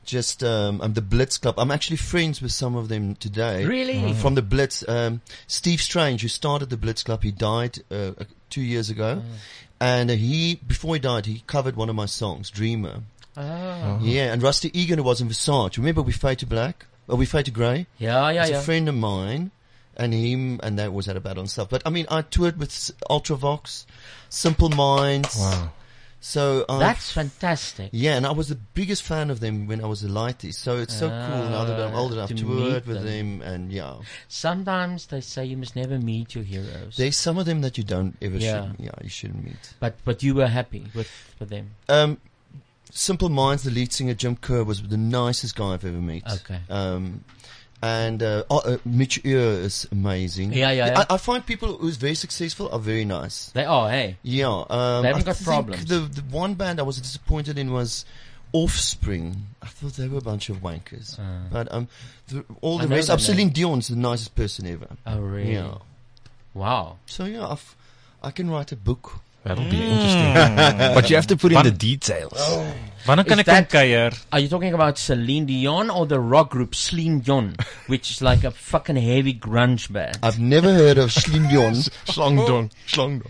S14: just um, um, the Blitz Club. I'm actually friends with some of them today.
S3: Really? Mm.
S14: From the Blitz. Um, Steve Strange, who started the Blitz Club, he died uh, uh, two years ago.
S3: Mm.
S14: And he, before he died, he covered one of my songs, Dreamer.
S3: Ah.
S14: Yeah, and Rusty Egan who was in Visage. Remember we Fade to Black? Or we Fade to Grey?
S3: Yeah, yeah,
S14: He's
S3: Oh, yeah.
S14: a friend of mine and him and they always had a battle and stuff. But I mean I toured with S- Ultravox, Simple Minds.
S3: Wow.
S14: So I
S3: That's fantastic.
S14: Yeah, and I was the biggest fan of them when I was a lighty. So it's so cool now that I'm
S3: Ah,
S14: old enough
S3: to
S14: to toured
S3: meet
S14: with
S3: them.
S14: them and yeah.
S3: Sometimes they say you must never meet your heroes.
S14: There's some of them that you don't ever
S3: Yeah.
S14: should yeah, you shouldn't meet.
S3: But but you were happy with with them.
S14: Um, Simple Minds, the lead singer Jim Kerr was the nicest guy I've ever met.
S3: Okay.
S14: Um, and uh, oh, uh, Mitch Ear is amazing.
S3: Yeah, yeah, yeah.
S14: I, I find people who's very successful are very nice.
S3: They are, hey.
S14: Yeah. Um,
S3: They haven't
S14: I
S3: got
S14: think
S3: problems.
S14: The the one band I was disappointed in was. Offspring. I thought they were a bunch of wankers, but um, the, all
S3: Uh. I
S14: the
S3: know
S14: rest.
S3: the
S14: I've Celine Dion's the nicest person ever.
S3: Oh, really?
S14: Yeah.
S3: Wow.
S14: So yeah, I've, I can write a book.
S4: That'll be interesting. But you have to put in the details. Oh. Wanneer kan
S3: Is
S4: ek kom
S3: that-
S4: kuier?
S3: Are you talking about Celine Dion or the rock group Celine Dion, which is like a fucking heavy grunge band?
S14: I've never heard of Slingdon.
S3: Slingdon.
S14: Slingdon.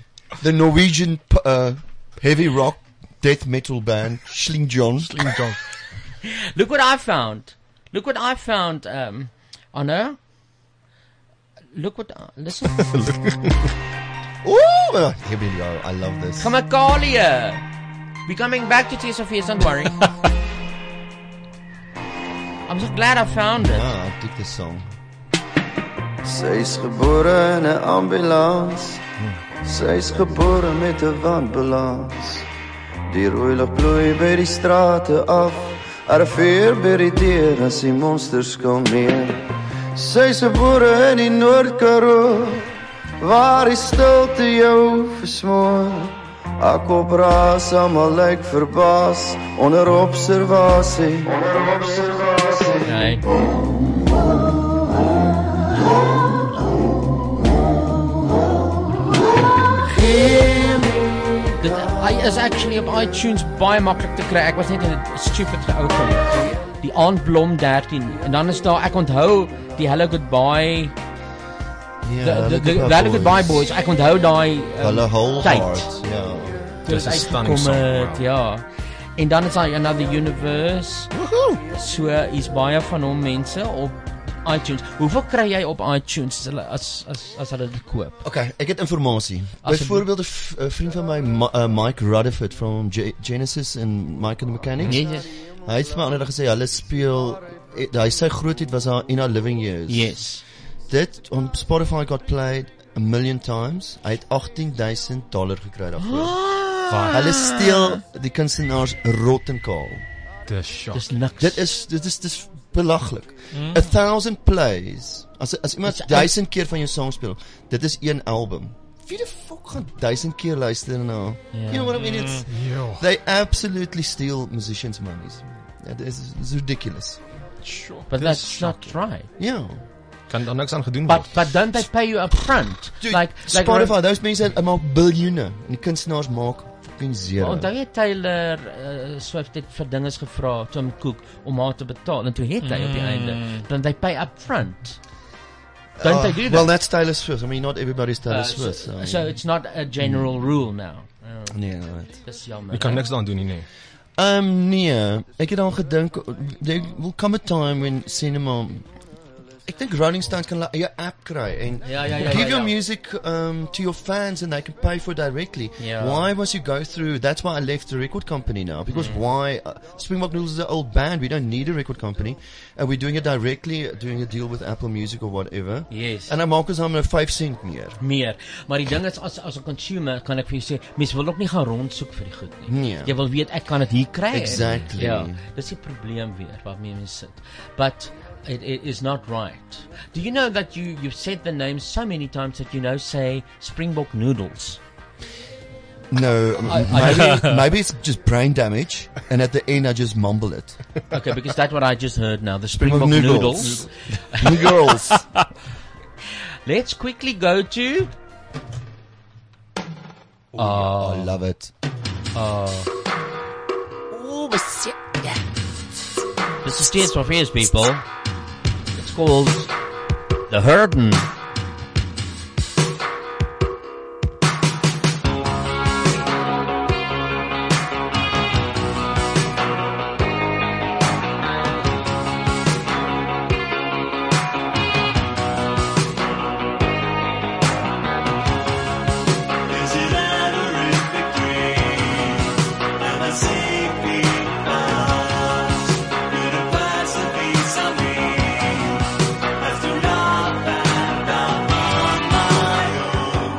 S14: The Norwegian p- uh, heavy rock death metal band Slingdon. Slingdon.
S3: Look what I found. Look what I found um, on her. Look what. I listen.
S14: Ooh, here we go. I love this.
S3: Kamakalia. We're uh. coming back to Tears of Fears, E don't worry. I'm so glad I found it.
S14: Ah, I dig this song.
S16: Sy is gebore in 'n ambulans. Sy is gebore met 'n wanbalans. Die rooi lig bloei by die strate af. Arriveer by die deur as die monsters kom neer. Sy is gebore in die Noord-Karoo waar die stilte jou versmoor. Ek op ras almal lyk verbaas onder observasie. Onder observasie.
S3: Nee. Dit hy is actually op iTunes baie maklik te kry. Ek was net in 'n stupid geopen. Die aand blom 13 en dan is daar ek onthou die Hello Goodbye
S14: Ja,
S3: die, die, die,
S14: Hello
S3: die Hello Goodbye
S14: Goodbye
S3: Boys. Ek onthou daai ehm,
S14: Hulle Whole
S3: tyd.
S14: Heart. Ja.
S3: Toe
S14: Dis 'n
S3: dit
S14: stunning
S3: uitgekom
S14: song,
S3: het, ja. En dan is hy Another Universe. So is baie van hom mense op iTunes. Hoeveel kry jy op iTunes as hulle as as as hulle dit koop?
S14: Okay, ek het inligting.
S3: As-
S14: Byvoorbeeld 'n v- 'n vriend van my Ma- uh, Mike Rutherford from Ge- Genesis en Mike and the Mechanics.
S3: Ja, ja.
S14: Hy het vir my ander gesê hulle speel eh, hy sy grootheid was haar In Our Living Years.
S3: Yes.
S14: Dit on Spotify got played a million times. Hy het 18000 dollar gekry daarvoor.
S3: Wat?
S14: Hulle steel die kunstenaars rottenkaal.
S5: Dis shock.
S3: Dis niks.
S14: Dit is dit is dis belaglik.
S5: Mm.
S14: 1000 plays. As as iemand
S5: Dis-
S14: 1000 keer van jou song speel, dit is een album. Wie die fuck gaan duisend keer luister na.
S5: Ja.
S14: You know what I mean? It's
S5: Ja.
S14: they absolutely steal musicians' monies. That is it's ridiculous. Ja.
S3: Sure. But that's not right.
S14: Yeah.
S5: Kan daar niks aan gedoen
S3: word. But but don't they pay you up front? Dude, like like
S14: Spotify, those mense uh, maak biljoene en die kunstenaars maak fucking zero.
S3: oh, Onthou jy Taylor uh, Swift het vir dinges gevra Tim Cook om haar te betaal en toe het hy op die
S14: Mm.
S3: einde. Dan they pay up front. Don't
S14: Uh,
S3: they do that?
S14: Well, that's Taylor Swift. I mean, not everybody's Taylor
S3: Uh,
S14: Swift. I
S3: so,
S14: mean.
S3: so it's not a general rule now. Oh.
S14: Mm. Nee, right.
S3: Dis jammer.
S14: Jy kan
S3: hè?
S14: niks
S5: Dan doen nie nie.
S14: Ehm um, nee, ek het al gedink there will come a time when cinema Ek dink Rolling Stone kan 'n eie app kry en
S3: Ja, ja, ja,
S14: give
S3: ja,
S14: your
S3: ja.
S14: music um to your fans and they can pay for it directly.
S3: Ja.
S14: Why must you go through That's why I left the record company now because
S3: Mm.
S14: why uh, Springbok Noodles is an old band. We don't need a record company and we're doing it directly doing a deal with Apple Music or whatever.
S3: Yes.
S14: And I maak ons nou 5 sent meer.
S3: meer. Maar die ding is as as 'n consumer kan ek vir jou sê, mens wil ook nie gaan rondsoek vir die goed nie.
S14: Nee.
S3: Jy wil weet ek kan dit hier kry.
S14: Exactly.
S3: Ja, dis die probleem weer waarmee mens sit. But it, it is not right. Do you know that you you've said the name so many times that you now say Springbok noodles?
S14: No, m-
S3: I- I-
S14: maybe, maybe it's just brain damage and at the end I just mumble it.
S3: Okay, because that's what I just heard now. The
S14: Springbok
S3: Springbok
S14: noodles.
S3: noodles.
S14: Noodles.
S3: Let's quickly go to
S14: Oh, I love it.
S3: Oh, shit. This is Tears for Fears, people. It's called The Herdin.
S1: Is it adoring victory? Am I safe because you're the price of peace I mean? After all that I'm on my own,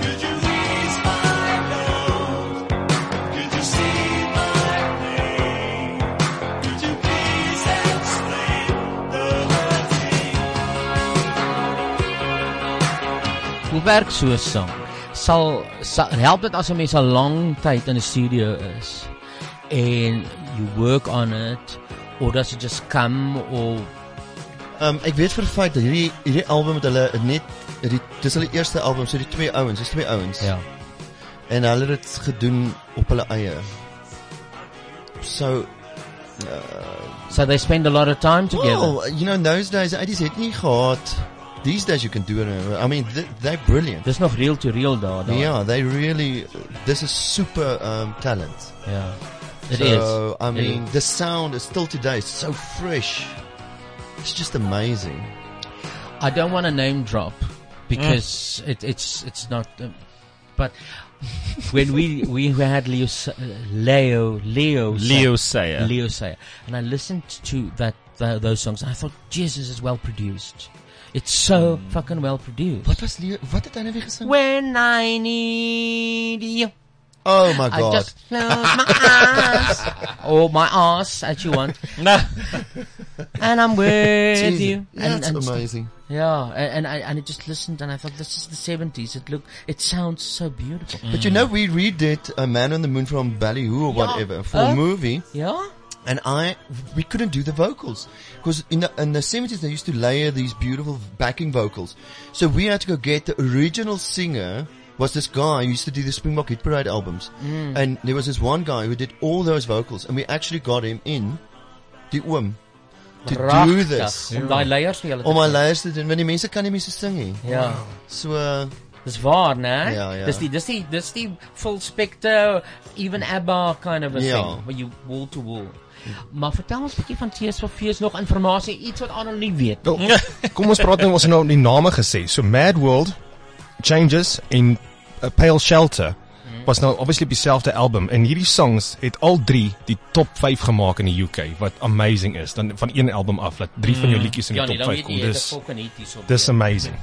S1: could you ease my load? Could you see my pain? Could you please explain the hurting?
S3: Hoe werk so 'n song? Sal, sal help dit as 'n mens al lank tyd in 'n studio is en you work on it or does it just come or
S14: Um ek weet vir 'n feit dat hierdie hierdie album het hulle net die dis hulle eerste album, so die twee ouens, dis twee ouens.
S3: Ja.
S14: En hulle het dit gedoen op hulle eie. So
S3: so they spend a lot of time together.
S14: Well, you know in those days I just het nie gehad these days you can do it. I mean th they're brilliant.
S3: Dis nog real to real daar daar.
S14: Yeah, they really this is super um talent.
S3: Yeah. It
S14: so,
S3: is.
S14: I
S3: It
S14: mean
S3: is.
S14: the sound is still today so fresh. It's just amazing.
S3: I don't want to name drop because
S14: Mm.
S3: it, it's it's not. Um, but when we we had Leo S- uh, Leo Leo
S4: Leo
S3: Sayer-
S4: Sayer.
S3: Leo Sayer, and I listened to that tho- those songs, and I thought, Jesus is well produced. It's so fucking well produced.
S14: Hmm. What was Leo? What did I never sing?
S3: When I need you.
S14: Oh my
S3: I
S14: God.
S3: just close my eyes, or my ass, as you want. and I'm with
S14: Jesus.
S3: you.
S14: That's
S3: and, and
S14: amazing.
S3: Yeah, a- and I and I just listened and I thought this is the seventies. It look, it sounds so beautiful.
S14: But you know, we redid A Man on the Moon from Ballyhoo or whatever for
S3: Huh?
S14: a movie.
S3: Yeah.
S14: And I, we couldn't do the vocals because in the, in the 70s they used to layer these beautiful backing vocals. So we had to go get the original singer was this guy who used to do the Springbok Hit Parade albums.
S1: Mm.
S14: And there was this one guy who did all those vocals and we actually got him in the Oom to do
S3: Pragtig,
S14: this. Ja.
S3: om daai leiers vir julle te
S14: Om daai
S3: doen.
S14: leiers te doen want die mense kan nie meer so sing nie.
S3: Ja.
S14: So uh,
S3: dis waar, né?
S14: Ja, ja.
S3: Dis die dis die dis die full spectre even ABBA kind of a
S14: Ja.
S3: thing where you wall to wall. Maar vertel ons 'n bietjie van Tees vir Fees nog inligting, iets wat Arnold nie weet.
S11: Wel, kom ons praat nou ons het nou die name gesê. So Mad World, Changes en A Pale Shelter was nou obviously op dieselfde album en hierdie songs het al drie die top 5 gemaak in die UK wat amazing is. Dan van een album af dat drie van jou
S3: Mm.
S11: liedjies in
S3: Ja,
S11: die
S3: nee,
S11: top
S3: dan
S11: 5
S3: weet
S11: kom.
S3: jy jy het
S11: Dis
S3: een fucking hit hierso.
S11: Dis amazing.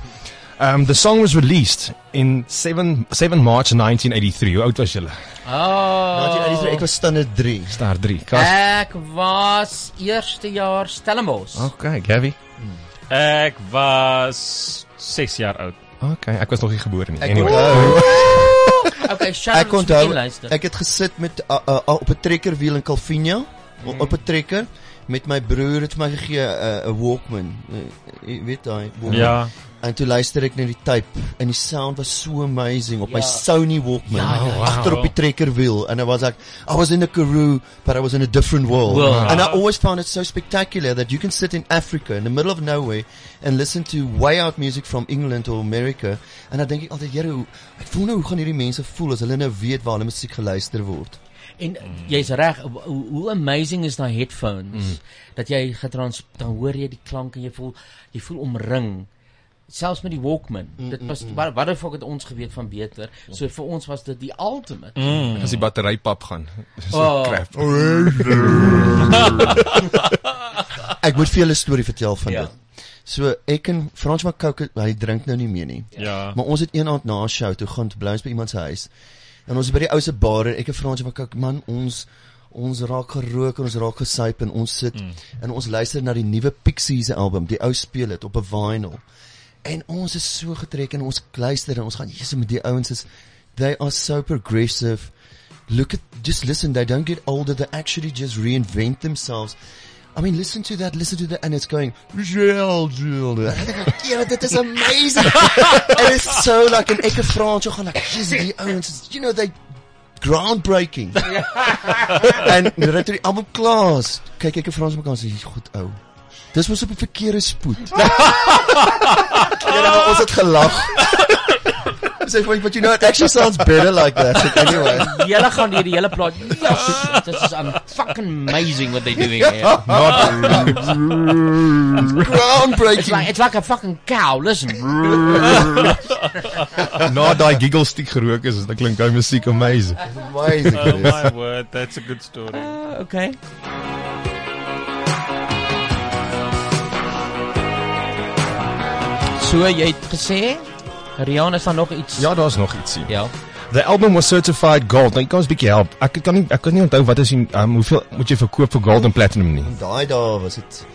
S11: Um the song was released in 7 7 March 1983. Hoe oud was jy?
S14: Nou,
S3: Oh.
S14: was standaard 3.
S11: Standaard 3. Kas.
S3: Ek was eerste jaar Stellenbosch.
S11: Okay, Gabby.
S4: Ek was 6 jaar oud.
S11: Okay, ek was nog nie gebore nie.
S14: Ek
S11: Anyway.
S3: Okay, Sharon,
S14: Ek
S3: ek
S14: onthou
S3: luister.
S14: ek het gesit met uh, uh, uh, op 'n trekkerwiel in Calvinia mm. op 'n trekker met my broer het vir my gegee 'n uh, Walkman. Uh, Jy weet daai Walkman.
S4: Ja.
S14: En toe luister ek na die tape en die sound was so amazing op ja. my
S4: Ja.
S14: Sony Walkman
S4: Ja, ja, ja.
S14: agter op die trekkerwiel and I was like I was in a Karoo but I was in a different world.
S4: World.
S14: And I always found it so spectacular that you can sit in Africa in the middle of nowhere and listen to way out music from England or America en dan dink ek altyd Here, hoe- ek voel nou hoe gaan hierdie mense voel as hulle nou weet waar hulle musiek geluister word.
S3: En jy's reg, ho- hoe hoe amazing is daai headphones
S4: Mm.
S3: dat jy getrans dan hoor jy die klank en jy voel jy voel omring selfs met die Walkman.
S4: Mm,
S3: dit
S4: mm,
S3: was
S4: mm.
S3: wat wat het ons geweet van beter. So vir ons was dit die ultimate.
S11: As die battery pap gaan. So
S3: Oh.
S11: crap.
S14: Ek moet vir julle 'n storie vertel van
S3: Ja.
S14: dit. So ek en Frans maar Coke, hy drink nou nie meer nie.
S11: Ja.
S14: Maar ons het een aand na 'n show toe gaan te bly ons by iemand se huis. En ons is by die ou se bar en ek en Frans maar Coke, man, ons ons raak gerook en ons raak gesyp en ons sit mm. en ons luister na die nuwe Pixies se album. Die ou speel dit op 'n vinyl. En ons is so getrek en ons luister en ons gaan Jesus met die ouens is they are so progressive. Look at just listen, they don't get older, they actually just reinvent themselves. I mean, listen to that, listen to that, and it's going, Michelle, Gilda. Yeah, that is amazing. and it's so like an Eka Frans, you're like, Jesus, the ouens, is- you know, they groundbreaking. en dit het die album klaar. is, Kyk ek en Frans mekaar sê, "God ou. Dis mos op 'n verkeerde spoed." Ja, ons het gelag. Ons sê, "But you know it actually sounds better like that." But anyway.
S3: Julle gaan hierdie hele plaat. Yes, this is um, fucking amazing what they doing here.
S14: groundbreaking.
S3: It's like, it's like a fucking cow. Listen.
S11: Na daai giggle stiek gerook is, dan klink daai musiek amazing.
S14: Amazing.
S4: Oh my word, that's a good story.
S3: okay. So jy het gesê Rihanna is daar nog iets?
S11: Ja, daar's nog ietsie.
S3: Ja.
S11: The album was certified gold. Nou, jy kan ons 'n bietjie help. Ek kan nie ek kan nie onthou wat is die um, hoeveel moet jy verkoop vir gold en platinum nie.
S14: In daai dae was dit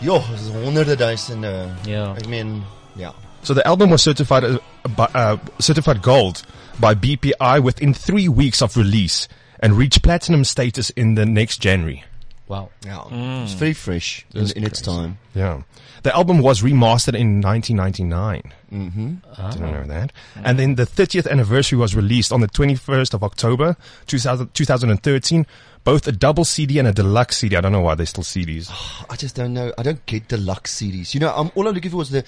S14: joh, dis honderde duisende.
S3: Ja.
S14: Ek meen, ja.
S11: So the album was certified uh, by, uh, certified gold by BPI within 3 weeks of release and reached platinum status in the next January.
S3: Wow.
S14: Ja. It's very fresh in, in its time.
S11: Yeah. The album was remastered in 1999.
S14: Mhm.
S11: Didn't know that. And then the 30th anniversary was released on the 21st of October 2000, 2013, both a double CD and a deluxe CD. I don't know why they're still CDs.
S14: I just don't know. I don't get deluxe CDs. You know, I'm all I'm looking for was the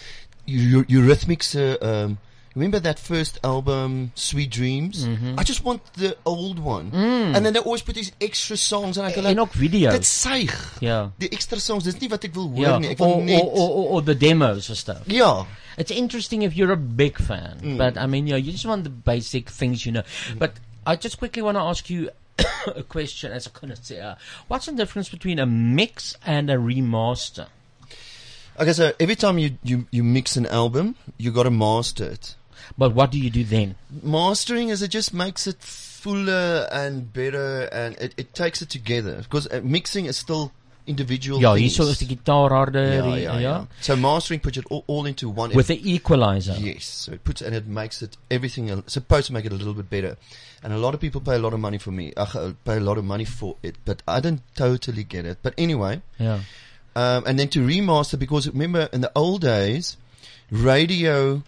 S14: Eu- Eu- Eurythmics. Uh, um, remember that first album, Sweet Dreams?
S3: Mhm.
S14: I just want the old one. And then they always put these extra songs, and I go like,
S3: Mm. Eh, En ook video's.
S14: Dit suig.
S3: Ja.
S14: Die extra songs, dis nie wat ek wil hoor
S3: Yeah,
S14: nie. Ek wil
S3: or,
S14: net
S3: or, or, or, or the demos and stuff.
S14: Yeah.
S3: It's interesting if you're a big fan,
S14: Mm.
S3: but I mean, yeah, you just want the basic things you know. But I just quickly want to ask you a question as a connoisseur. What's the difference between a mix and a remaster?
S14: Okay, so every time you, you, you mix an album, you got to master it.
S3: But what do you do then?
S14: Mastering is it just makes it fuller and better and it, it takes it together. Because uh, mixing is still individual
S3: Ja,
S14: things.
S3: hierso is die gitaar harder,
S14: Yeah,
S3: die-
S14: yeah,
S3: ja.
S14: yeah. So mastering puts it all, all into one.
S3: With the equalizer.
S14: Yes. So it puts, and it makes it everything, a- supposed to make it a little bit better. And a lot of people pay a lot of money for me. Ach, uh, pay a lot of money for it. But I don't totally get it. But anyway.
S3: Yeah.
S14: Um, and then to remaster because remember in the old days, radio,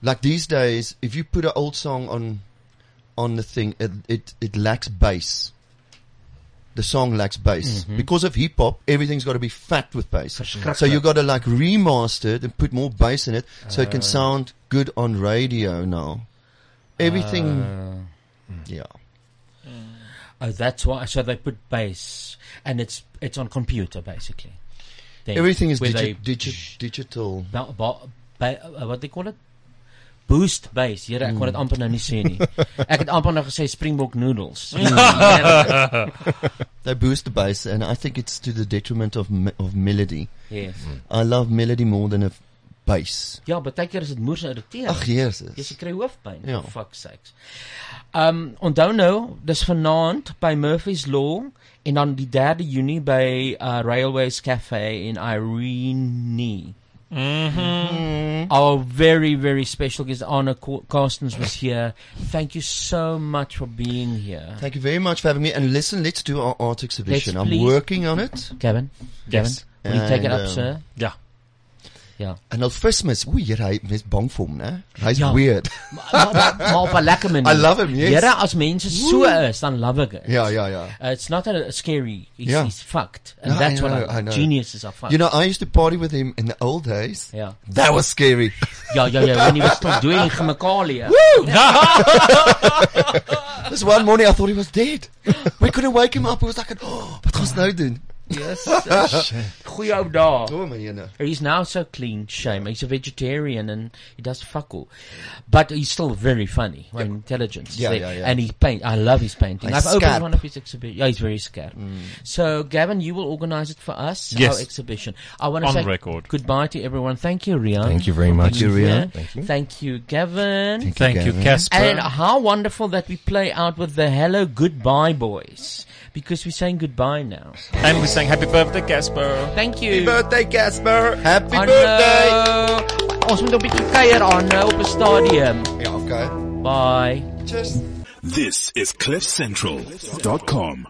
S14: like these days, if you put an old song on, on the thing, it, it, it lacks bass. The song lacks bass
S10: Mhm.
S14: because of hip hop. Everything's got to be fat with bass. So
S10: Verskrikkelijk.
S14: you got to like remaster it and put more bass in it so it can
S10: Ah.
S14: sound good on radio now. Everything, yeah.
S3: Oh, that's why. So they put bass, and it's it's on computer basically. Then,
S14: Everything is
S3: where
S14: digi-
S3: they
S14: digi- digital.
S3: ba- ba- ba- uh, wat they call it? Boost bass. Here, ek kon dit amper nou nie sê nie. Ek het amper nou gesê Springbok noodles.
S14: they boost the bass, and I think it's to the detriment of me- of melody.
S3: Yes. Mm.
S14: I love melody more than a f- bass.
S3: Ja, baie keer is dit moeilik irriteer.
S14: Ag, Jesus.
S3: Jy se kry hoofpyn.
S14: Ja.
S3: Ja. Fuck sakes. Um onthou nou, dis vanaand by Murphy's Law en dan die 3de Junie by uh, Railways Cafe in Irene.
S4: Mhm.
S3: Our very very special guest Anna Cor- Carstens was here. Thank you so much for being here.
S14: Thank you very much for having me. And listen, let's do our art exhibition. I'm
S3: please-
S14: working on it. um,
S3: Kevin, Kevin, will you take it up, sir?
S4: Yeah.
S3: Ja.
S14: En dan vismis, o, hier hy mens bang vir hom, né? Hy's
S3: Ja.
S14: weird.
S3: maar, maar, maar op 'n lekker manier.
S14: I love him, yes.
S3: Here as mense so
S14: Woe.
S3: is, dan love ek dit.
S14: Ja, ja, ja.
S3: Uh, it's not a, scary. It's,
S14: Yeah.
S3: it's fucked. And
S14: No,
S3: that's
S14: Ja, I know,
S3: what I,
S14: I know.
S3: geniuses are fucked.
S14: You know, I used to party with him in the old days.
S3: Yeah.
S14: That was scary.
S3: Ja, ja, ja, when he was still doing chemicali.
S14: Woo! This one morning I thought he was dead. We couldn't wake him up. It was like, oh, what gaan ons nou doen?
S3: Yes. Goeie ou dae.
S14: Oh my jene.
S3: He's now so clean, shame. He's a vegetarian and he does fuck all. But he's still very funny and intelligent.
S14: Yeah,
S3: There.
S14: yeah, yeah.
S3: And he paint. I love his painting.
S14: He's
S3: I've
S14: scarp.
S3: opened one of his exhibitions. Yeah, he's very scared. So, Gavin, you will organize it for us,
S4: Mm. Yes.
S3: our exhibition. I want to
S4: On
S3: say
S4: record.
S3: goodbye to everyone. Thank you, Rian.
S4: Thank you very much.
S3: Thank you,
S4: Thank you,
S3: Rian.
S4: Rian. Thank you.
S3: Thank you, Gavin.
S4: Thank you, Thank you, Gavin. Casper.
S3: And how wonderful that we play out with the Hello Goodbye Boys. Because we're saying goodbye now.
S4: And we're saying happy birthday, Casper.
S3: Thank you.
S4: Happy birthday, Casper.
S14: Happy
S3: birthday. Ons moet 'n bietjie kuier aan nou op 'n stadium.
S14: Ja, okay.
S3: Bye.
S14: Just
S18: This is CliffCentral.com.